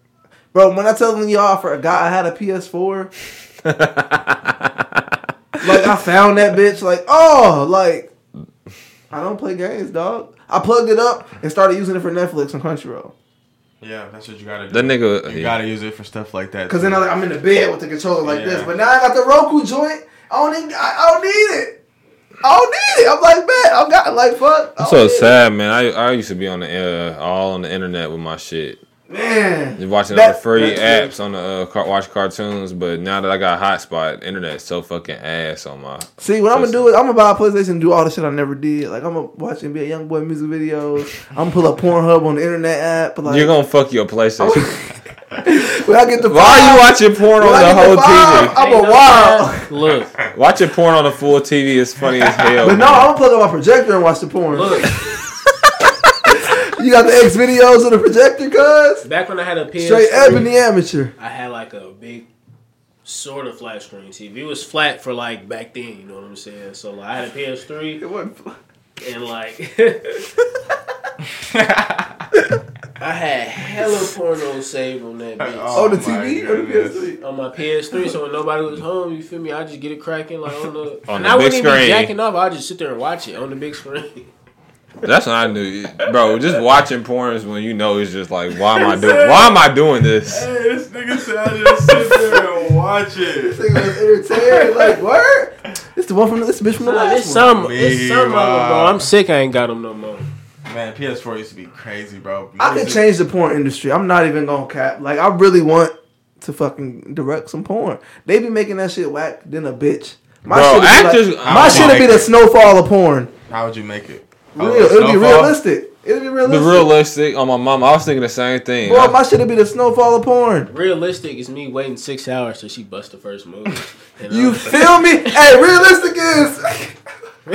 [SPEAKER 5] bro, when I tell them y'all for a guy I had a PS4, like I found that bitch. Like, oh, like I don't play games, dog. I plugged it up and started using it for Netflix and Crunchyroll.
[SPEAKER 6] Yeah, that's what you gotta do.
[SPEAKER 3] That nigga,
[SPEAKER 6] you
[SPEAKER 3] yeah.
[SPEAKER 6] gotta use it for stuff like that.
[SPEAKER 5] Cause then
[SPEAKER 6] too.
[SPEAKER 5] I'm, like, I'm in the bed with the controller like this,
[SPEAKER 6] Yeah.
[SPEAKER 5] but now I got the Roku joint. I don't even, I, I don't need it. I don't need it. I'm like, man, I'm got like fuck. I don't
[SPEAKER 3] I'm so
[SPEAKER 5] need it.
[SPEAKER 3] sad, man. I, I used to be on the uh, all on the internet with my shit.
[SPEAKER 5] man.
[SPEAKER 3] Just watching
[SPEAKER 5] That-
[SPEAKER 3] all the free
[SPEAKER 5] that's
[SPEAKER 3] apps on the uh, car- watch cartoons, but now that I got hotspot, internet's so fucking ass on my.
[SPEAKER 5] See, what I'm gonna do is I'm gonna buy a PlayStation and do all the shit I never did. Like I'm gonna watch and be a young boy music videos. I'm gonna pull up Pornhub on the internet app. But like,
[SPEAKER 3] You're gonna fuck your PlayStation.
[SPEAKER 5] when I get the
[SPEAKER 3] Why are
[SPEAKER 5] five-
[SPEAKER 3] you watching porn on
[SPEAKER 5] when I
[SPEAKER 3] the
[SPEAKER 5] get
[SPEAKER 3] whole
[SPEAKER 5] five,
[SPEAKER 3] TV?
[SPEAKER 5] I'm a wild.
[SPEAKER 4] Look,
[SPEAKER 3] Watching porn on the full TV is funny as hell.
[SPEAKER 5] But no,
[SPEAKER 3] man.
[SPEAKER 5] I'm gonna plug up my projector and watch the porn.
[SPEAKER 4] look.
[SPEAKER 5] You got the X videos on the projector, cuz
[SPEAKER 4] Back when I had a PS,
[SPEAKER 5] straight ebony amateur.
[SPEAKER 4] I had like a big sort of flat screen TV. It was flat for like back then, you know what I'm saying? So like I had a PS3
[SPEAKER 5] It wasn't fun.
[SPEAKER 4] and like I had hella porno saved on that bitch.
[SPEAKER 5] on oh, the
[SPEAKER 6] Oh my
[SPEAKER 5] TV or the
[SPEAKER 6] goodness.
[SPEAKER 5] PS3.
[SPEAKER 4] On my PS3, so when nobody was home, you feel me? I just get it cracking like on the
[SPEAKER 3] On
[SPEAKER 4] and
[SPEAKER 3] the
[SPEAKER 4] I wouldn't
[SPEAKER 3] big
[SPEAKER 4] even be
[SPEAKER 3] screen.
[SPEAKER 4] jacking up. I just sit there and watch it on the big screen.
[SPEAKER 3] That's what I knew, bro. Just watching porn is when you know it's just like, why am I doing? Why am I doing this?
[SPEAKER 6] Hey, this nigga said I just sit there and watch it.
[SPEAKER 5] This nigga was entertained. Like what? It's the one from the, this bitch from the
[SPEAKER 4] Nah,
[SPEAKER 5] last
[SPEAKER 4] it's
[SPEAKER 5] one.
[SPEAKER 4] some, it's some of them,
[SPEAKER 6] Meanwhile.
[SPEAKER 4] bro. I'm sick. I ain't got them no more.
[SPEAKER 6] Man, PS4 used to be crazy, bro.
[SPEAKER 5] I could
[SPEAKER 6] Music-
[SPEAKER 5] change the porn industry. I'm not even gonna cap. Like I really want to fucking direct some porn. They be making that shit whack than a bitch. My shit'd
[SPEAKER 3] Bro,
[SPEAKER 5] be
[SPEAKER 3] actors-
[SPEAKER 5] like,
[SPEAKER 3] I
[SPEAKER 5] my
[SPEAKER 6] don't
[SPEAKER 5] shit'd be
[SPEAKER 6] like
[SPEAKER 5] the
[SPEAKER 6] it.
[SPEAKER 5] snowfall of porn.
[SPEAKER 6] How would you make it?
[SPEAKER 5] Real,
[SPEAKER 6] Oh,
[SPEAKER 5] it'd be
[SPEAKER 6] Snowfall?
[SPEAKER 5] realistic. It'd be
[SPEAKER 3] The
[SPEAKER 5] realistic.
[SPEAKER 3] realistic on my mom. I was thinking the same thing.
[SPEAKER 5] Boy, my shit'd be the snowfall of porn.
[SPEAKER 4] Realistic is me waiting six hours till she busts the first move. And
[SPEAKER 5] You
[SPEAKER 4] I'm-
[SPEAKER 5] feel me? hey, realistic is.
[SPEAKER 4] And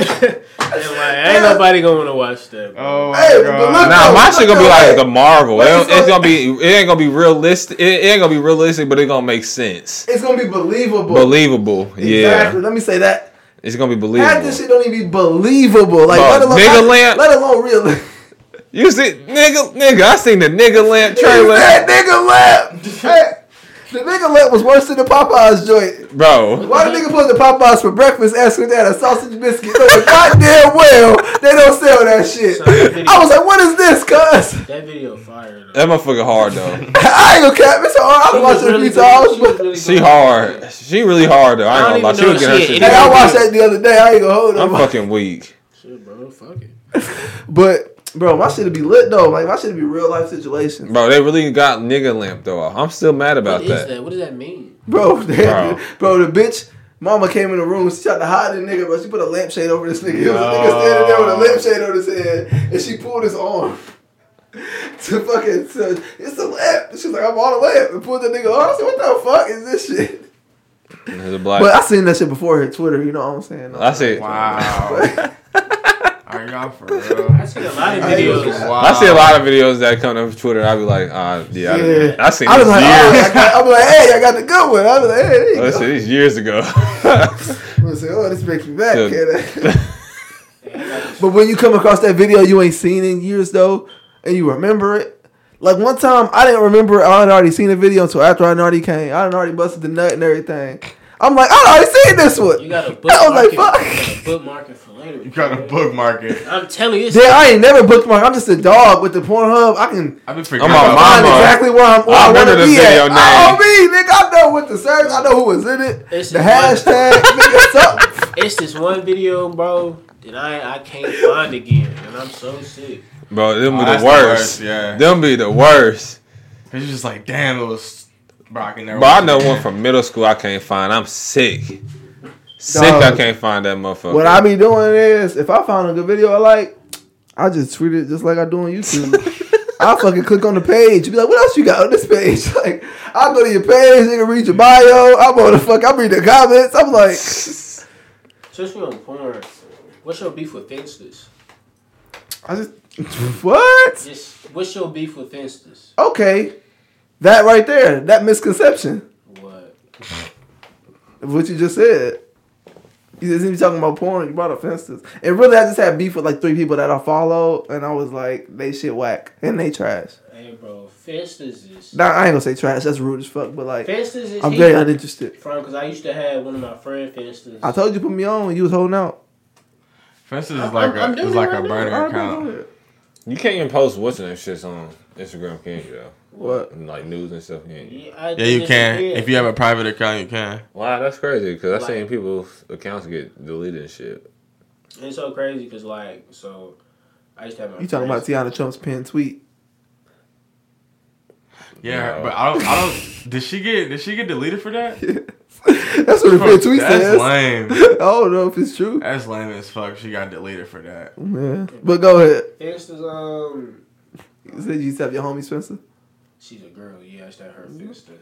[SPEAKER 4] like, ain't nobody gonna wanna watch that. Bro.
[SPEAKER 6] Oh,
[SPEAKER 5] Hey,
[SPEAKER 6] my
[SPEAKER 5] but
[SPEAKER 6] God.
[SPEAKER 5] look-
[SPEAKER 3] Nah, my shit gonna be like the Marvel.
[SPEAKER 5] What you
[SPEAKER 3] It, it's
[SPEAKER 5] said?
[SPEAKER 3] gonna be. It ain't gonna be realistic. It, it ain't gonna be realistic, but it's gonna make sense.
[SPEAKER 5] It's gonna be believable.
[SPEAKER 3] Believable.
[SPEAKER 5] Exactly.
[SPEAKER 3] Yeah,
[SPEAKER 5] Let me say that.
[SPEAKER 3] it's gonna be
[SPEAKER 5] Half this
[SPEAKER 3] believable.
[SPEAKER 5] shit don't even be believable. Like
[SPEAKER 3] Bro,
[SPEAKER 5] let alone
[SPEAKER 3] nigga
[SPEAKER 5] let,
[SPEAKER 3] lamp.
[SPEAKER 5] let alone real.
[SPEAKER 3] You see, nigga, nigga. I seen the nigga lamp trailer,
[SPEAKER 5] that nigga left. Hey, the nigga left was worse than the Popeyes joint.
[SPEAKER 3] bro.
[SPEAKER 5] Why the nigga put the Popeyes for breakfast asking that a sausage biscuit? So goddamn well they don't sell that shit.
[SPEAKER 4] So that, video,
[SPEAKER 5] I was like, what is this, cuz?
[SPEAKER 4] that video fire though.
[SPEAKER 3] That motherfucker hard though.
[SPEAKER 5] I ain't gonna cap. It's hard. I
[SPEAKER 4] She
[SPEAKER 5] done
[SPEAKER 4] was
[SPEAKER 5] watched it a
[SPEAKER 4] really
[SPEAKER 5] few
[SPEAKER 4] good.
[SPEAKER 5] times,
[SPEAKER 4] She was
[SPEAKER 5] but
[SPEAKER 4] really
[SPEAKER 3] She
[SPEAKER 4] good.
[SPEAKER 3] hard. She really hard though. I
[SPEAKER 4] I
[SPEAKER 3] ain't gonna lie.
[SPEAKER 4] don't even
[SPEAKER 3] She was
[SPEAKER 4] know
[SPEAKER 3] getting her
[SPEAKER 4] shit.
[SPEAKER 3] shit.
[SPEAKER 5] hey, I
[SPEAKER 3] together.
[SPEAKER 5] watched that the other day. I ain't gonna hold
[SPEAKER 3] I'm
[SPEAKER 5] up.
[SPEAKER 3] fucking weak.
[SPEAKER 4] Shit, bro, fuck it.
[SPEAKER 5] But bro, my shit'd be lit though. Like my shit'd be real life situations.
[SPEAKER 3] Bro, they really got nigga lamp though. I'm still mad about
[SPEAKER 4] What is
[SPEAKER 3] that.
[SPEAKER 4] that? What does that mean?
[SPEAKER 5] Bro, they-
[SPEAKER 3] Bro.
[SPEAKER 5] bro, the bitch. Mama came in the room. She tried to hide the nigga, but she put a lampshade over this nigga. It was a nigga standing there with a lampshade over his head, and she pulled his arm to fucking. To, it's a lamp. She's like, I'm on a lamp, and pulled the nigga arm. I said, What the fuck is this shit?
[SPEAKER 3] There's a black.
[SPEAKER 5] But I seen that shit before here, Twitter. You know what I'm saying?
[SPEAKER 3] I see.
[SPEAKER 6] Wow. Are y'all for real?
[SPEAKER 4] I see a lot of
[SPEAKER 5] Hey,
[SPEAKER 4] videos.
[SPEAKER 6] Wow.
[SPEAKER 3] I see a lot of videos that come up Twitter. I be like, uh, yeah,
[SPEAKER 5] Yeah.
[SPEAKER 3] I, I seen
[SPEAKER 5] I
[SPEAKER 3] this
[SPEAKER 5] was like, oh, I
[SPEAKER 3] years. Oh,
[SPEAKER 5] got, I'm like, hey, I got the good one. I was like, hey, there you
[SPEAKER 3] I
[SPEAKER 5] go.
[SPEAKER 3] seen this years ago.
[SPEAKER 5] I was like, oh, this make you back.
[SPEAKER 3] Yeah.
[SPEAKER 5] kid. but when you come across that video you ain't seen in years though, and you remember it. Like one time, I didn't remember I had already seen the video until after I done already came. I had already busted the nut and everything. I'm like, I already seen this
[SPEAKER 4] You
[SPEAKER 5] one.
[SPEAKER 4] got a
[SPEAKER 5] I was like,
[SPEAKER 4] bookmark.
[SPEAKER 5] fuck.
[SPEAKER 4] Like, bookmark it for later.
[SPEAKER 6] You got a bookmark it.
[SPEAKER 4] I'm telling you, it's
[SPEAKER 5] Then I ain't never booked my. I'm just a dog with the Pornhub. I can
[SPEAKER 6] I've been
[SPEAKER 3] I'm
[SPEAKER 6] forgetting.
[SPEAKER 3] on
[SPEAKER 6] about
[SPEAKER 5] find
[SPEAKER 3] Mama.
[SPEAKER 5] exactly where I'm. Where
[SPEAKER 3] I
[SPEAKER 5] I, want
[SPEAKER 3] remember
[SPEAKER 5] to
[SPEAKER 3] the
[SPEAKER 5] be
[SPEAKER 3] video
[SPEAKER 5] at.
[SPEAKER 3] name.
[SPEAKER 5] I know me, nigga. I know what to search. I know who was in it.
[SPEAKER 4] It's
[SPEAKER 5] the
[SPEAKER 4] a-
[SPEAKER 5] hashtag, nigga. Something.
[SPEAKER 4] It's this one video, bro, that I I can't find again, and I'm so sick.
[SPEAKER 3] Bro, them be
[SPEAKER 6] Oh,
[SPEAKER 3] the
[SPEAKER 6] that's the
[SPEAKER 3] worst.
[SPEAKER 6] worst, yeah.
[SPEAKER 3] Them be the worst.
[SPEAKER 6] Cause you're just like, damn, it was rocking there.
[SPEAKER 3] But I know one from middle school I can't find. I'm sick. Sick
[SPEAKER 5] Dog.
[SPEAKER 3] I can't find that motherfucker.
[SPEAKER 5] What I be doing is, if I found a good video I like, I just tweet it just like I do on YouTube. I fucking click on the page and be like, what else you got on this page? Like, I go to your page, nigga, read your bio. I'm on the fuck, I read the comments. I'm like,
[SPEAKER 4] Since we on porn, what's your beef with Finstas?
[SPEAKER 5] I just, what?
[SPEAKER 4] Just what's your beef with Finstas?
[SPEAKER 5] Okay. That right there, that misconception
[SPEAKER 4] What?
[SPEAKER 5] of what you just said. You just even talking about porn, you brought up fences. And really, I just had beef with like three people that I follow, and I was like, they shit whack and they trash.
[SPEAKER 4] Hey, bro, Finstas is
[SPEAKER 5] Nah, I ain't gonna say trash. That's rude as fuck. But like,
[SPEAKER 4] Finstas is
[SPEAKER 5] I'm
[SPEAKER 4] heat.
[SPEAKER 5] very uninterested.
[SPEAKER 4] from because I used to have one of my friend Finstas.
[SPEAKER 5] I told you put me on. You was holding out.
[SPEAKER 6] Fences is like
[SPEAKER 4] I'm- I'm
[SPEAKER 6] a,
[SPEAKER 4] doing
[SPEAKER 6] is like
[SPEAKER 4] it
[SPEAKER 6] a
[SPEAKER 4] right now.
[SPEAKER 6] burner
[SPEAKER 5] Alright,
[SPEAKER 6] account.
[SPEAKER 5] bro,
[SPEAKER 3] You can't even post what's in that shit on Instagram, can you?
[SPEAKER 5] What?
[SPEAKER 3] Though? Like news and stuff, can you?
[SPEAKER 4] Yeah, I
[SPEAKER 6] Yeah, you
[SPEAKER 4] just
[SPEAKER 6] can.
[SPEAKER 4] did.
[SPEAKER 6] If you have a private account, you can.
[SPEAKER 3] Wow, that's crazy. Cause I
[SPEAKER 4] Like-
[SPEAKER 3] seen people's accounts get deleted and shit.
[SPEAKER 4] It's so crazy because like so, I used to have my
[SPEAKER 5] You talking about
[SPEAKER 4] friends-
[SPEAKER 5] Tiana Trump's pinned tweet?
[SPEAKER 6] Yeah,
[SPEAKER 3] No.
[SPEAKER 6] but I don't. I don't. Did she get? Did she get deleted for that?
[SPEAKER 5] That's what the pinned tweet
[SPEAKER 6] That's
[SPEAKER 5] says.
[SPEAKER 6] lame.
[SPEAKER 5] I don't know if it's true.
[SPEAKER 6] That's lame as fuck. She got deleted for that.
[SPEAKER 5] Yeah. But go ahead.
[SPEAKER 4] It's this, um,
[SPEAKER 5] You said you used to have your homie Spencer.
[SPEAKER 4] she's a girl. Yeah, I used to have her
[SPEAKER 5] Mm-hmm.
[SPEAKER 4] sister.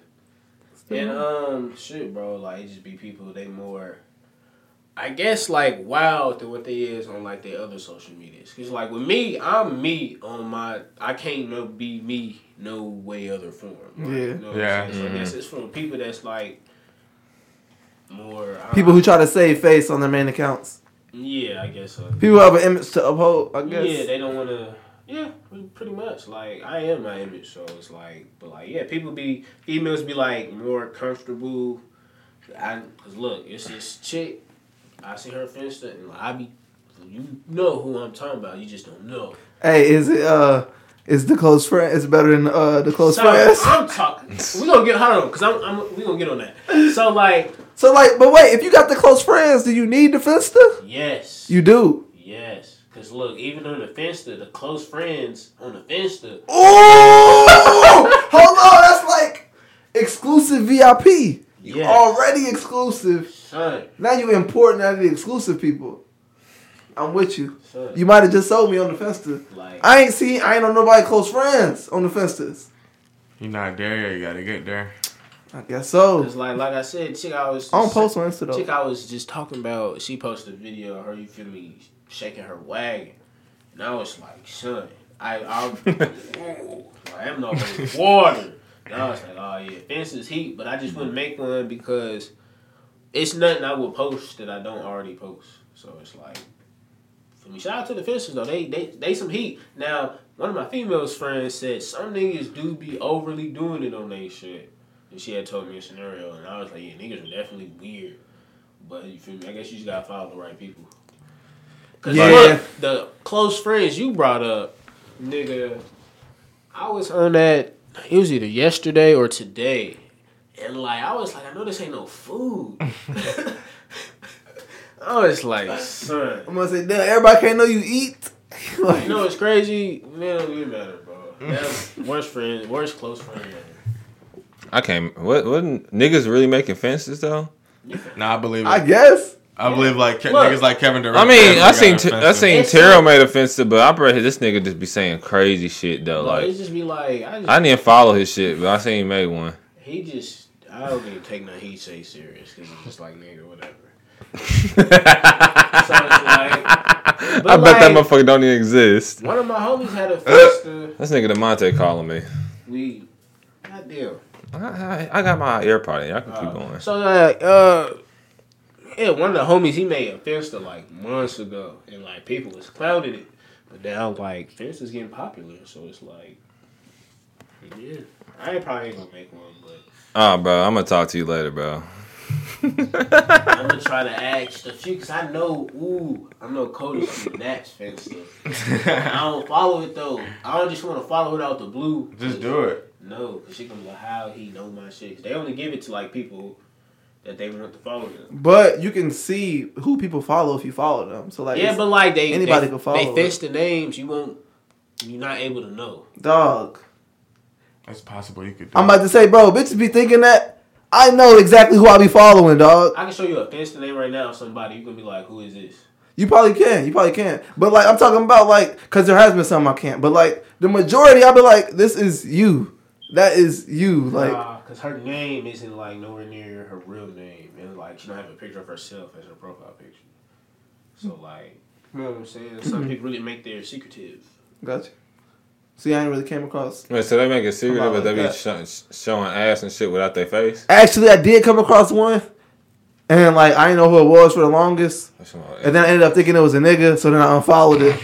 [SPEAKER 4] And um, shit, bro, like it just be people. They more, I guess, like wild than what they is on like their other social medias. Cause like with me, I'm me on my. I can't no be me no way other form. Like,
[SPEAKER 5] Yeah.
[SPEAKER 4] you know what I'm
[SPEAKER 6] Yeah.
[SPEAKER 4] saying? So I guess it's from people that's like more I-
[SPEAKER 5] People who try to save face on their main accounts.
[SPEAKER 4] Yeah, I guess so.
[SPEAKER 5] People who have an image to uphold. I guess.
[SPEAKER 4] Yeah, they don't want to. Yeah, pretty much. Like I am my image, so it's like, but like, yeah, people be females be like more comfortable. I cause look, it's this chick. I see her Finsta, and like, I be, you know who I'm talking about. You just don't know.
[SPEAKER 5] Hey, is it uh, is the close friend? Is better than uh the close
[SPEAKER 4] So
[SPEAKER 5] friends?
[SPEAKER 4] I'm talking. We gonna get hold on, cause I'm, I'm we gonna get on that. So like,
[SPEAKER 5] So like, but wait, if you got the close friends, do you need the Finsta?
[SPEAKER 4] yes,
[SPEAKER 5] You do.
[SPEAKER 4] yes, cause look, even on the Finsta, the close friends on the Finsta.
[SPEAKER 5] Ooh, hold on, that's like exclusive VIP. You
[SPEAKER 4] Yes.
[SPEAKER 5] already exclusive.
[SPEAKER 4] Son,
[SPEAKER 5] Now you important out of the exclusive people. I'm with you.
[SPEAKER 4] son,
[SPEAKER 5] You might have just sold me on the Finsta.
[SPEAKER 4] like.
[SPEAKER 5] I ain't seen, I ain't on nobody close friends on the Finstas.
[SPEAKER 6] You not there yet. You gotta get there.
[SPEAKER 5] I guess so.
[SPEAKER 4] Cause like like I said, chick I was
[SPEAKER 5] I don't post on Insta
[SPEAKER 4] Chick
[SPEAKER 5] though.
[SPEAKER 4] I was just talking about. She posted a video of her. You feel me? Shaking her wagon, and I was like, son, I I, Ooh, I am not with water. And I was like, oh yeah, fence is heat, but I just wouldn't make one because it's nothing I would post that I don't already post. So it's like. for me, Shout out to the fencers though. They they they some heat. Now, one of my females friends said some niggas do be overly doing it on they shit. And she had told me a scenario, and I was like, yeah, niggas are definitely weird. But you feel me? I guess you just gotta follow the right people. Cause
[SPEAKER 5] Yeah.
[SPEAKER 4] look, the close friends you brought up, nigga. I was on that. It was either yesterday or today, and like I was like, I know this ain't no food. I was like, son.
[SPEAKER 5] I'm gonna say, damn, everybody can't know you eat. like,
[SPEAKER 4] You know it's crazy, man. Don't get matter, bro. That's worst friend, worst close friend. ever.
[SPEAKER 3] I can't. What? What? Niggas really making fences though.
[SPEAKER 6] Nah, I believe it.
[SPEAKER 5] I
[SPEAKER 6] I,
[SPEAKER 5] guess.
[SPEAKER 6] believe like Ke-
[SPEAKER 4] Look.
[SPEAKER 6] niggas like Kevin Durant.
[SPEAKER 3] I mean, I seen
[SPEAKER 6] T-
[SPEAKER 3] t- I seen
[SPEAKER 4] It's
[SPEAKER 3] Terrell
[SPEAKER 4] like-
[SPEAKER 3] made a fencer, but I bet this nigga just be saying crazy shit though.
[SPEAKER 4] Like,
[SPEAKER 3] Like
[SPEAKER 4] it just be like, I just,
[SPEAKER 3] I didn't follow his shit, but I seen he made one.
[SPEAKER 4] He just, I don't even take nothing he say serious because it's just like nigga, whatever. So it's like,
[SPEAKER 3] I bet
[SPEAKER 4] But
[SPEAKER 3] that
[SPEAKER 4] like-
[SPEAKER 3] motherfucker don't even exist.
[SPEAKER 4] one of my homies had a festa.
[SPEAKER 3] This nigga Demonte calling me.
[SPEAKER 4] We, goddamn.
[SPEAKER 3] I, I, I got my AirPod in. Y'all can keep
[SPEAKER 4] Uh,
[SPEAKER 3] going.
[SPEAKER 4] So like, uh, yeah, one of the homies he made a festa like months ago, and like people was clouded it, but now like festa is getting popular, so it's like, yeah, I ain't probably ain't gonna make one, but
[SPEAKER 3] Oh, bro, I'm gonna talk to you later, bro.
[SPEAKER 4] I'm gonna try to ask a few because I know, ooh, I know Cody's from Naps festa. I don't follow it though. I don't just want to follow it out the blue.
[SPEAKER 6] just do it.
[SPEAKER 4] No, because she gonna be like, how he know my shit. 'Cause They only give it to like people that they want to follow them.
[SPEAKER 5] But you can see who people follow if you follow them. So like,
[SPEAKER 4] yeah,
[SPEAKER 5] it's-
[SPEAKER 4] but like they
[SPEAKER 5] anybody
[SPEAKER 4] they,
[SPEAKER 5] can follow
[SPEAKER 4] They fish the names. You won't. You're not able to know.
[SPEAKER 5] dog.
[SPEAKER 6] It's possible you could. Do
[SPEAKER 5] I'm
[SPEAKER 6] it.
[SPEAKER 5] about to say, bro, bitches be thinking that. I know exactly who I be following, dog.
[SPEAKER 4] I can show you a fish the name right now of somebody. You gonna be like, who is this?
[SPEAKER 5] You probably can. You probably can. But like, I'm talking about like, cause there has been some I can't. But like, the majority, I'll be like, this is you. That is you. Like,
[SPEAKER 4] because her name isn't like nowhere near her real name, and like she don't have a picture of herself as her profile picture. So like, you know what I'm saying? Some
[SPEAKER 5] Mm-hmm.
[SPEAKER 4] people really make their secretive.
[SPEAKER 5] gotcha. See, I ain't really came across.
[SPEAKER 3] Wait, so they make
[SPEAKER 5] Come
[SPEAKER 3] it secretive,
[SPEAKER 5] on,
[SPEAKER 3] but they be
[SPEAKER 5] like
[SPEAKER 3] sh- showing ass and shit without their face.
[SPEAKER 5] Actually, I did come across one, and like, I didn't know who it was for the longest,
[SPEAKER 3] That's my-
[SPEAKER 5] and then I ended up thinking it was a nigga. So then I unfollowed it.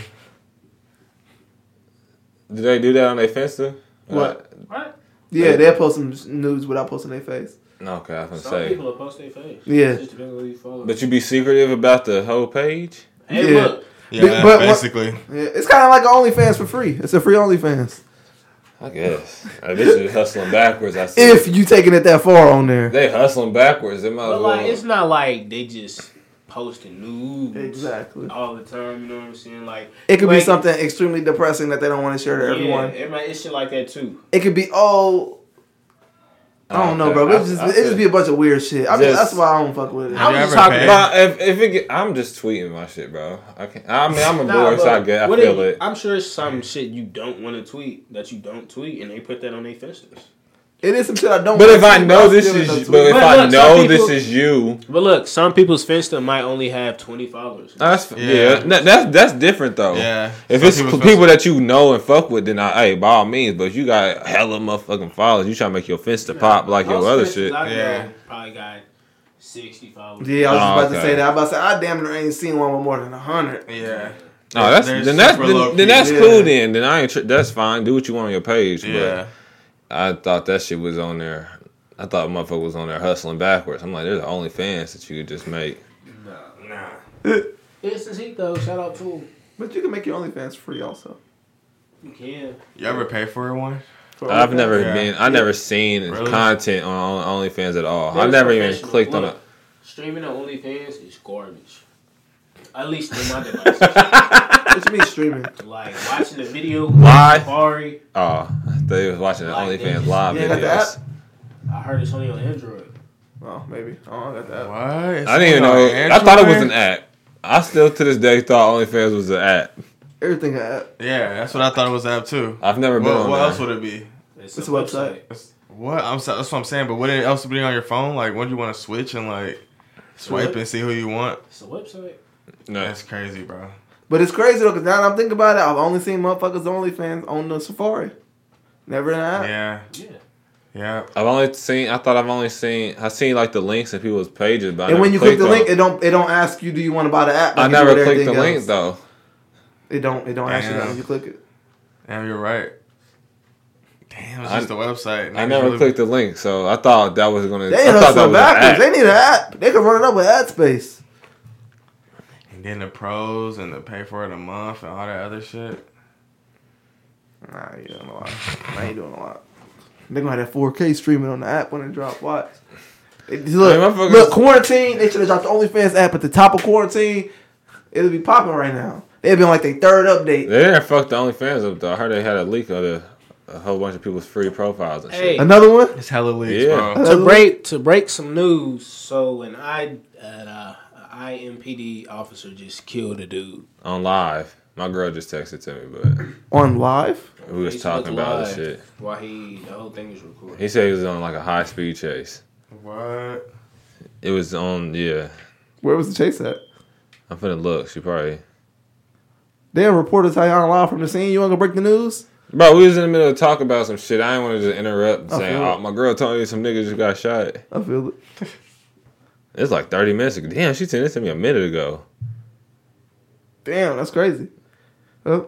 [SPEAKER 3] do they do that on their Finsta?
[SPEAKER 5] What?
[SPEAKER 4] Right?
[SPEAKER 5] Yeah, they'll post some nudes without posting their face.
[SPEAKER 3] No, okay, I was
[SPEAKER 4] Some
[SPEAKER 3] gonna say.
[SPEAKER 4] people will post their face.
[SPEAKER 5] Yeah.
[SPEAKER 4] It just depends on who you follow.
[SPEAKER 3] But you be secretive about the whole page?
[SPEAKER 4] hey,
[SPEAKER 5] Yeah.
[SPEAKER 4] look,
[SPEAKER 6] Yeah,
[SPEAKER 5] but what-
[SPEAKER 6] basically.
[SPEAKER 5] Yeah, it's kind of like a OnlyFans for free. It's a free OnlyFans
[SPEAKER 3] I guess. I guess it's hustling backwards. I see.
[SPEAKER 5] if you taking it that far on there.
[SPEAKER 3] they hustling backwards, they might as
[SPEAKER 4] But
[SPEAKER 3] well.
[SPEAKER 4] like, it's not like they just posting nudes
[SPEAKER 5] Exactly.
[SPEAKER 4] all the time. You know what I'm saying? Like
[SPEAKER 5] It could be
[SPEAKER 4] like,
[SPEAKER 5] something extremely depressing that they don't want to share to
[SPEAKER 4] Yeah,
[SPEAKER 5] everyone.
[SPEAKER 4] it might- it's shit like that too.
[SPEAKER 5] It could be oh, I don't know, bro. But it just it just be a bunch of weird shit. I mean,
[SPEAKER 3] Just-
[SPEAKER 5] that's why I don't fuck with it.
[SPEAKER 4] I was
[SPEAKER 6] you
[SPEAKER 4] just
[SPEAKER 6] ever
[SPEAKER 4] talking
[SPEAKER 6] paid?
[SPEAKER 4] about.
[SPEAKER 3] Nah, if, if it get, I'm just tweeting my shit, bro. I can I mean, I'm a
[SPEAKER 4] Nah,
[SPEAKER 3] board, so I
[SPEAKER 4] but
[SPEAKER 3] get. I
[SPEAKER 4] what
[SPEAKER 3] feel
[SPEAKER 4] if-
[SPEAKER 3] it.
[SPEAKER 4] I'm sure it's some shit you don't want to tweet that you don't tweet, and they put that on their Finsters.
[SPEAKER 5] It is some shit I don't.
[SPEAKER 3] But
[SPEAKER 5] wanna
[SPEAKER 3] if I
[SPEAKER 5] see,
[SPEAKER 3] know
[SPEAKER 5] I'm
[SPEAKER 3] this
[SPEAKER 5] still in
[SPEAKER 3] is,
[SPEAKER 5] those
[SPEAKER 3] but if
[SPEAKER 5] tweets.
[SPEAKER 4] But
[SPEAKER 3] I
[SPEAKER 4] look, some
[SPEAKER 3] know this
[SPEAKER 4] people-
[SPEAKER 3] is you,
[SPEAKER 4] But look, some people's Finster might only have 20 followers.
[SPEAKER 3] that's yeah.
[SPEAKER 6] Yeah.
[SPEAKER 3] that- that's that's different though.
[SPEAKER 6] Yeah.
[SPEAKER 3] If
[SPEAKER 6] Some
[SPEAKER 3] it's for
[SPEAKER 6] feel-
[SPEAKER 3] people that you know and fuck with, then I, hey, by all means. But if you got hella motherfucking followers, you trying to make your fence to pop like your
[SPEAKER 4] Most
[SPEAKER 3] other
[SPEAKER 4] Finsters
[SPEAKER 3] shit.
[SPEAKER 4] I know
[SPEAKER 6] Yeah.
[SPEAKER 4] probably got 60 followers.
[SPEAKER 5] yeah, I was just
[SPEAKER 3] Oh,
[SPEAKER 5] about to
[SPEAKER 3] okay.
[SPEAKER 5] say that. I about to say I damn near ain't seen one with more than hundred.
[SPEAKER 6] Yeah.
[SPEAKER 3] No, that's
[SPEAKER 6] They're
[SPEAKER 3] then that's
[SPEAKER 6] super
[SPEAKER 3] then,
[SPEAKER 6] low-key.
[SPEAKER 3] then that's
[SPEAKER 5] Yeah.
[SPEAKER 3] cool. Then then I ain't tr- that's fine. Do what you want on your page.
[SPEAKER 6] Yeah.
[SPEAKER 3] But I thought that shit was on there. I thought motherfucker was on there hustling backwards. I'm like, there's the only fans that you could just make.
[SPEAKER 6] Nah.
[SPEAKER 4] It's though. Shout out to him.
[SPEAKER 5] But you can make your OnlyFans free also.
[SPEAKER 4] You can.
[SPEAKER 6] You ever pay for it one?
[SPEAKER 5] For
[SPEAKER 3] I've
[SPEAKER 5] OnlyFans.
[SPEAKER 3] never
[SPEAKER 6] Yeah.
[SPEAKER 3] been. I never seen
[SPEAKER 6] Really?
[SPEAKER 3] content on on OnlyFans at all. I
[SPEAKER 4] There's
[SPEAKER 3] never even
[SPEAKER 4] professional.
[SPEAKER 3] clicked on it.
[SPEAKER 4] Look, Streaming on OnlyFans is garbage. At least in my devices.
[SPEAKER 5] What you mean streaming?
[SPEAKER 4] like watching the video.
[SPEAKER 3] Why?
[SPEAKER 4] Safari.
[SPEAKER 3] Oh, they was watching the
[SPEAKER 4] Like, they
[SPEAKER 3] OnlyFans
[SPEAKER 4] just-
[SPEAKER 3] live
[SPEAKER 5] Yeah, got the
[SPEAKER 3] videos.
[SPEAKER 4] I heard it's only on Android.
[SPEAKER 5] Oh, maybe. Oh, I got that.
[SPEAKER 6] What? It's
[SPEAKER 3] I didn't even
[SPEAKER 6] on
[SPEAKER 3] know. I thought it was an
[SPEAKER 6] Android?
[SPEAKER 3] app. I still to this day thought OnlyFans was an app.
[SPEAKER 5] Everything I have.
[SPEAKER 6] Yeah, that's what I thought it was an app too.
[SPEAKER 3] I've never been
[SPEAKER 6] What,
[SPEAKER 3] on
[SPEAKER 6] what
[SPEAKER 3] there.
[SPEAKER 6] else would it be?
[SPEAKER 4] It's,
[SPEAKER 5] It's a website.
[SPEAKER 6] It's- What? I'm so- that's what I'm saying. But what else would be on your phone? Like, when you want to switch and like swipe and see who you want?
[SPEAKER 4] It's a website.
[SPEAKER 3] No.
[SPEAKER 6] That's crazy, bro.
[SPEAKER 5] But it's crazy though, because now that I'm thinking about it, I've only seen motherfuckers OnlyFans on the Safari. Never in the app.
[SPEAKER 6] Yeah,
[SPEAKER 4] Yeah.
[SPEAKER 6] yeah.
[SPEAKER 3] I've only seen. I thought I've only seen. I seen like the links in people's pages, but I
[SPEAKER 5] And when
[SPEAKER 3] never
[SPEAKER 5] you click the
[SPEAKER 3] clicked on
[SPEAKER 5] link,
[SPEAKER 3] it.
[SPEAKER 5] it don't it don't ask you do you want to buy the app.
[SPEAKER 3] I
[SPEAKER 5] like it do
[SPEAKER 3] never
[SPEAKER 5] with
[SPEAKER 3] clicked the
[SPEAKER 5] everything
[SPEAKER 3] link
[SPEAKER 5] else.
[SPEAKER 3] though.
[SPEAKER 5] It don't it don't ask you
[SPEAKER 6] Damn.
[SPEAKER 5] that when you click it.
[SPEAKER 6] Damn, you're right. Damn, it's
[SPEAKER 3] I-
[SPEAKER 6] just the website.
[SPEAKER 3] I never
[SPEAKER 6] Really-
[SPEAKER 3] clicked the link, so I thought that was gonna.
[SPEAKER 5] They
[SPEAKER 3] I
[SPEAKER 5] ain't
[SPEAKER 3] thought that
[SPEAKER 5] hustling
[SPEAKER 3] was
[SPEAKER 5] backwards. They
[SPEAKER 3] an app.
[SPEAKER 5] need an app. They can run it up with ad space.
[SPEAKER 6] And then the pros and the pay for it a month and all that other shit.
[SPEAKER 5] Nah, you doing a lot. I ain't doing a lot. They gonna have that 4K streaming on the app when it drop. Watch. It- Look,
[SPEAKER 3] motherfuckers-
[SPEAKER 5] look, quarantine. They should have dropped the OnlyFans app at the top of quarantine. It'll be popping right now. They've been like their third update.
[SPEAKER 3] They didn't fuck the OnlyFans up though. I heard they had a leak of the, a whole bunch of people's free profiles and
[SPEAKER 4] Hey,
[SPEAKER 3] shit.
[SPEAKER 5] Another one.
[SPEAKER 6] It's hella leaks,
[SPEAKER 3] Yeah.
[SPEAKER 6] bro.
[SPEAKER 5] Another
[SPEAKER 4] to
[SPEAKER 5] one?
[SPEAKER 4] break to break some news. So when I an uh, IMPD officer just killed a dude.
[SPEAKER 3] On live, my girl just texted to me,
[SPEAKER 5] on live.
[SPEAKER 3] but we was
[SPEAKER 4] Facebook
[SPEAKER 3] talking about this
[SPEAKER 4] Live,
[SPEAKER 3] shit.
[SPEAKER 4] While he the whole thing is recorded.
[SPEAKER 3] He said he was on like a high speed chase.
[SPEAKER 6] What?
[SPEAKER 3] It was on. Yeah,
[SPEAKER 5] Where was the chase at?
[SPEAKER 3] I'm finna look. She probably.
[SPEAKER 5] Damn, reporters, how y'all live from the scene? You want to break the news?
[SPEAKER 3] Bro, we was in the middle of talking about some shit. I didn't want to just interrupt and
[SPEAKER 5] I
[SPEAKER 3] saying,
[SPEAKER 5] feel
[SPEAKER 3] "Oh,
[SPEAKER 5] it.
[SPEAKER 3] my girl told me some niggas just got shot."
[SPEAKER 5] I feel it.
[SPEAKER 3] It's like 30 minutes ago. Damn, she sent this to me a minute ago.
[SPEAKER 5] Damn, that's crazy. Oh,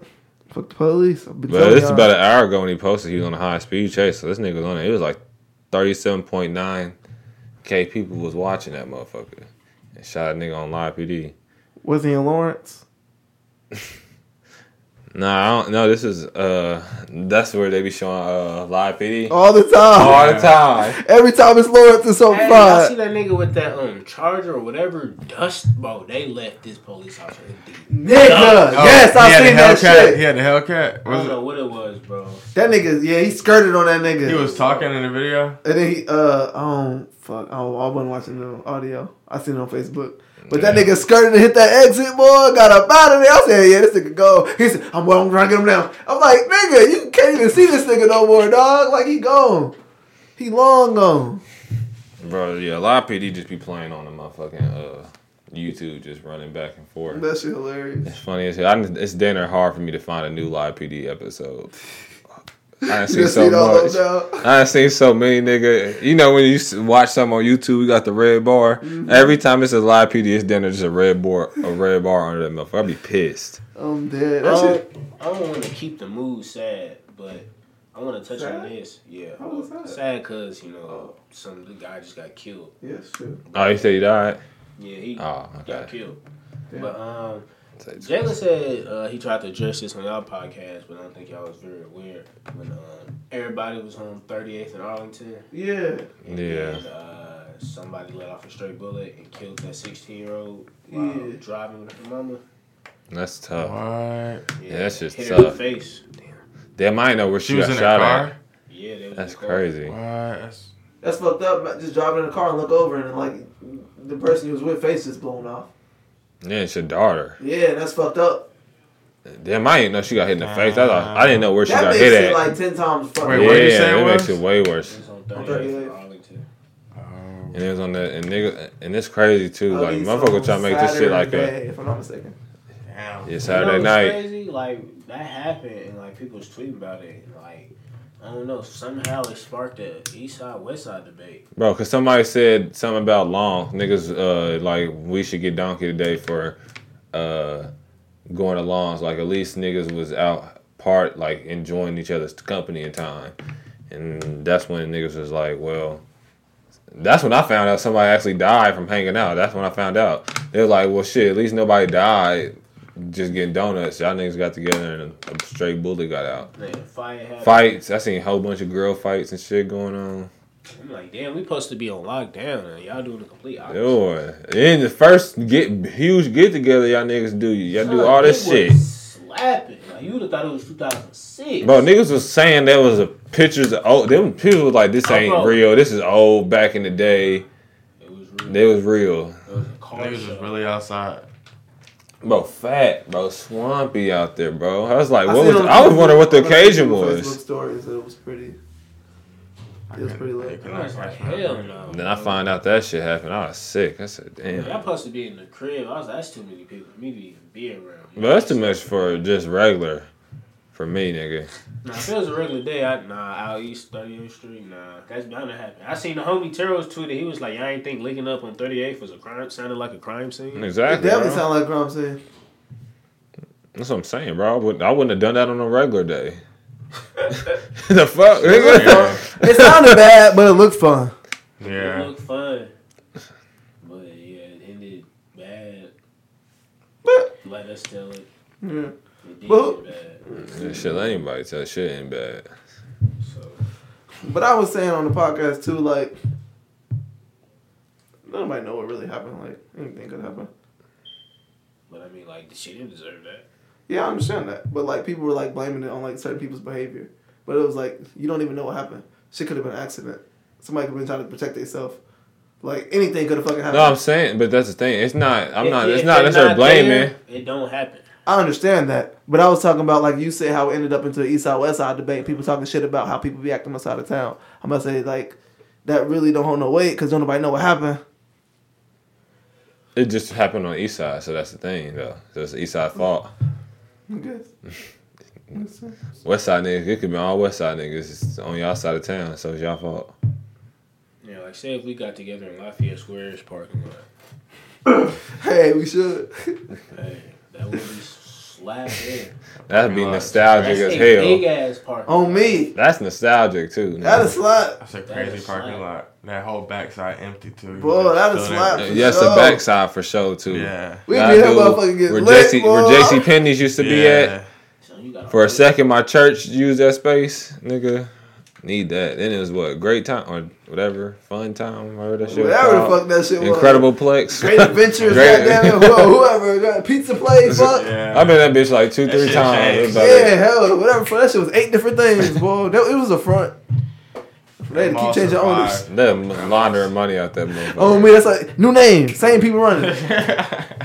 [SPEAKER 5] fuck the police. I've been
[SPEAKER 3] But
[SPEAKER 5] telling
[SPEAKER 3] this is
[SPEAKER 5] y'all.
[SPEAKER 3] about an hour ago when he posted he was on a high speed chase. So this nigga was on it. It was like 37.9k people was watching that motherfucker. And shot a nigga on live PD.
[SPEAKER 5] Was he in Lawrence?
[SPEAKER 3] Nah, I don't no, this is uh that's where they be showing uh live PD.
[SPEAKER 5] All the time.
[SPEAKER 3] All the time.
[SPEAKER 5] Every time it's Lawrence, it's
[SPEAKER 3] oh,
[SPEAKER 5] on
[SPEAKER 4] Hey, I see
[SPEAKER 5] fire.
[SPEAKER 4] that nigga with that um charger or whatever dust, bro. They left this police officer. empty.
[SPEAKER 5] Nigga, yes,
[SPEAKER 6] Oh, he
[SPEAKER 5] I
[SPEAKER 6] had
[SPEAKER 5] seen
[SPEAKER 6] the
[SPEAKER 5] that
[SPEAKER 6] Hellcat.
[SPEAKER 5] shit.
[SPEAKER 6] He had the Hellcat.
[SPEAKER 4] I
[SPEAKER 6] Was
[SPEAKER 4] don't
[SPEAKER 6] it?
[SPEAKER 4] know what it was, bro.
[SPEAKER 5] That nigga, yeah, he skirted on that nigga.
[SPEAKER 6] He was talking in the video.
[SPEAKER 5] and then he, uh, oh fuck, oh, I wasn't watching the audio. I seen it on Facebook. But that nigga skirted and hit that exit, boy. Got up out of there. I said, yeah, this nigga go. He said, I'm, I'm trying to get him down. I'm like, nigga, you can't even see this nigga no more, dog. Like he gone. He long gone.
[SPEAKER 3] Bro, yeah, live PD just be playing on the motherfucking uh YouTube just running back and forth.
[SPEAKER 5] That shit hilarious.
[SPEAKER 3] It's funny as hell. I, it's damn near hard for me to find a new live PD episode. I done
[SPEAKER 5] You
[SPEAKER 3] seen
[SPEAKER 5] just
[SPEAKER 3] so
[SPEAKER 5] see all
[SPEAKER 3] much.
[SPEAKER 5] those out.
[SPEAKER 3] I done seen so many nigga. You know when you s- watch something on YouTube, we got the red bar.
[SPEAKER 5] Mm-hmm.
[SPEAKER 3] Every time it's a live PD, it's damn near just a red bar, a red bar under that motherfucker. I'd be pissed.
[SPEAKER 5] I'm dead.
[SPEAKER 4] I
[SPEAKER 5] That shit.
[SPEAKER 4] don't, I don't want to keep the mood sad, but I want to touch on
[SPEAKER 5] Sad?
[SPEAKER 4] this. Yeah,
[SPEAKER 5] How was
[SPEAKER 4] well,
[SPEAKER 5] that?
[SPEAKER 4] sad because you know some the guy just got killed.
[SPEAKER 5] Yes, true.
[SPEAKER 3] Oh, you say you died?
[SPEAKER 4] Yeah, he
[SPEAKER 3] Oh,
[SPEAKER 4] got
[SPEAKER 3] okay.
[SPEAKER 4] killed.
[SPEAKER 5] Yeah.
[SPEAKER 4] But um, Jalen said uh, he tried to address this on y'all podcast, but I don't think y'all was very aware when um, everybody was on 38th and Arlington.
[SPEAKER 5] Yeah.
[SPEAKER 4] And
[SPEAKER 3] Yeah.
[SPEAKER 4] then, uh, somebody let off a stray bullet and killed that 16 year old while
[SPEAKER 5] Yeah.
[SPEAKER 4] driving with her mama.
[SPEAKER 3] That's
[SPEAKER 6] Uh-huh.
[SPEAKER 3] tough.
[SPEAKER 6] What?
[SPEAKER 3] Yeah, that's just
[SPEAKER 4] Hit her in the
[SPEAKER 3] tough.
[SPEAKER 4] face.
[SPEAKER 3] Damn, I ain't know where she,
[SPEAKER 6] She was
[SPEAKER 3] got
[SPEAKER 6] in a
[SPEAKER 3] shot
[SPEAKER 6] car.
[SPEAKER 3] at.
[SPEAKER 4] Yeah, they was in
[SPEAKER 3] That's
[SPEAKER 4] the car.
[SPEAKER 3] crazy.
[SPEAKER 6] What? That's-
[SPEAKER 5] That's fucked up. but Just driving in the car and look over and like the person you was with face is blown off.
[SPEAKER 3] Yeah, it's your daughter.
[SPEAKER 5] Yeah, that's fucked up.
[SPEAKER 3] Damn, I didn't know she got hit in the face. I thought I didn't know where she
[SPEAKER 5] That
[SPEAKER 3] got
[SPEAKER 5] makes
[SPEAKER 3] hit
[SPEAKER 5] it
[SPEAKER 3] at.
[SPEAKER 5] like ten times fucked
[SPEAKER 6] Wait,
[SPEAKER 5] up.
[SPEAKER 6] what did you
[SPEAKER 3] yeah,
[SPEAKER 6] say it
[SPEAKER 3] it makes
[SPEAKER 6] was?
[SPEAKER 3] it way worse.
[SPEAKER 4] It was on
[SPEAKER 5] On
[SPEAKER 4] 38th
[SPEAKER 5] 38th.
[SPEAKER 4] and Arlington.
[SPEAKER 6] Oh.
[SPEAKER 3] And it was on the and nigga and it's crazy too.
[SPEAKER 5] At
[SPEAKER 3] Like
[SPEAKER 5] least
[SPEAKER 3] motherfucker
[SPEAKER 5] on
[SPEAKER 3] trying to make this shit like a
[SPEAKER 5] Oh, Saturday, If I'm not mistaken.
[SPEAKER 6] Damn.
[SPEAKER 3] yeah,
[SPEAKER 4] You know
[SPEAKER 3] Saturday
[SPEAKER 4] what's
[SPEAKER 3] night.
[SPEAKER 4] Crazy, like that happened, and like people was tweeting about it. And, like I don't know, somehow it sparked a East Side West Side debate.
[SPEAKER 3] Bro, cause somebody said something about long niggas. Uh, like we should get donkey today for, uh, going to longs. Like at least niggas was out part like enjoying each other's company and time, and that's when niggas was like, well, that's when I found out somebody actually died from hanging out. That's when I found out they were like, well, shit, at least nobody died just getting donuts. Y'all niggas got together and a, a straight bullet got out.
[SPEAKER 4] Man, fire happened.
[SPEAKER 3] Fights. I seen a whole bunch of girl fights and shit going on.
[SPEAKER 4] I'm like, damn, we supposed to be on lockdown, and y'all doing the complete opposite.
[SPEAKER 3] Yo, in the first get huge get together, y'all niggas do y'all do all this
[SPEAKER 4] Son, it
[SPEAKER 3] shit,
[SPEAKER 4] was Slapping, like you would have thought it was 2006.
[SPEAKER 3] bro. Niggas was saying there was a pictures of old. Them people was like, this
[SPEAKER 4] Oh,
[SPEAKER 3] ain't
[SPEAKER 4] bro.
[SPEAKER 3] real. This is old. Back in the day,
[SPEAKER 4] it was real.
[SPEAKER 3] they was real,
[SPEAKER 4] it was a car
[SPEAKER 6] Niggas is
[SPEAKER 4] show.
[SPEAKER 6] really outside.
[SPEAKER 3] bro. Fat, bro. Swampy out there, bro. I was like, what
[SPEAKER 5] seen
[SPEAKER 3] was?
[SPEAKER 5] it on
[SPEAKER 3] I was
[SPEAKER 5] Facebook-
[SPEAKER 3] wondering what the
[SPEAKER 5] on
[SPEAKER 3] occasion
[SPEAKER 5] Facebook
[SPEAKER 3] was.
[SPEAKER 5] stories. It was pretty. It was pretty lit.
[SPEAKER 4] I was like, hell no.
[SPEAKER 3] And then I
[SPEAKER 4] find.
[SPEAKER 3] find out that shit happened. I was sick. I said,
[SPEAKER 4] Y'all
[SPEAKER 3] damn.
[SPEAKER 4] supposed to be in the crib. I was like, that's too many people for me to even be around.
[SPEAKER 3] But that's too much for just regular, for me, nigga.
[SPEAKER 4] Nah, if it was a regular day, I nah, out east 38th Street, nah, that's bound to happen. I seen the homie Terrell's tweet that he was like, "Y'all ain't think linking up on 38th was a crime, sounded like a crime scene."
[SPEAKER 5] It
[SPEAKER 3] Exactly.
[SPEAKER 5] definitely
[SPEAKER 3] bro.
[SPEAKER 5] sound like what I'm saying.
[SPEAKER 3] That's what I'm saying, bro. I wouldn't, I wouldn't have done that on a regular day. the fuck? nigga?
[SPEAKER 6] Yeah.
[SPEAKER 5] It sounded bad, but it looked fun.
[SPEAKER 4] It
[SPEAKER 6] yeah.
[SPEAKER 4] looked fun, but yeah, it ended bad.
[SPEAKER 5] But-
[SPEAKER 4] Let us tell it.
[SPEAKER 5] Yeah.
[SPEAKER 4] It did
[SPEAKER 5] Well-
[SPEAKER 4] get bad.
[SPEAKER 3] Yeah, shit, let anybody tell shit ain't bad.
[SPEAKER 4] So
[SPEAKER 5] But I was saying on the podcast too, like nobody know what really happened. Like anything could happen.
[SPEAKER 4] But I mean, like, she didn't deserve that.
[SPEAKER 5] Yeah, I understand that. But like people were like blaming it on like certain people's behavior. But it was like you don't even know what happened. Shit could have been an accident. Somebody could have been trying to protect themselves. Like anything could have fucking happened.
[SPEAKER 3] No, I'm saying, but that's the thing. It's not. I'm
[SPEAKER 4] If-
[SPEAKER 3] not. It's
[SPEAKER 4] if
[SPEAKER 3] not
[SPEAKER 4] they're
[SPEAKER 3] necessarily blaming.
[SPEAKER 4] there, It don't happen.
[SPEAKER 5] I understand that. But I was talking about like you said how it ended up into the east side west side debate. People talking shit about how people be acting outside of town. I'm gonna say like that really don't hold no weight because don't nobody know what happened.
[SPEAKER 3] It just happened on the East Side, so that's the thing, though. So it's the East Side fault.
[SPEAKER 5] I guess.
[SPEAKER 3] West Side niggas, it could be all West Side niggas it's on y'all side of town, so it's y'all fault.
[SPEAKER 4] Yeah, like, say if we got together in Lafayette Square's parking lot,
[SPEAKER 5] hey, we should.
[SPEAKER 4] hey, that would be slapped in.
[SPEAKER 3] That'd be
[SPEAKER 6] Right.
[SPEAKER 3] nostalgic as
[SPEAKER 4] That's a
[SPEAKER 3] hell. Oh,
[SPEAKER 4] big ass parking.
[SPEAKER 5] On me.
[SPEAKER 3] that's nostalgic too. nigga.
[SPEAKER 5] That is slap.
[SPEAKER 6] That's a
[SPEAKER 4] That
[SPEAKER 6] crazy
[SPEAKER 4] is
[SPEAKER 6] parking
[SPEAKER 4] slap.
[SPEAKER 6] lot. That whole backside empty too. You
[SPEAKER 5] Boy,
[SPEAKER 6] just
[SPEAKER 5] that is
[SPEAKER 6] stood
[SPEAKER 5] slap.
[SPEAKER 6] there.
[SPEAKER 5] for
[SPEAKER 3] yes, the
[SPEAKER 5] sure.
[SPEAKER 3] backside for sure too.
[SPEAKER 6] Yeah.
[SPEAKER 5] We
[SPEAKER 3] Y'all
[SPEAKER 5] be that
[SPEAKER 3] do-
[SPEAKER 5] motherfucker get
[SPEAKER 3] where
[SPEAKER 5] lit,
[SPEAKER 3] JC,
[SPEAKER 5] boy.
[SPEAKER 3] where JC Penney's used to be at.
[SPEAKER 6] Yeah.
[SPEAKER 4] So you gotta
[SPEAKER 3] For a
[SPEAKER 4] put-
[SPEAKER 3] second, my church used that space, nigga. Need that. Then it was what great time or whatever, fun time, whatever that shit. was
[SPEAKER 5] Whatever the
[SPEAKER 3] called.
[SPEAKER 5] fuck that shit was.
[SPEAKER 3] Incredible Plex.
[SPEAKER 5] Great Adventures,
[SPEAKER 3] Great-
[SPEAKER 5] goddamn it, whoa, whoever, God, pizza play, fuck. Yeah.
[SPEAKER 6] Yeah.
[SPEAKER 3] I've been that bitch like two,
[SPEAKER 6] That
[SPEAKER 3] three
[SPEAKER 6] shit
[SPEAKER 3] times.
[SPEAKER 6] changed.
[SPEAKER 3] It's about it.
[SPEAKER 5] hell, whatever. For that shit was eight different things, boy. That, it was a front. They had to keep
[SPEAKER 6] Moss
[SPEAKER 5] changing owners.
[SPEAKER 6] survived.
[SPEAKER 3] Them laundering money out that motherfucker.
[SPEAKER 5] Oh man, that's like new name, same people running.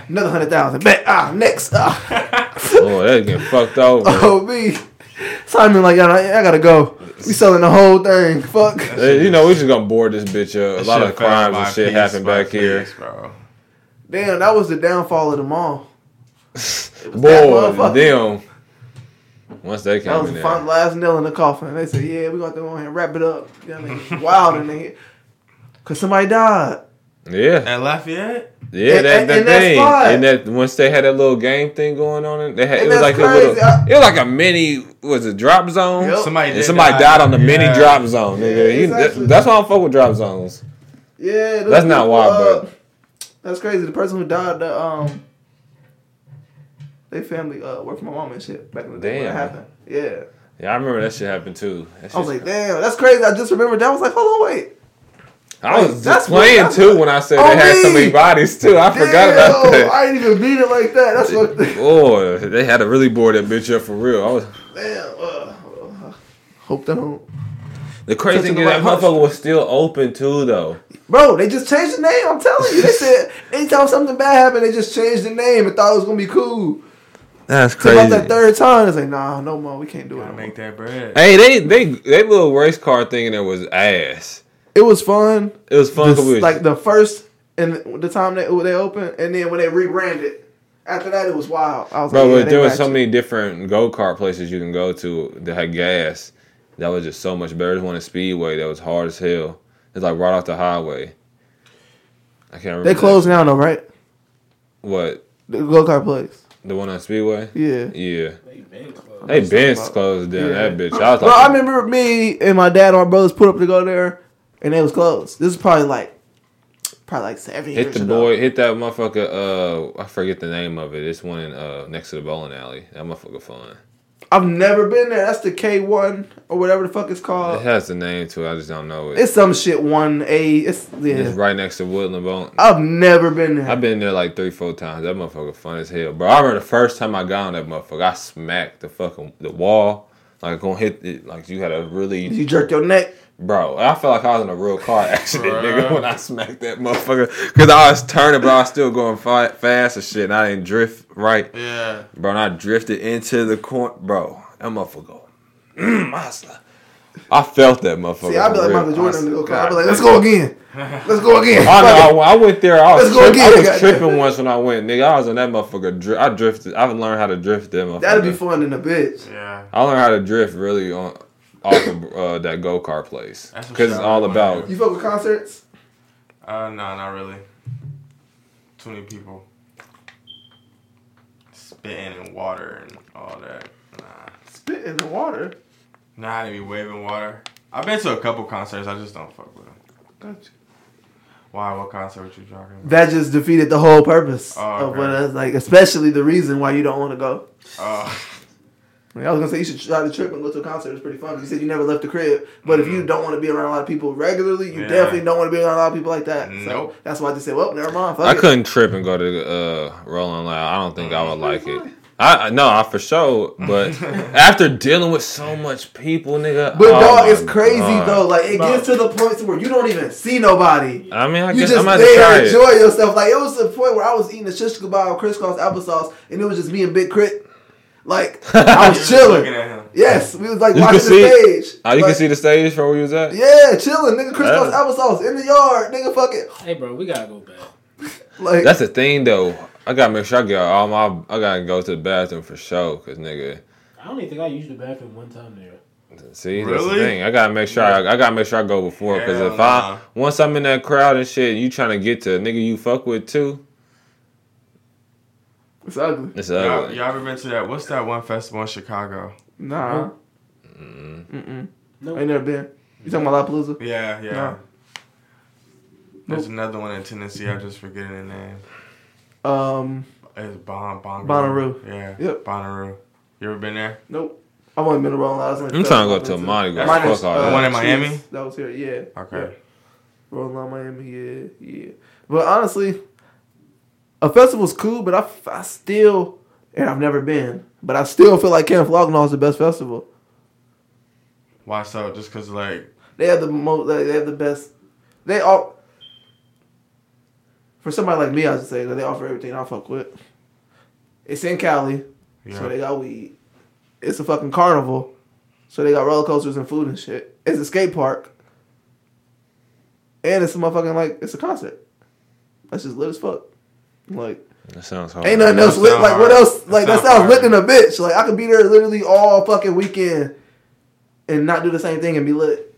[SPEAKER 5] Another hundred thousand. Bet ah next ah.
[SPEAKER 3] Lord, they getting fucked over.
[SPEAKER 5] Oh me. Simon like y'all, I, I gotta go. We selling the whole thing. Fuck.
[SPEAKER 3] Hey, you know we just gonna board this bitch up. A
[SPEAKER 6] That
[SPEAKER 3] lot
[SPEAKER 6] shit
[SPEAKER 3] of crimes
[SPEAKER 6] fell
[SPEAKER 3] and
[SPEAKER 6] by
[SPEAKER 3] shit
[SPEAKER 6] piece
[SPEAKER 3] happened
[SPEAKER 6] by
[SPEAKER 3] back here.
[SPEAKER 6] piece, bro.
[SPEAKER 5] Damn, that was the downfall of them all. that
[SPEAKER 3] Boy,
[SPEAKER 5] motherfucker.
[SPEAKER 3] them. Once they
[SPEAKER 5] That
[SPEAKER 3] came
[SPEAKER 5] was
[SPEAKER 3] in
[SPEAKER 5] the
[SPEAKER 3] there,
[SPEAKER 5] fin- last nail in the coffin. They said, yeah, we gonna have to go ahead and wrap it up. You know what I mean? It's Wild in there. Cause somebody died.
[SPEAKER 3] yeah,
[SPEAKER 6] At Lafayette?
[SPEAKER 3] yeah,
[SPEAKER 5] And-
[SPEAKER 3] that,
[SPEAKER 5] and-
[SPEAKER 3] that
[SPEAKER 5] and that
[SPEAKER 3] thing,
[SPEAKER 5] spot.
[SPEAKER 3] and that once they had that little game thing going on, and they had,
[SPEAKER 5] And
[SPEAKER 3] it was like
[SPEAKER 5] that's
[SPEAKER 3] a little,
[SPEAKER 5] crazy. Uh, I-
[SPEAKER 3] it was like a mini, was it drop zone?
[SPEAKER 5] Yep.
[SPEAKER 6] Somebody
[SPEAKER 3] And
[SPEAKER 6] did
[SPEAKER 3] somebody
[SPEAKER 6] die.
[SPEAKER 3] died on the mini
[SPEAKER 6] Yeah.
[SPEAKER 3] drop zone, nigga.
[SPEAKER 5] Yeah,
[SPEAKER 3] You- that-
[SPEAKER 5] exactly.
[SPEAKER 3] that's why I don't fuck with drop zones.
[SPEAKER 5] Yeah, those uh,
[SPEAKER 3] That's not
[SPEAKER 5] people,
[SPEAKER 3] wild,
[SPEAKER 5] uh, that's crazy. The person who died, the um, They family uh, worked for my mom and shit back in the day when
[SPEAKER 3] Damn.
[SPEAKER 5] that happened. Yeah.
[SPEAKER 3] Yeah, I remember that shit happened too. That
[SPEAKER 5] I was
[SPEAKER 3] shit's-
[SPEAKER 5] like, damn, that's crazy. I just remembered that. I was like, hold on, wait.
[SPEAKER 3] I was
[SPEAKER 5] Wait,
[SPEAKER 3] just
[SPEAKER 5] that's what-
[SPEAKER 3] playing
[SPEAKER 5] that's
[SPEAKER 3] too
[SPEAKER 5] what-
[SPEAKER 3] when I said
[SPEAKER 5] Oh,
[SPEAKER 3] they had so
[SPEAKER 5] me!
[SPEAKER 3] many bodies too. I forgot about
[SPEAKER 5] Damn,
[SPEAKER 3] that.
[SPEAKER 5] I didn't even mean it like that. That's what. damn.
[SPEAKER 3] Boy, they had to really board that bitch up for real. I was
[SPEAKER 5] Uh, uh, hope that don't.
[SPEAKER 3] the crazy
[SPEAKER 5] Touching
[SPEAKER 3] thing
[SPEAKER 5] the
[SPEAKER 3] that
[SPEAKER 5] right
[SPEAKER 3] motherfucker was still open too though.
[SPEAKER 5] Bro, they just changed the name. I'm telling you. They said anytime something bad happened, they just changed the name and thought it was gonna be cool.
[SPEAKER 3] That's
[SPEAKER 5] Till About that third time, it's like, nah, no more. We can't do it.
[SPEAKER 6] I
[SPEAKER 5] no more.
[SPEAKER 6] make that bread.
[SPEAKER 3] Hey, they they they little race car thing in there was ass.
[SPEAKER 5] It was fun.
[SPEAKER 3] It was fun. 'cause we
[SPEAKER 5] This-
[SPEAKER 3] was-
[SPEAKER 5] like the first and the time they they opened, and then when they rebranded. After that, it was wild. I was
[SPEAKER 3] Bro,
[SPEAKER 5] like, yeah,
[SPEAKER 3] but
[SPEAKER 5] they
[SPEAKER 3] there was
[SPEAKER 5] ratchet.
[SPEAKER 3] so many different go kart places you can go to that had gas. That was just so much better. There's one at Speedway that was hard as hell. It's like right off the highway. I can't remember.
[SPEAKER 5] They
[SPEAKER 3] the-
[SPEAKER 5] closed now, though, right?
[SPEAKER 3] What
[SPEAKER 5] The go kart place.
[SPEAKER 3] the one on Speedway?
[SPEAKER 5] Yeah.
[SPEAKER 3] Yeah,
[SPEAKER 4] They been closed.
[SPEAKER 3] they Benz
[SPEAKER 5] about-
[SPEAKER 3] closed down
[SPEAKER 5] Yeah.
[SPEAKER 3] that bitch. I was
[SPEAKER 5] Bro,
[SPEAKER 3] like,
[SPEAKER 5] I remember me and my dad and my brothers put up to go there, and it was closed. This is probably like, probably like seven
[SPEAKER 3] hit
[SPEAKER 5] years
[SPEAKER 3] the
[SPEAKER 5] ago.
[SPEAKER 3] boy, hit that motherfucker. Uh, I forget the name of it. It's one in, uh next to the bowling alley. That motherfucker fun.
[SPEAKER 5] I've never been there. That's the K one or whatever the fuck it's called.
[SPEAKER 3] It has the name to it. I just don't know it. It's,
[SPEAKER 5] Uh, It's some shit one A. It's yeah.
[SPEAKER 3] right next to Woodland Bowling.
[SPEAKER 5] I've never been there.
[SPEAKER 3] I've been there like three, four times. That motherfucker fun as hell, bro. I remember the first time I got on that motherfucker, I smacked the fucking the wall. Like gonna hit it. Like you had a really
[SPEAKER 5] you jerk your neck.
[SPEAKER 3] bro. I felt like I was in a real car accident, nigga, when I smacked that motherfucker. Cause I was turning, but I was still going fi- fast and shit, and I didn't drift right,
[SPEAKER 6] Yeah.
[SPEAKER 3] bro. And I drifted into the corner, bro. That motherfucker, mm, I, was like- I felt that motherfucker.
[SPEAKER 5] See, I'd be
[SPEAKER 3] for
[SPEAKER 5] like
[SPEAKER 3] real.
[SPEAKER 5] Michael
[SPEAKER 3] I was
[SPEAKER 5] Jordan.
[SPEAKER 3] like,
[SPEAKER 5] Okay, I'd be
[SPEAKER 3] God
[SPEAKER 5] like, let's go again. Let's go again.
[SPEAKER 3] I
[SPEAKER 5] Fuck it.
[SPEAKER 3] know. I, I went there. I was,
[SPEAKER 5] Let's go
[SPEAKER 3] tripping,
[SPEAKER 5] again,
[SPEAKER 3] I was
[SPEAKER 5] goddamn.
[SPEAKER 3] tripping once when I went, nigga. I was on that motherfucker. Dri- I drifted. I've learned how to drift that motherfucker.
[SPEAKER 5] That'd be fun in a bitch.
[SPEAKER 6] Yeah.
[SPEAKER 3] I learned how to drift really on off of uh, that go kart place
[SPEAKER 6] That's what
[SPEAKER 3] because it's
[SPEAKER 6] y'all
[SPEAKER 3] all
[SPEAKER 6] wanna
[SPEAKER 3] about.
[SPEAKER 5] You fuck with concerts?
[SPEAKER 6] Uh, no, not really. Too many people spitting in water and all that. Nah.
[SPEAKER 5] Spit in the water.
[SPEAKER 6] Nah, they be waving water. I've been to a couple concerts. I just don't fuck with them.
[SPEAKER 5] Gotcha.
[SPEAKER 6] Why? What concert you talking about?
[SPEAKER 5] That just defeated the whole purpose
[SPEAKER 6] Oh,
[SPEAKER 5] of
[SPEAKER 6] okay.
[SPEAKER 5] what I was like, especially the reason why you don't want to go.
[SPEAKER 6] Uh,
[SPEAKER 5] I, mean, I was gonna say you should try the trip and go to a concert. It's pretty fun. You said you never left the crib, but if you don't want to be around a lot of people regularly, you
[SPEAKER 6] Yeah.
[SPEAKER 5] definitely don't want to be around a lot of people like that. So
[SPEAKER 6] Nope.
[SPEAKER 5] That's why I just said, well, never mind. Fuck
[SPEAKER 3] I
[SPEAKER 5] it.
[SPEAKER 3] couldn't trip and go to uh, Rolling Loud. I don't think I would like it. I I- no, I for sure. But after dealing with so much people, nigga.
[SPEAKER 5] But
[SPEAKER 3] oh
[SPEAKER 5] dog,
[SPEAKER 3] my
[SPEAKER 5] it's crazy
[SPEAKER 3] God.
[SPEAKER 5] though. Like it gets to the point to where you don't even see nobody.
[SPEAKER 3] I mean, I
[SPEAKER 5] You
[SPEAKER 3] guess
[SPEAKER 5] just
[SPEAKER 3] I'm about to try
[SPEAKER 5] there,
[SPEAKER 3] it.
[SPEAKER 5] enjoy yourself. Like it was to the point where I was eating a shish kebab with crisscross applesauce, and it was just me and Big Crit. Like I was
[SPEAKER 6] looking
[SPEAKER 5] chilling.
[SPEAKER 6] at him.
[SPEAKER 5] Yes, we was like
[SPEAKER 3] You
[SPEAKER 5] watching
[SPEAKER 3] could
[SPEAKER 5] the
[SPEAKER 3] see-
[SPEAKER 5] stage.
[SPEAKER 3] Oh, you
[SPEAKER 5] like,
[SPEAKER 3] can see the stage from where you was at.
[SPEAKER 5] Yeah, chilling, nigga. Crisscross
[SPEAKER 3] Yeah.
[SPEAKER 5] applesauce in the yard, nigga. Fuck it.
[SPEAKER 4] Hey, bro, we gotta go back.
[SPEAKER 5] Like
[SPEAKER 3] That's the thing though. I gotta make sure I get all my. I gotta go to the bathroom for sure, cause nigga.
[SPEAKER 4] I don't even think I used the bathroom one time there.
[SPEAKER 3] See, that's
[SPEAKER 6] Really?
[SPEAKER 3] the thing. I gotta make sure. I, I gotta make sure I go before, cause
[SPEAKER 6] Hell
[SPEAKER 3] if
[SPEAKER 6] nah.
[SPEAKER 3] I once I'm in that crowd and shit, you trying to get to a nigga you fuck with too.
[SPEAKER 5] it's ugly.
[SPEAKER 3] It's
[SPEAKER 6] Y'all,
[SPEAKER 3] ugly.
[SPEAKER 6] y'all ever been to that? What's that one festival in Chicago?
[SPEAKER 5] Nah,
[SPEAKER 4] No,
[SPEAKER 5] I ain't never been. You talking about Lollapalooza?
[SPEAKER 6] Yeah, yeah.
[SPEAKER 5] No.
[SPEAKER 6] There's another one in Tennessee. I'm just forgetting the name.
[SPEAKER 5] Um,
[SPEAKER 6] It's Bon Bon
[SPEAKER 5] Bonnaroo.
[SPEAKER 6] Yeah.
[SPEAKER 5] Yep.
[SPEAKER 6] Bonnaroo. You ever been there?
[SPEAKER 5] nope. I've only been to Rolling Loud.
[SPEAKER 3] I'm trying to go to a Mardi Gras.
[SPEAKER 5] Minus,
[SPEAKER 3] Fuck all
[SPEAKER 5] uh,
[SPEAKER 6] The
[SPEAKER 3] that.
[SPEAKER 6] one in Miami?
[SPEAKER 5] Chiefs. That was here, yeah.
[SPEAKER 6] Okay.
[SPEAKER 5] Yeah. Rolling Loud Miami, yeah, yeah. But honestly, a festival's cool, but I, f- I still, and I've never been, but I still feel like Camp Flognaw is the best festival.
[SPEAKER 6] Why so? Just cause like
[SPEAKER 5] They have the most, they have the best, they all, for somebody like me, I should say, that they offer everything I fuck with. It's in Cali,
[SPEAKER 6] yeah.
[SPEAKER 5] so they got weed. It's a fucking carnival, so they got roller coasters and food and shit. It's a skate park, and it's a motherfucking like it's a concert. That's just lit as fuck. Like
[SPEAKER 3] That sounds hard.
[SPEAKER 5] ain't nothing else
[SPEAKER 6] Oh, That
[SPEAKER 5] lit.
[SPEAKER 6] sound
[SPEAKER 5] Like what
[SPEAKER 6] hard.
[SPEAKER 5] else?
[SPEAKER 6] That
[SPEAKER 5] Like that
[SPEAKER 6] sound
[SPEAKER 5] sounds lit
[SPEAKER 6] hard.
[SPEAKER 5] than a bitch. Like I could be there literally all fucking weekend, and not do the same thing and be lit.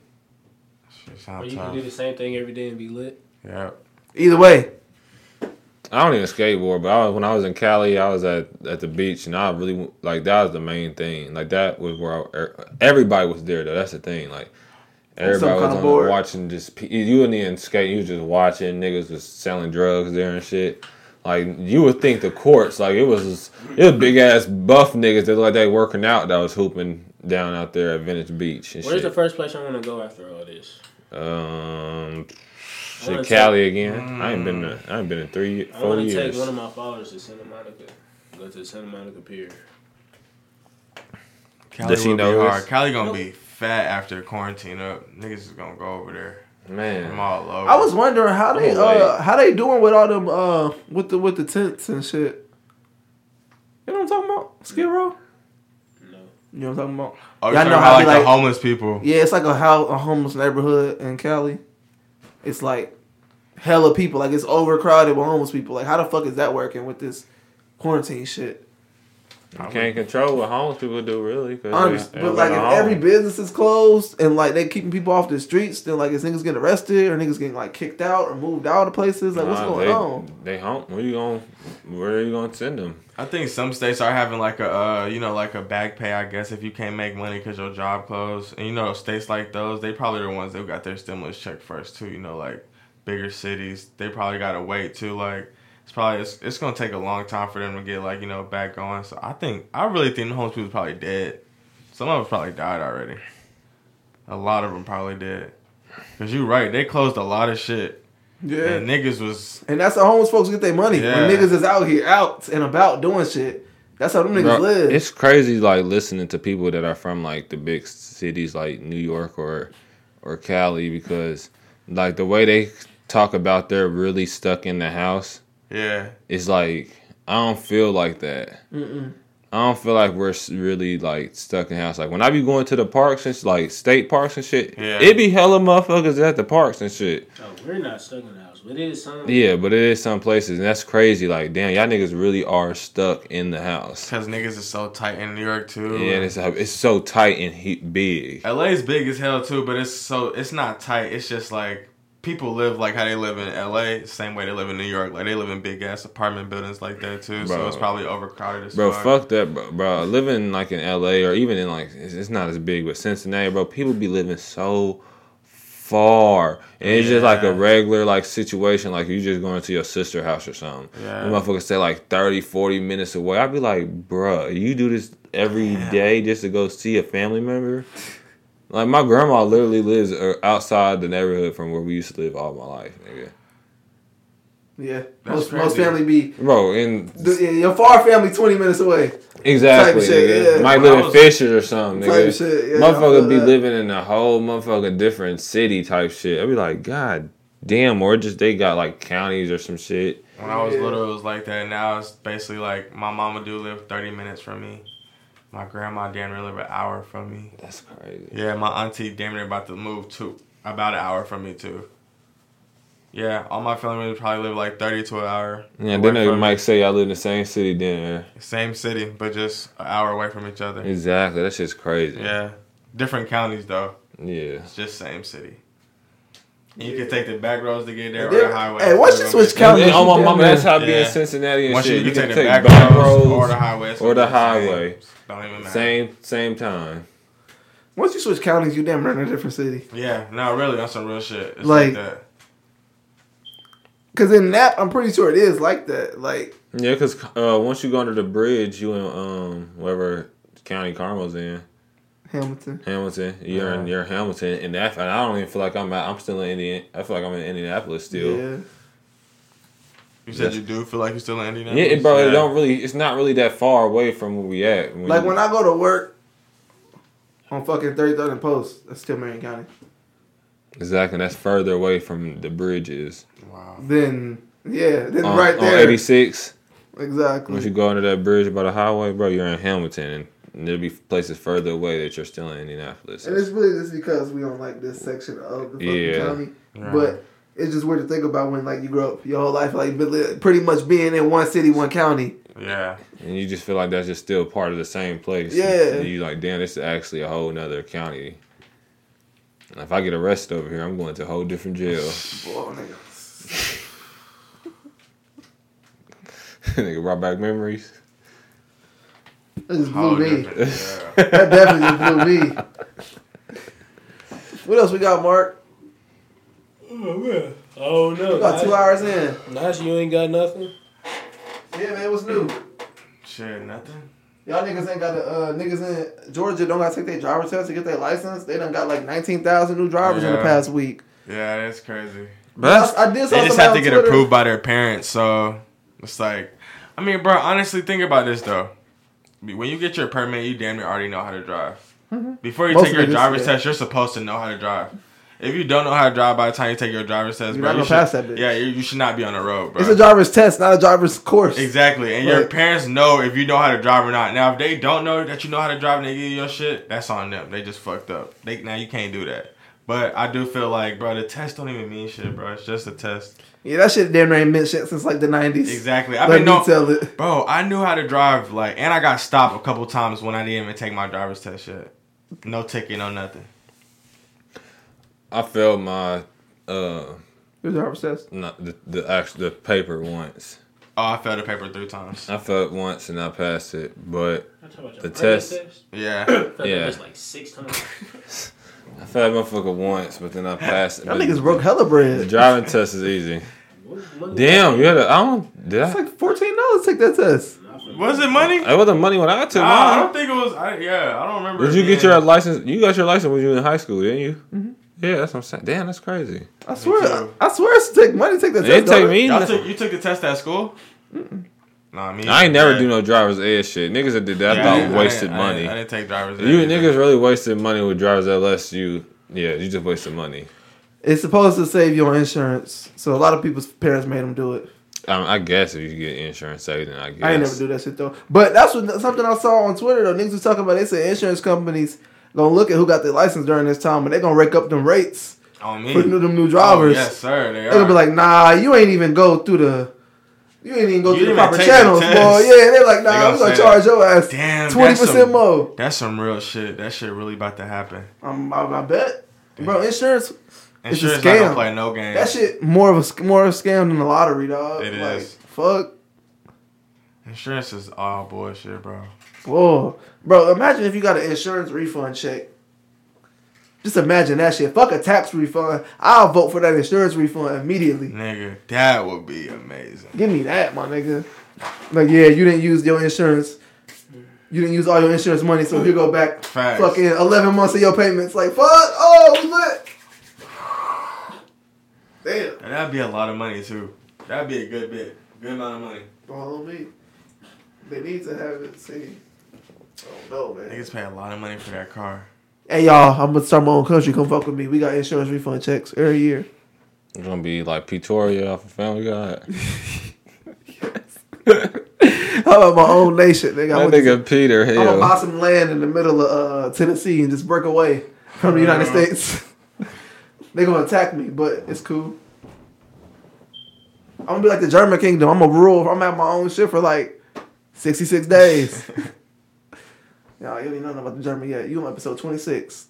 [SPEAKER 6] Shit,
[SPEAKER 4] Or
[SPEAKER 6] sound
[SPEAKER 4] you
[SPEAKER 6] tough.
[SPEAKER 4] can do the same thing every day and be lit.
[SPEAKER 6] Yeah.
[SPEAKER 5] Either way,
[SPEAKER 3] I don't even skateboard, but I was, when I was in Cali, I was at at the beach, and I really like that was the main thing. Like that was where I, er- everybody was there though. That's the thing. Like everybody
[SPEAKER 5] kind
[SPEAKER 3] was
[SPEAKER 5] of
[SPEAKER 3] on
[SPEAKER 5] board.
[SPEAKER 3] watching. Just pe- you and the skate. You was just watching. Niggas was selling drugs there and shit. Like you would think the courts, like it was, it was big ass buff niggas that look like they working out that was hooping down out there at Venice Beach and
[SPEAKER 4] Where's the
[SPEAKER 3] shit.
[SPEAKER 4] first place I want to go after all this?
[SPEAKER 3] um,
[SPEAKER 4] I wanna Mm.
[SPEAKER 3] shit, Cali again. I ain't been, to, I ain't been in three,
[SPEAKER 4] I
[SPEAKER 3] four
[SPEAKER 4] want to
[SPEAKER 3] years.
[SPEAKER 4] take one of my followers to Santa Monica. Go to the Santa Monica Pier.
[SPEAKER 6] Cali
[SPEAKER 3] Does she
[SPEAKER 6] will be
[SPEAKER 3] know
[SPEAKER 6] hard.
[SPEAKER 3] this?
[SPEAKER 6] Cali gonna be fat after quarantine up. Niggas is gonna go over there. I'm
[SPEAKER 3] Man,
[SPEAKER 6] all over.
[SPEAKER 5] I was wondering how they
[SPEAKER 3] Oh, wait.
[SPEAKER 5] uh how they doing with all them uh with the with the tents and shit. You know what I'm talking about? Skid Row.
[SPEAKER 4] No.
[SPEAKER 5] You know what I'm talking about?
[SPEAKER 6] Oh,
[SPEAKER 5] Y'all
[SPEAKER 6] you talking
[SPEAKER 5] know
[SPEAKER 6] about
[SPEAKER 5] how
[SPEAKER 6] like,
[SPEAKER 5] we
[SPEAKER 6] the
[SPEAKER 5] like-
[SPEAKER 6] homeless people?
[SPEAKER 5] Yeah, it's like a how a homeless neighborhood in Cali. It's like hella people. Like it's overcrowded with homeless people. Like how the fuck is that working with this quarantine shit?
[SPEAKER 3] you can't control what homeless people do really. 'cause
[SPEAKER 5] Honest,
[SPEAKER 3] they- they
[SPEAKER 5] but
[SPEAKER 3] live
[SPEAKER 5] like if
[SPEAKER 3] at
[SPEAKER 5] every
[SPEAKER 3] home.
[SPEAKER 5] business is closed and like they keeping people off the streets, then like is niggas getting arrested or niggas getting like kicked out or moved out of places? Like what's
[SPEAKER 3] Nah,
[SPEAKER 5] going
[SPEAKER 3] they,
[SPEAKER 5] on?
[SPEAKER 3] They home. Where you going? Where are you going to send them?
[SPEAKER 6] I think some states are having like a uh, you know like a back pay. I guess if you can't make money because your job closed, and you know states like those, they probably the ones that got their stimulus check first too. You know like bigger cities, they probably got to wait too. Like it's probably it's, it's gonna take a long time for them to get like you know back going. So I think I really think the homeless people probably dead. Some of them probably died already. A lot of them probably did. Cause you're right, they closed a lot of shit.
[SPEAKER 5] Yeah.
[SPEAKER 6] And niggas was
[SPEAKER 5] And that's how homeless folks get their money.
[SPEAKER 6] Yeah.
[SPEAKER 5] When niggas is out here, out and about doing shit. That's how them niggas
[SPEAKER 3] Bro,
[SPEAKER 5] live.
[SPEAKER 3] It's crazy, like listening to people that are from like the big cities, like New York or or Cali, because like the way they talk about they're really stuck in the house
[SPEAKER 6] yeah.
[SPEAKER 3] is like I don't feel like that. I don't feel like we're s- really like stuck in the house. Like when I be going to the parks and s- like state parks and shit,
[SPEAKER 6] Yeah.
[SPEAKER 3] it be hella motherfuckers at the parks and shit.
[SPEAKER 4] Oh, we're not stuck in the house, but it is something.
[SPEAKER 3] Yeah, but it is some places, and that's crazy. Like damn, y'all niggas really are stuck in the house.
[SPEAKER 6] Cause niggas is so tight in New York too.
[SPEAKER 3] Yeah, and it's it's so tight and he, big.
[SPEAKER 6] LA's big as hell too, but it's so it's not tight. It's just like people live like how they live in LA, same way they live in New York. Like they live in big ass apartment buildings like that too.
[SPEAKER 3] Bro.
[SPEAKER 6] So it's probably overcrowded as
[SPEAKER 3] Bro,
[SPEAKER 6] fuck.
[SPEAKER 3] fuck that, bro. bro. Living like in LA or even in like it's, it's not as big, but Cincinnati, bro. People be living so far, and it's just like a
[SPEAKER 6] Yeah.
[SPEAKER 3] regular like situation. Like you just going to your sister house or something.
[SPEAKER 6] Yeah.
[SPEAKER 3] The motherfuckers say like 30, 40 minutes away. I'd be like, bruh, you do this every day just to go see a family member. Like my grandma literally lives uh, outside the neighborhood from where we used to live all my life, nigga.
[SPEAKER 5] yeah.
[SPEAKER 6] That's
[SPEAKER 5] Most, most
[SPEAKER 6] crazy.
[SPEAKER 5] family be
[SPEAKER 3] Bro, and
[SPEAKER 5] the- yeah, your far family twenty minutes away.
[SPEAKER 3] Exactly.
[SPEAKER 5] Type shit,
[SPEAKER 3] nigga.
[SPEAKER 5] yeah.
[SPEAKER 3] Might
[SPEAKER 6] When I
[SPEAKER 3] live in
[SPEAKER 6] was-
[SPEAKER 3] Fishers or something,
[SPEAKER 5] Type
[SPEAKER 3] nigga.
[SPEAKER 5] shit, yeah, I feel
[SPEAKER 3] motherfucker be
[SPEAKER 5] that.
[SPEAKER 3] living in a whole motherfucking different city type shit. I'd be like, God damn, or just they got like counties or some shit.
[SPEAKER 6] When I was
[SPEAKER 5] Yeah.
[SPEAKER 6] little, it was like that. Now it's basically like my mama do live thirty minutes from me. My grandma damn near live an hour from me.
[SPEAKER 3] That's crazy.
[SPEAKER 6] Yeah, my auntie damn near about to move too. About an hour from me too. Yeah, all my family members probably live like thirty to an hour.
[SPEAKER 3] Yeah,
[SPEAKER 6] away
[SPEAKER 3] then they
[SPEAKER 6] from me.
[SPEAKER 3] might say I live in the same city then.
[SPEAKER 6] same city, but just an hour away from each other.
[SPEAKER 3] yeah. Exactly. That shit's crazy.
[SPEAKER 6] Yeah. Different counties though.
[SPEAKER 3] Yeah.
[SPEAKER 6] It's just same city. And you can take the back roads to get there or
[SPEAKER 5] Then-
[SPEAKER 6] the highway.
[SPEAKER 5] hey, once you switch
[SPEAKER 3] And,
[SPEAKER 5] counties,
[SPEAKER 3] and on my mama, that's how I be in
[SPEAKER 6] Yeah.
[SPEAKER 3] Cincinnati and
[SPEAKER 6] Once you,
[SPEAKER 3] shit.
[SPEAKER 6] can take the back, roads, or the highway. It's
[SPEAKER 3] or the
[SPEAKER 6] gonna be same.
[SPEAKER 3] highway.
[SPEAKER 6] Don't even matter.
[SPEAKER 3] same same time.
[SPEAKER 5] Once you switch counties, you damn near in a different city.
[SPEAKER 6] Yeah, no, really, that's some real shit. It's
[SPEAKER 5] Like-
[SPEAKER 6] like, that.
[SPEAKER 5] Cause in Nap, I'm pretty sure it is like that. Like
[SPEAKER 3] Yeah, because uh, once you go under the bridge, you in um whatever county Carmel's in.
[SPEAKER 5] Hamilton.
[SPEAKER 3] Hamilton. You're in you're Hamilton, and that and I don't even feel like I'm out. I'm still in Indian. I feel like I'm in Indianapolis still. Yeah,
[SPEAKER 5] Yeah.
[SPEAKER 6] You said
[SPEAKER 3] That's-
[SPEAKER 6] you do feel like you're still in Indiana.
[SPEAKER 3] it, bro. It don't really. It's not really that far away from where we at.
[SPEAKER 5] Like when I go to work on fucking 33rd and Post, that's still Marion County.
[SPEAKER 3] exactly that's further away from the bridges.
[SPEAKER 6] Wow.
[SPEAKER 5] Then yeah, then
[SPEAKER 3] On,
[SPEAKER 5] right
[SPEAKER 3] on
[SPEAKER 5] there. Mm.
[SPEAKER 3] 86.
[SPEAKER 5] Exactly.
[SPEAKER 3] Once you go under that bridge by the highway, bro, you're in Hamilton, and there'll be places further away that you're still in Indianapolis.
[SPEAKER 5] And it's really just because we don't like this section of the fucking
[SPEAKER 3] Yeah.
[SPEAKER 5] county.
[SPEAKER 6] Right.
[SPEAKER 5] But it's just weird to think about when like you grow up your whole life like be- li- pretty much being in one city, one county.
[SPEAKER 6] Yeah.
[SPEAKER 3] and you just feel like that's just still part of the same place.
[SPEAKER 5] Yeah.
[SPEAKER 3] And you like, damn, this is actually a whole nother county. And if I get arrested over here, I'm going to a whole different jail.
[SPEAKER 5] Boy, nigga.
[SPEAKER 3] Nigga brought back memories.
[SPEAKER 5] That just
[SPEAKER 6] Whole
[SPEAKER 5] blew me.
[SPEAKER 6] different- yeah.
[SPEAKER 5] That definitely just blew me. What else we got, Mark?
[SPEAKER 4] Oh, man. Oh, no.
[SPEAKER 5] We got two hours in.
[SPEAKER 4] Nice, you ain't got nothing?
[SPEAKER 5] Yeah, man, what's new?
[SPEAKER 6] Shit, nothing.
[SPEAKER 5] Y'all niggas ain't got a uh, niggas in Georgia don't got to take their driver test to get their license. They done got like nineteen thousand new drivers in the
[SPEAKER 6] Yeah.
[SPEAKER 5] past week.
[SPEAKER 6] Yeah, that's crazy.
[SPEAKER 5] But I, I did. Saw
[SPEAKER 6] They just
[SPEAKER 5] somebody
[SPEAKER 6] have
[SPEAKER 5] on
[SPEAKER 6] to get
[SPEAKER 5] Twitter-
[SPEAKER 6] approved by their parents. So it's like, I mean, bro, honestly, think about this though. When you get your permit, you damn near already know how to drive. Before you
[SPEAKER 5] Mm-hmm. Most
[SPEAKER 6] take your
[SPEAKER 5] niggas,
[SPEAKER 6] driver's
[SPEAKER 5] yeah.
[SPEAKER 6] test, you're supposed to know how to drive. If you don't know how to drive by the time you take your driver's test,
[SPEAKER 5] You're
[SPEAKER 6] bro,
[SPEAKER 5] not
[SPEAKER 6] you
[SPEAKER 5] gonna pass
[SPEAKER 6] should-
[SPEAKER 5] that bitch.
[SPEAKER 6] Yeah, you, you should not be on the road, bro.
[SPEAKER 5] It's a driver's test, not a driver's course.
[SPEAKER 6] Exactly, and your
[SPEAKER 5] Right.
[SPEAKER 6] parents know if you know how to drive or not. Now, if they don't know that you know how to drive and they give you your shit, that's on them. They just fucked up. They now you can't do that. But I do feel like, bro, the test don't even mean shit, bro. It's just a test.
[SPEAKER 5] Yeah, that shit damn near ain't meant shit since like the nineties.
[SPEAKER 6] Exactly. I
[SPEAKER 5] Let
[SPEAKER 6] mean,
[SPEAKER 5] me
[SPEAKER 6] no,
[SPEAKER 5] tell it.
[SPEAKER 6] bro, I knew how to drive, like, and I got stopped a couple times when I didn't even take my driver's test yet. No ticket, no nothing.
[SPEAKER 3] I failed my uh
[SPEAKER 5] Your driver's test.
[SPEAKER 3] not the the actual the paper once.
[SPEAKER 6] Oh, I failed the paper three times.
[SPEAKER 3] I failed once and I passed it, but
[SPEAKER 4] The
[SPEAKER 3] test.
[SPEAKER 6] Yeah,
[SPEAKER 3] Yeah.
[SPEAKER 4] Yeah. like six times.
[SPEAKER 3] I failed that motherfucker once, but then I passed it.
[SPEAKER 5] Y'all
[SPEAKER 3] But
[SPEAKER 5] niggas broke hella
[SPEAKER 3] The
[SPEAKER 5] bread.
[SPEAKER 3] driving test is easy.
[SPEAKER 4] What- what-
[SPEAKER 3] Damn, you had a, I don't did I?
[SPEAKER 5] It's like fourteen dollars to take that test.
[SPEAKER 6] was it money?
[SPEAKER 3] It wasn't money when I got to
[SPEAKER 6] I, I
[SPEAKER 3] mine.
[SPEAKER 6] don't think it was. I, yeah, I don't remember.
[SPEAKER 3] Did
[SPEAKER 6] it
[SPEAKER 3] you get
[SPEAKER 6] being-
[SPEAKER 3] your license? You got your license when you were in high school, didn't you? Yeah, that's what I'm saying. Damn, that's crazy.
[SPEAKER 5] I swear,
[SPEAKER 6] too.
[SPEAKER 5] I, I swear, it's take money to take that
[SPEAKER 3] They
[SPEAKER 5] test.
[SPEAKER 3] take
[SPEAKER 5] dog.
[SPEAKER 3] me.
[SPEAKER 6] Y'all took, you took the test at school? Nah,
[SPEAKER 3] I
[SPEAKER 6] me.
[SPEAKER 3] ain't
[SPEAKER 6] either.
[SPEAKER 3] never
[SPEAKER 6] Yeah.
[SPEAKER 3] do no driver's ed shit. Niggas that did that,
[SPEAKER 6] Yeah,
[SPEAKER 3] I
[SPEAKER 6] didn't-
[SPEAKER 3] thought wasted
[SPEAKER 6] didn't-
[SPEAKER 3] money.
[SPEAKER 6] I didn't, I didn't take driver's ed
[SPEAKER 3] you
[SPEAKER 6] either.
[SPEAKER 3] niggas really wasted money with drivers that less you. Yeah, you just wasted money.
[SPEAKER 5] It's supposed to save you on insurance, so a lot of people's parents made them do it.
[SPEAKER 3] Um, I guess if you get insurance saved, then I guess.
[SPEAKER 5] I ain't never do that shit though. But that's what something I saw on Twitter though. Niggas was talking about. They said insurance companies gonna look at who got their license during this time, but they gonna rake up them rates
[SPEAKER 6] On me.
[SPEAKER 5] for new, them new
[SPEAKER 6] Oh,
[SPEAKER 5] drivers.
[SPEAKER 6] yes, sir. They are.
[SPEAKER 5] They're gonna be like, nah, you ain't even go through the, you ain't even go
[SPEAKER 6] You
[SPEAKER 5] through the
[SPEAKER 6] didn't even
[SPEAKER 5] proper
[SPEAKER 6] take the
[SPEAKER 5] channels, boy.
[SPEAKER 6] test.
[SPEAKER 5] Yeah, they're like,
[SPEAKER 6] They
[SPEAKER 5] nah,
[SPEAKER 6] gonna
[SPEAKER 5] we gonna
[SPEAKER 6] say
[SPEAKER 5] charge your ass
[SPEAKER 6] damn,
[SPEAKER 5] twenty
[SPEAKER 6] that's some-
[SPEAKER 5] percent more.
[SPEAKER 6] That's some real shit. That shit really about to happen.
[SPEAKER 5] I'm, I, I bet, bro. Insurance, It's a
[SPEAKER 6] Insurance not
[SPEAKER 5] scam.
[SPEAKER 6] gonna play no game.
[SPEAKER 5] that shit more of a sc- more of a scam than the lottery, dog.
[SPEAKER 6] It
[SPEAKER 5] like,
[SPEAKER 6] is.
[SPEAKER 5] Fuck,
[SPEAKER 6] Insurance is all bullshit, bro.
[SPEAKER 5] whoa, bro. Imagine if you got an insurance refund check. Just imagine that shit. Fuck a tax refund. I'll vote for that insurance refund immediately.
[SPEAKER 6] Nigga, that would be amazing.
[SPEAKER 5] Give me that, my nigga. Like, yeah, you didn't use your insurance. You didn't use all your insurance money, so you go back
[SPEAKER 6] Facts.
[SPEAKER 5] fucking eleven months of your payments. Like, fuck. Oh, we lit. Damn.
[SPEAKER 6] And that'd be a lot of money too. That'd be a good bit, good amount of money.
[SPEAKER 5] Follow me. They need to have it. See. Oh no, man.
[SPEAKER 6] Niggas pay a lot of money for that car.
[SPEAKER 5] Hey y'all, I'm gonna start my own country. Come fuck with me. We got insurance refund checks every year.
[SPEAKER 3] It's gonna be like Pretoria off of Family Guy.
[SPEAKER 5] How about my own nation? Nigga, I
[SPEAKER 3] That
[SPEAKER 5] went to-
[SPEAKER 3] nigga Peter
[SPEAKER 5] I'm gonna buy
[SPEAKER 3] Hill.
[SPEAKER 5] some land in the middle of uh, Tennessee and just break away from the United
[SPEAKER 6] Uh-huh.
[SPEAKER 5] States. They're gonna attack me, but it's cool. I'm gonna be like the German kingdom. I'm gonna rule. I'm at my own shit for like 66 days. Y'all, you don't even know about the German yet. You on episode 26.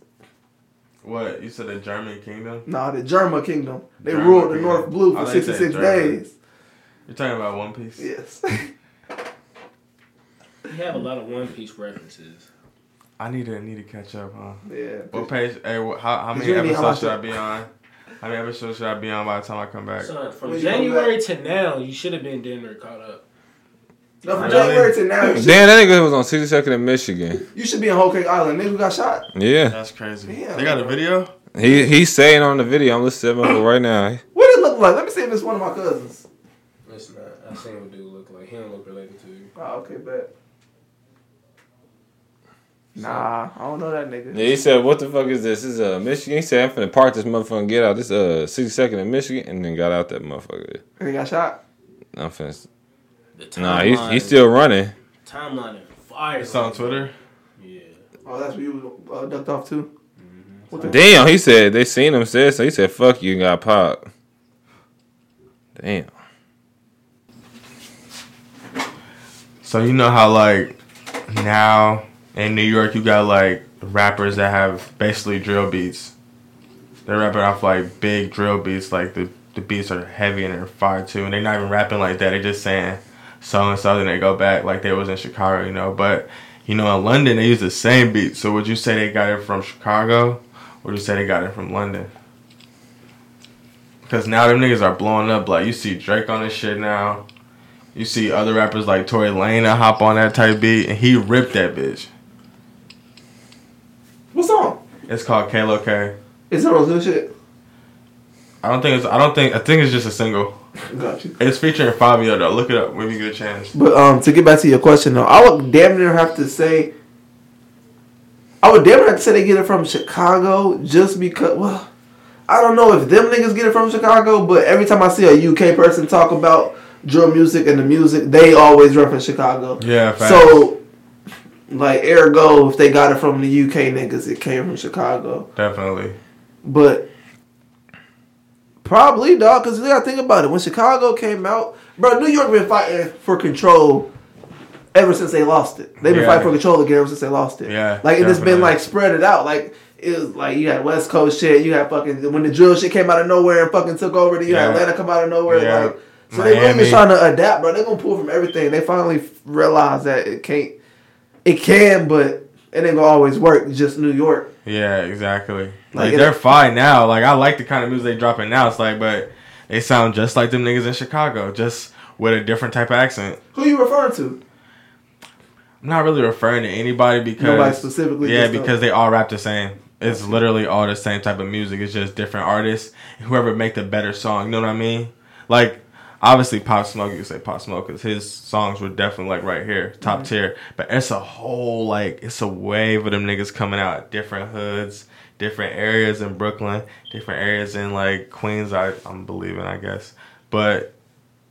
[SPEAKER 6] What you said, the German kingdom?
[SPEAKER 5] Nah, the German kingdom. They
[SPEAKER 6] German
[SPEAKER 5] ruled the
[SPEAKER 6] kingdom.
[SPEAKER 5] North Blue
[SPEAKER 6] I
[SPEAKER 5] for
[SPEAKER 6] thought you said
[SPEAKER 5] 66
[SPEAKER 6] German.
[SPEAKER 5] days.
[SPEAKER 6] You're talking about One Piece?
[SPEAKER 5] Yes.
[SPEAKER 4] You have a lot of One Piece references.
[SPEAKER 6] I need to need to catch up, huh?
[SPEAKER 5] yeah.
[SPEAKER 6] What page? Hey, wh- how, how many
[SPEAKER 5] you already
[SPEAKER 6] episodes should
[SPEAKER 5] know
[SPEAKER 6] I be on? How many episodes should I be on by the time I come back?
[SPEAKER 4] Son, from
[SPEAKER 5] When you come
[SPEAKER 4] January to now, you should have been dinner caught up.
[SPEAKER 5] Now, from
[SPEAKER 6] Really?
[SPEAKER 5] January to now, you should,
[SPEAKER 3] Damn, that nigga was on 62nd in Michigan.
[SPEAKER 5] you should be in Whole Cake Island. Nigga who got shot.
[SPEAKER 3] Yeah,
[SPEAKER 6] That's crazy.
[SPEAKER 5] Damn,
[SPEAKER 6] they got a
[SPEAKER 5] bro.
[SPEAKER 6] video.
[SPEAKER 3] he he's saying on the video. I'm listening to him right now.
[SPEAKER 5] What it look like? Let me see if it's one of my cousins.
[SPEAKER 4] It's not. I seen what dude look like. He don't look related to you.
[SPEAKER 5] Oh, okay, bet. Nah, I don't know that nigga.
[SPEAKER 3] Yeah, he said, "What the fuck is this? This is uh, Michigan." He said, "I'm finna park this motherfucker and get out this uh 62nd in Michigan," and then got out that motherfucker.
[SPEAKER 5] He got shot.
[SPEAKER 3] I'm finna.
[SPEAKER 4] The timeline,
[SPEAKER 3] Nah, he's he's still running.
[SPEAKER 4] timeline and fire.
[SPEAKER 6] It's on Twitter.
[SPEAKER 4] Yeah.
[SPEAKER 5] Oh, that's where you uh, ducked off too. What the
[SPEAKER 3] Damn, he said they seen him said so. He said, "Fuck you," and got popped. Damn.
[SPEAKER 6] So you know how like now in New York you got like rappers that have basically drill beats. They're rapping off like big drill beats, like the, the beats are heavy and they're fire too, and they're not even rapping like that. They're just saying so and so, then they go back like they was in Chicago, you know. But you know in London they use the same beat. So would you say they got it from Chicago, or would you say they got it from London? Because now them niggas are blowing up. Like you see Drake on this shit now. You see other rappers like Tory Lane that hop on that type beat, and he ripped that bitch.
[SPEAKER 5] What song?
[SPEAKER 6] It's called Kalo K.
[SPEAKER 5] Is it on new shit?
[SPEAKER 6] I don't think it's. I don't think. I think it's just a single.
[SPEAKER 5] Got you.
[SPEAKER 6] It's featuring Fabio though. Look it up when you get a chance.
[SPEAKER 5] But um, to get back to your question though, I would damn near have to say, I would damn near have to say they get it from Chicago just because. Well, I don't know if them niggas get it from Chicago, but every time I see a UK person talk about drill music and the music, they always reference Chicago.
[SPEAKER 6] Yeah. Facts.
[SPEAKER 5] So, like, ergo, if they got it from the UK niggas, it came from Chicago.
[SPEAKER 6] definitely.
[SPEAKER 5] But probably, dog, because you gotta think about it. When Chicago came out, bro, New York been fighting for control ever since they lost it. They've been
[SPEAKER 6] Yeah.
[SPEAKER 5] fighting for control again ever since they lost it.
[SPEAKER 6] Yeah,
[SPEAKER 5] like and it's been
[SPEAKER 6] definitely.
[SPEAKER 5] like spread it out. Like it was like you had West Coast shit, you had fucking when the drill shit came out of nowhere and fucking took over. Then you
[SPEAKER 6] Yeah.
[SPEAKER 5] had Atlanta come out of nowhere.
[SPEAKER 6] Yeah.
[SPEAKER 5] Like so they really
[SPEAKER 6] Miami.
[SPEAKER 5] been trying to adapt, bro. They gonna pull from everything. They finally realized that it can't. It can, but it ain't gonna always work. Just New York.
[SPEAKER 6] Yeah, exactly. Like,
[SPEAKER 5] Like, it-
[SPEAKER 6] they're fine now. Like I like the kind of music they dropping now. It's like, but they sound just like them niggas in Chicago, just with a different type of accent.
[SPEAKER 5] Who you referring to?
[SPEAKER 6] I'm not really referring to anybody because
[SPEAKER 5] Nobody specifically.
[SPEAKER 6] Yeah,
[SPEAKER 5] just don't-
[SPEAKER 6] because they all rap the same. It's literally all the same type of music. It's just different artists. Whoever make the better song, you know what I mean? Like obviously Pop Smoke, you say Pop Smoke, because his songs were definitely like right here, top
[SPEAKER 5] Mm-hmm.
[SPEAKER 6] tier. But it's a whole like it's a wave of them niggas coming out, different hoods, different areas in Brooklyn, different areas in like Queens. I I'm believing, I guess, but.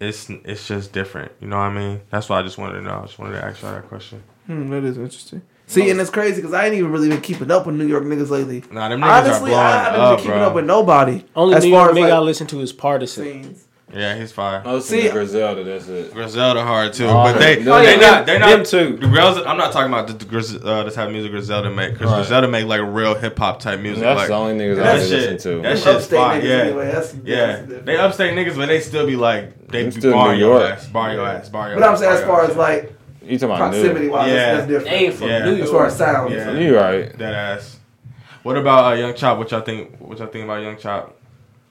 [SPEAKER 6] It's it's just different, you know what I mean. That's why I just wanted to know. I just wanted to ask y'all that question.
[SPEAKER 5] Hmm, that is interesting. See,
[SPEAKER 4] Oh.
[SPEAKER 5] and it's crazy because I ain't even really been keeping up with New York niggas lately.
[SPEAKER 6] Nah, them niggas
[SPEAKER 5] Honestly,
[SPEAKER 6] are blowing
[SPEAKER 5] I haven't
[SPEAKER 6] up,
[SPEAKER 5] been keeping
[SPEAKER 6] bro.
[SPEAKER 5] up with nobody.
[SPEAKER 4] Only
[SPEAKER 5] as
[SPEAKER 4] New
[SPEAKER 5] far
[SPEAKER 4] York nigga
[SPEAKER 5] as
[SPEAKER 4] I
[SPEAKER 5] like,
[SPEAKER 4] listen to is Partisan.
[SPEAKER 5] scenes.
[SPEAKER 6] Yeah, he's fine.
[SPEAKER 3] I was
[SPEAKER 5] See,
[SPEAKER 3] to Uh, Griselda. That's it.
[SPEAKER 6] Griselda hard too,
[SPEAKER 3] Oh,
[SPEAKER 6] but they
[SPEAKER 3] yeah.
[SPEAKER 6] no,
[SPEAKER 3] Oh, yeah,
[SPEAKER 6] they not they
[SPEAKER 4] them
[SPEAKER 6] not
[SPEAKER 4] too.
[SPEAKER 6] Griselda, I'm not talking about the, the, Gris- uh, the type of music Griselda make because
[SPEAKER 3] Right.
[SPEAKER 6] Griselda make like real hip hop type music.
[SPEAKER 3] That's
[SPEAKER 6] like,
[SPEAKER 3] the only niggas
[SPEAKER 6] that
[SPEAKER 3] I really
[SPEAKER 6] shit-
[SPEAKER 3] listen to.
[SPEAKER 6] that shit-
[SPEAKER 5] Upstate
[SPEAKER 6] shit's fine,
[SPEAKER 5] niggas
[SPEAKER 6] yeah.
[SPEAKER 5] anyway. That's,
[SPEAKER 6] yeah,
[SPEAKER 5] that's different.
[SPEAKER 6] they upstate niggas, but they still be like they
[SPEAKER 3] Them
[SPEAKER 6] be
[SPEAKER 3] still
[SPEAKER 6] bar
[SPEAKER 3] New
[SPEAKER 6] your
[SPEAKER 3] York.
[SPEAKER 6] ass, bar your ass, bar your.
[SPEAKER 5] But I'm
[SPEAKER 6] ass,
[SPEAKER 5] saying
[SPEAKER 6] bar
[SPEAKER 5] as
[SPEAKER 6] your
[SPEAKER 5] far
[SPEAKER 6] ass.
[SPEAKER 5] as like
[SPEAKER 3] You talking about
[SPEAKER 5] proximity
[SPEAKER 3] new?
[SPEAKER 5] wise,
[SPEAKER 6] Yeah.
[SPEAKER 5] that's, that's
[SPEAKER 4] They
[SPEAKER 5] different.
[SPEAKER 4] ain't from
[SPEAKER 6] Yeah.
[SPEAKER 4] New
[SPEAKER 5] as far
[SPEAKER 4] York.
[SPEAKER 5] as sound,
[SPEAKER 6] Yeah.
[SPEAKER 3] You right?
[SPEAKER 6] that ass. What about uh, Young Chop? What y'all think? What y'all think about Young Chop?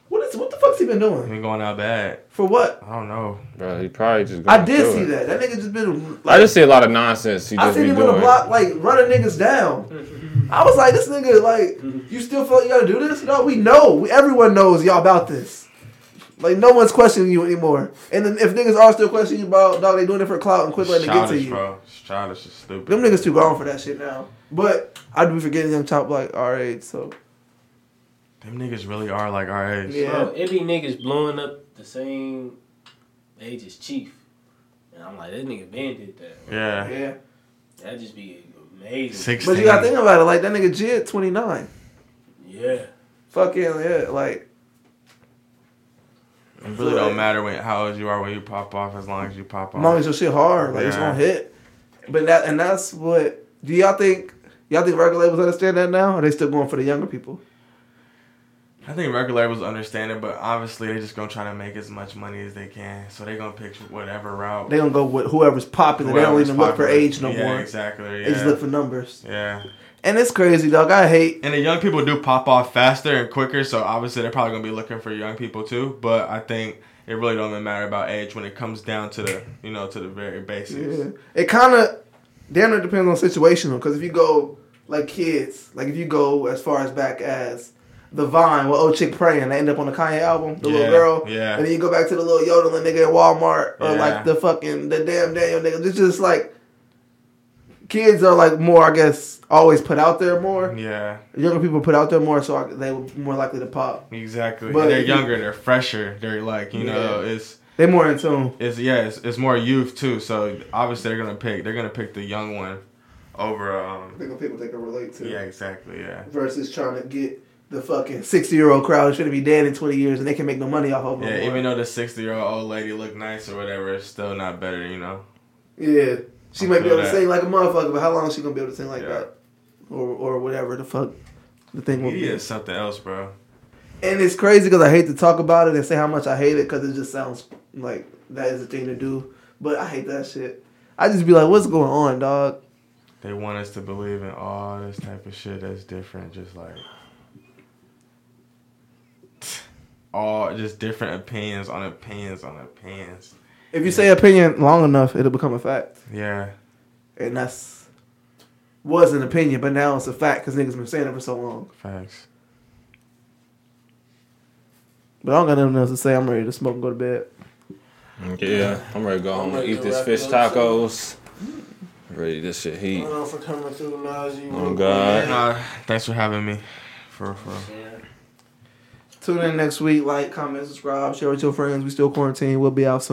[SPEAKER 5] what is what the fuck's he been
[SPEAKER 6] He
[SPEAKER 5] doing
[SPEAKER 6] been going out bad.
[SPEAKER 5] for what?
[SPEAKER 6] I don't know.
[SPEAKER 3] Bro, he probably just.
[SPEAKER 5] I
[SPEAKER 3] going
[SPEAKER 5] did
[SPEAKER 3] through
[SPEAKER 5] see
[SPEAKER 3] it.
[SPEAKER 5] that. That nigga just been. Like,
[SPEAKER 3] I just see a lot of nonsense. He
[SPEAKER 5] I
[SPEAKER 3] just
[SPEAKER 5] seen
[SPEAKER 3] be
[SPEAKER 5] him
[SPEAKER 3] doing.
[SPEAKER 5] on the block, like running niggas down. I was like, this nigga, like, you still feel like you gotta do this? No, we know. We, everyone knows y'all about this. Like, no one's questioning you anymore. And then if niggas are still questioning you about, dog, they doing it for clout and quit letting it get to
[SPEAKER 6] Childish,
[SPEAKER 5] you.
[SPEAKER 6] bro. It's Childish is stupid.
[SPEAKER 5] Them niggas too gone for that shit now. But I'd be forgetting them top, like, all right, so.
[SPEAKER 6] Them niggas really are like our age.
[SPEAKER 5] Yeah.
[SPEAKER 4] Bro, it be niggas blowing up the same age as Chief. And I'm like, that nigga Ben did that. bro.
[SPEAKER 6] Yeah.
[SPEAKER 5] Yeah.
[SPEAKER 4] That'd just be amazing.
[SPEAKER 5] But you gotta think about it, like, that nigga Jid, 29.
[SPEAKER 4] Yeah.
[SPEAKER 5] Fucking, yeah, like,
[SPEAKER 6] It really don't matter when, how old you are when you pop off, as long as you pop off.
[SPEAKER 5] as long as your shit hard, like, it's
[SPEAKER 6] Yeah.
[SPEAKER 5] gonna hit. But that, and that's what, do y'all think, y'all think record labels understand that now? Or they still going for the younger people?
[SPEAKER 6] I think record labels understand it, but obviously they just gonna try to make as much money as they can, so they gonna pick whatever route.
[SPEAKER 5] They gonna go with whoever's popular. they don't
[SPEAKER 6] whoever's
[SPEAKER 5] even look for
[SPEAKER 6] popular.
[SPEAKER 5] age no
[SPEAKER 6] yeah,
[SPEAKER 5] more.
[SPEAKER 6] Exactly. Yeah.
[SPEAKER 5] They just look for numbers.
[SPEAKER 6] yeah.
[SPEAKER 5] And it's crazy, dog. I hate.
[SPEAKER 6] And the young people do pop off faster and quicker, so obviously they're probably gonna be looking for young people too. But I think it really don't even matter about age when it comes down to the you know to the very basics.
[SPEAKER 5] Yeah. It kind of damn it depends on situational. Because if you go like kids, like if you go as far as back as the Vine with Old Chick praying, they end up on the Kanye album, the
[SPEAKER 6] Yeah,
[SPEAKER 5] little girl.
[SPEAKER 6] yeah.
[SPEAKER 5] And then you go back to the little yodeling nigga at Walmart or
[SPEAKER 6] Yeah.
[SPEAKER 5] like the fucking the damn Daniel nigga. It's just like kids are like more, I guess, always put out there more.
[SPEAKER 6] Yeah.
[SPEAKER 5] Younger people put out there more, so I, they were more likely to pop.
[SPEAKER 6] Exactly.
[SPEAKER 5] But
[SPEAKER 6] they're
[SPEAKER 5] you-
[SPEAKER 6] younger. They're fresher. They're like you know it's.
[SPEAKER 5] They more in tune.
[SPEAKER 6] It's yeah, it's, it's more youth too. So obviously they're gonna pick they're gonna pick the young one over um
[SPEAKER 5] Think of people they can relate to.
[SPEAKER 6] yeah exactly yeah
[SPEAKER 5] versus trying to get the fucking 60 year old crowd who's going to be dead in 20 years and they can make no money off of them.
[SPEAKER 6] yeah. Even though the sixty year old old lady look nice or whatever, it's still not better, you know.
[SPEAKER 5] yeah. She might be
[SPEAKER 6] feel
[SPEAKER 5] able to
[SPEAKER 6] that.
[SPEAKER 5] sing like a motherfucker, but how long is she going to be able to sing like
[SPEAKER 6] Yeah.
[SPEAKER 5] that? Or, or whatever the fuck the thing will
[SPEAKER 6] Media
[SPEAKER 5] be.
[SPEAKER 6] is something else, bro.
[SPEAKER 5] And it's crazy because I hate to talk about it and say how much I hate it because it just sounds like that is a thing to do. But I hate that shit. I just be like, what's going on, dog?
[SPEAKER 6] They want us to believe in all this type of shit that's different, just like all just different opinions on opinions on opinions.
[SPEAKER 5] If you say opinion long enough, it'll become a fact,
[SPEAKER 6] Yeah.
[SPEAKER 5] and that's was an opinion, but now it's a fact because niggas been saying it for so long.
[SPEAKER 6] Facts.
[SPEAKER 5] But I don't got nothing else to say. I'm ready to smoke and go to bed.
[SPEAKER 3] Yeah, I'm ready to go home and eat this fish tacos. Ready, this shit heat.
[SPEAKER 4] know for coming through, Najee.
[SPEAKER 3] Oh God,
[SPEAKER 6] Nah, thanks for having me. For for.
[SPEAKER 5] Tune in next week. Like, comment, subscribe, share with your friends. We still quarantine. We'll be out soon.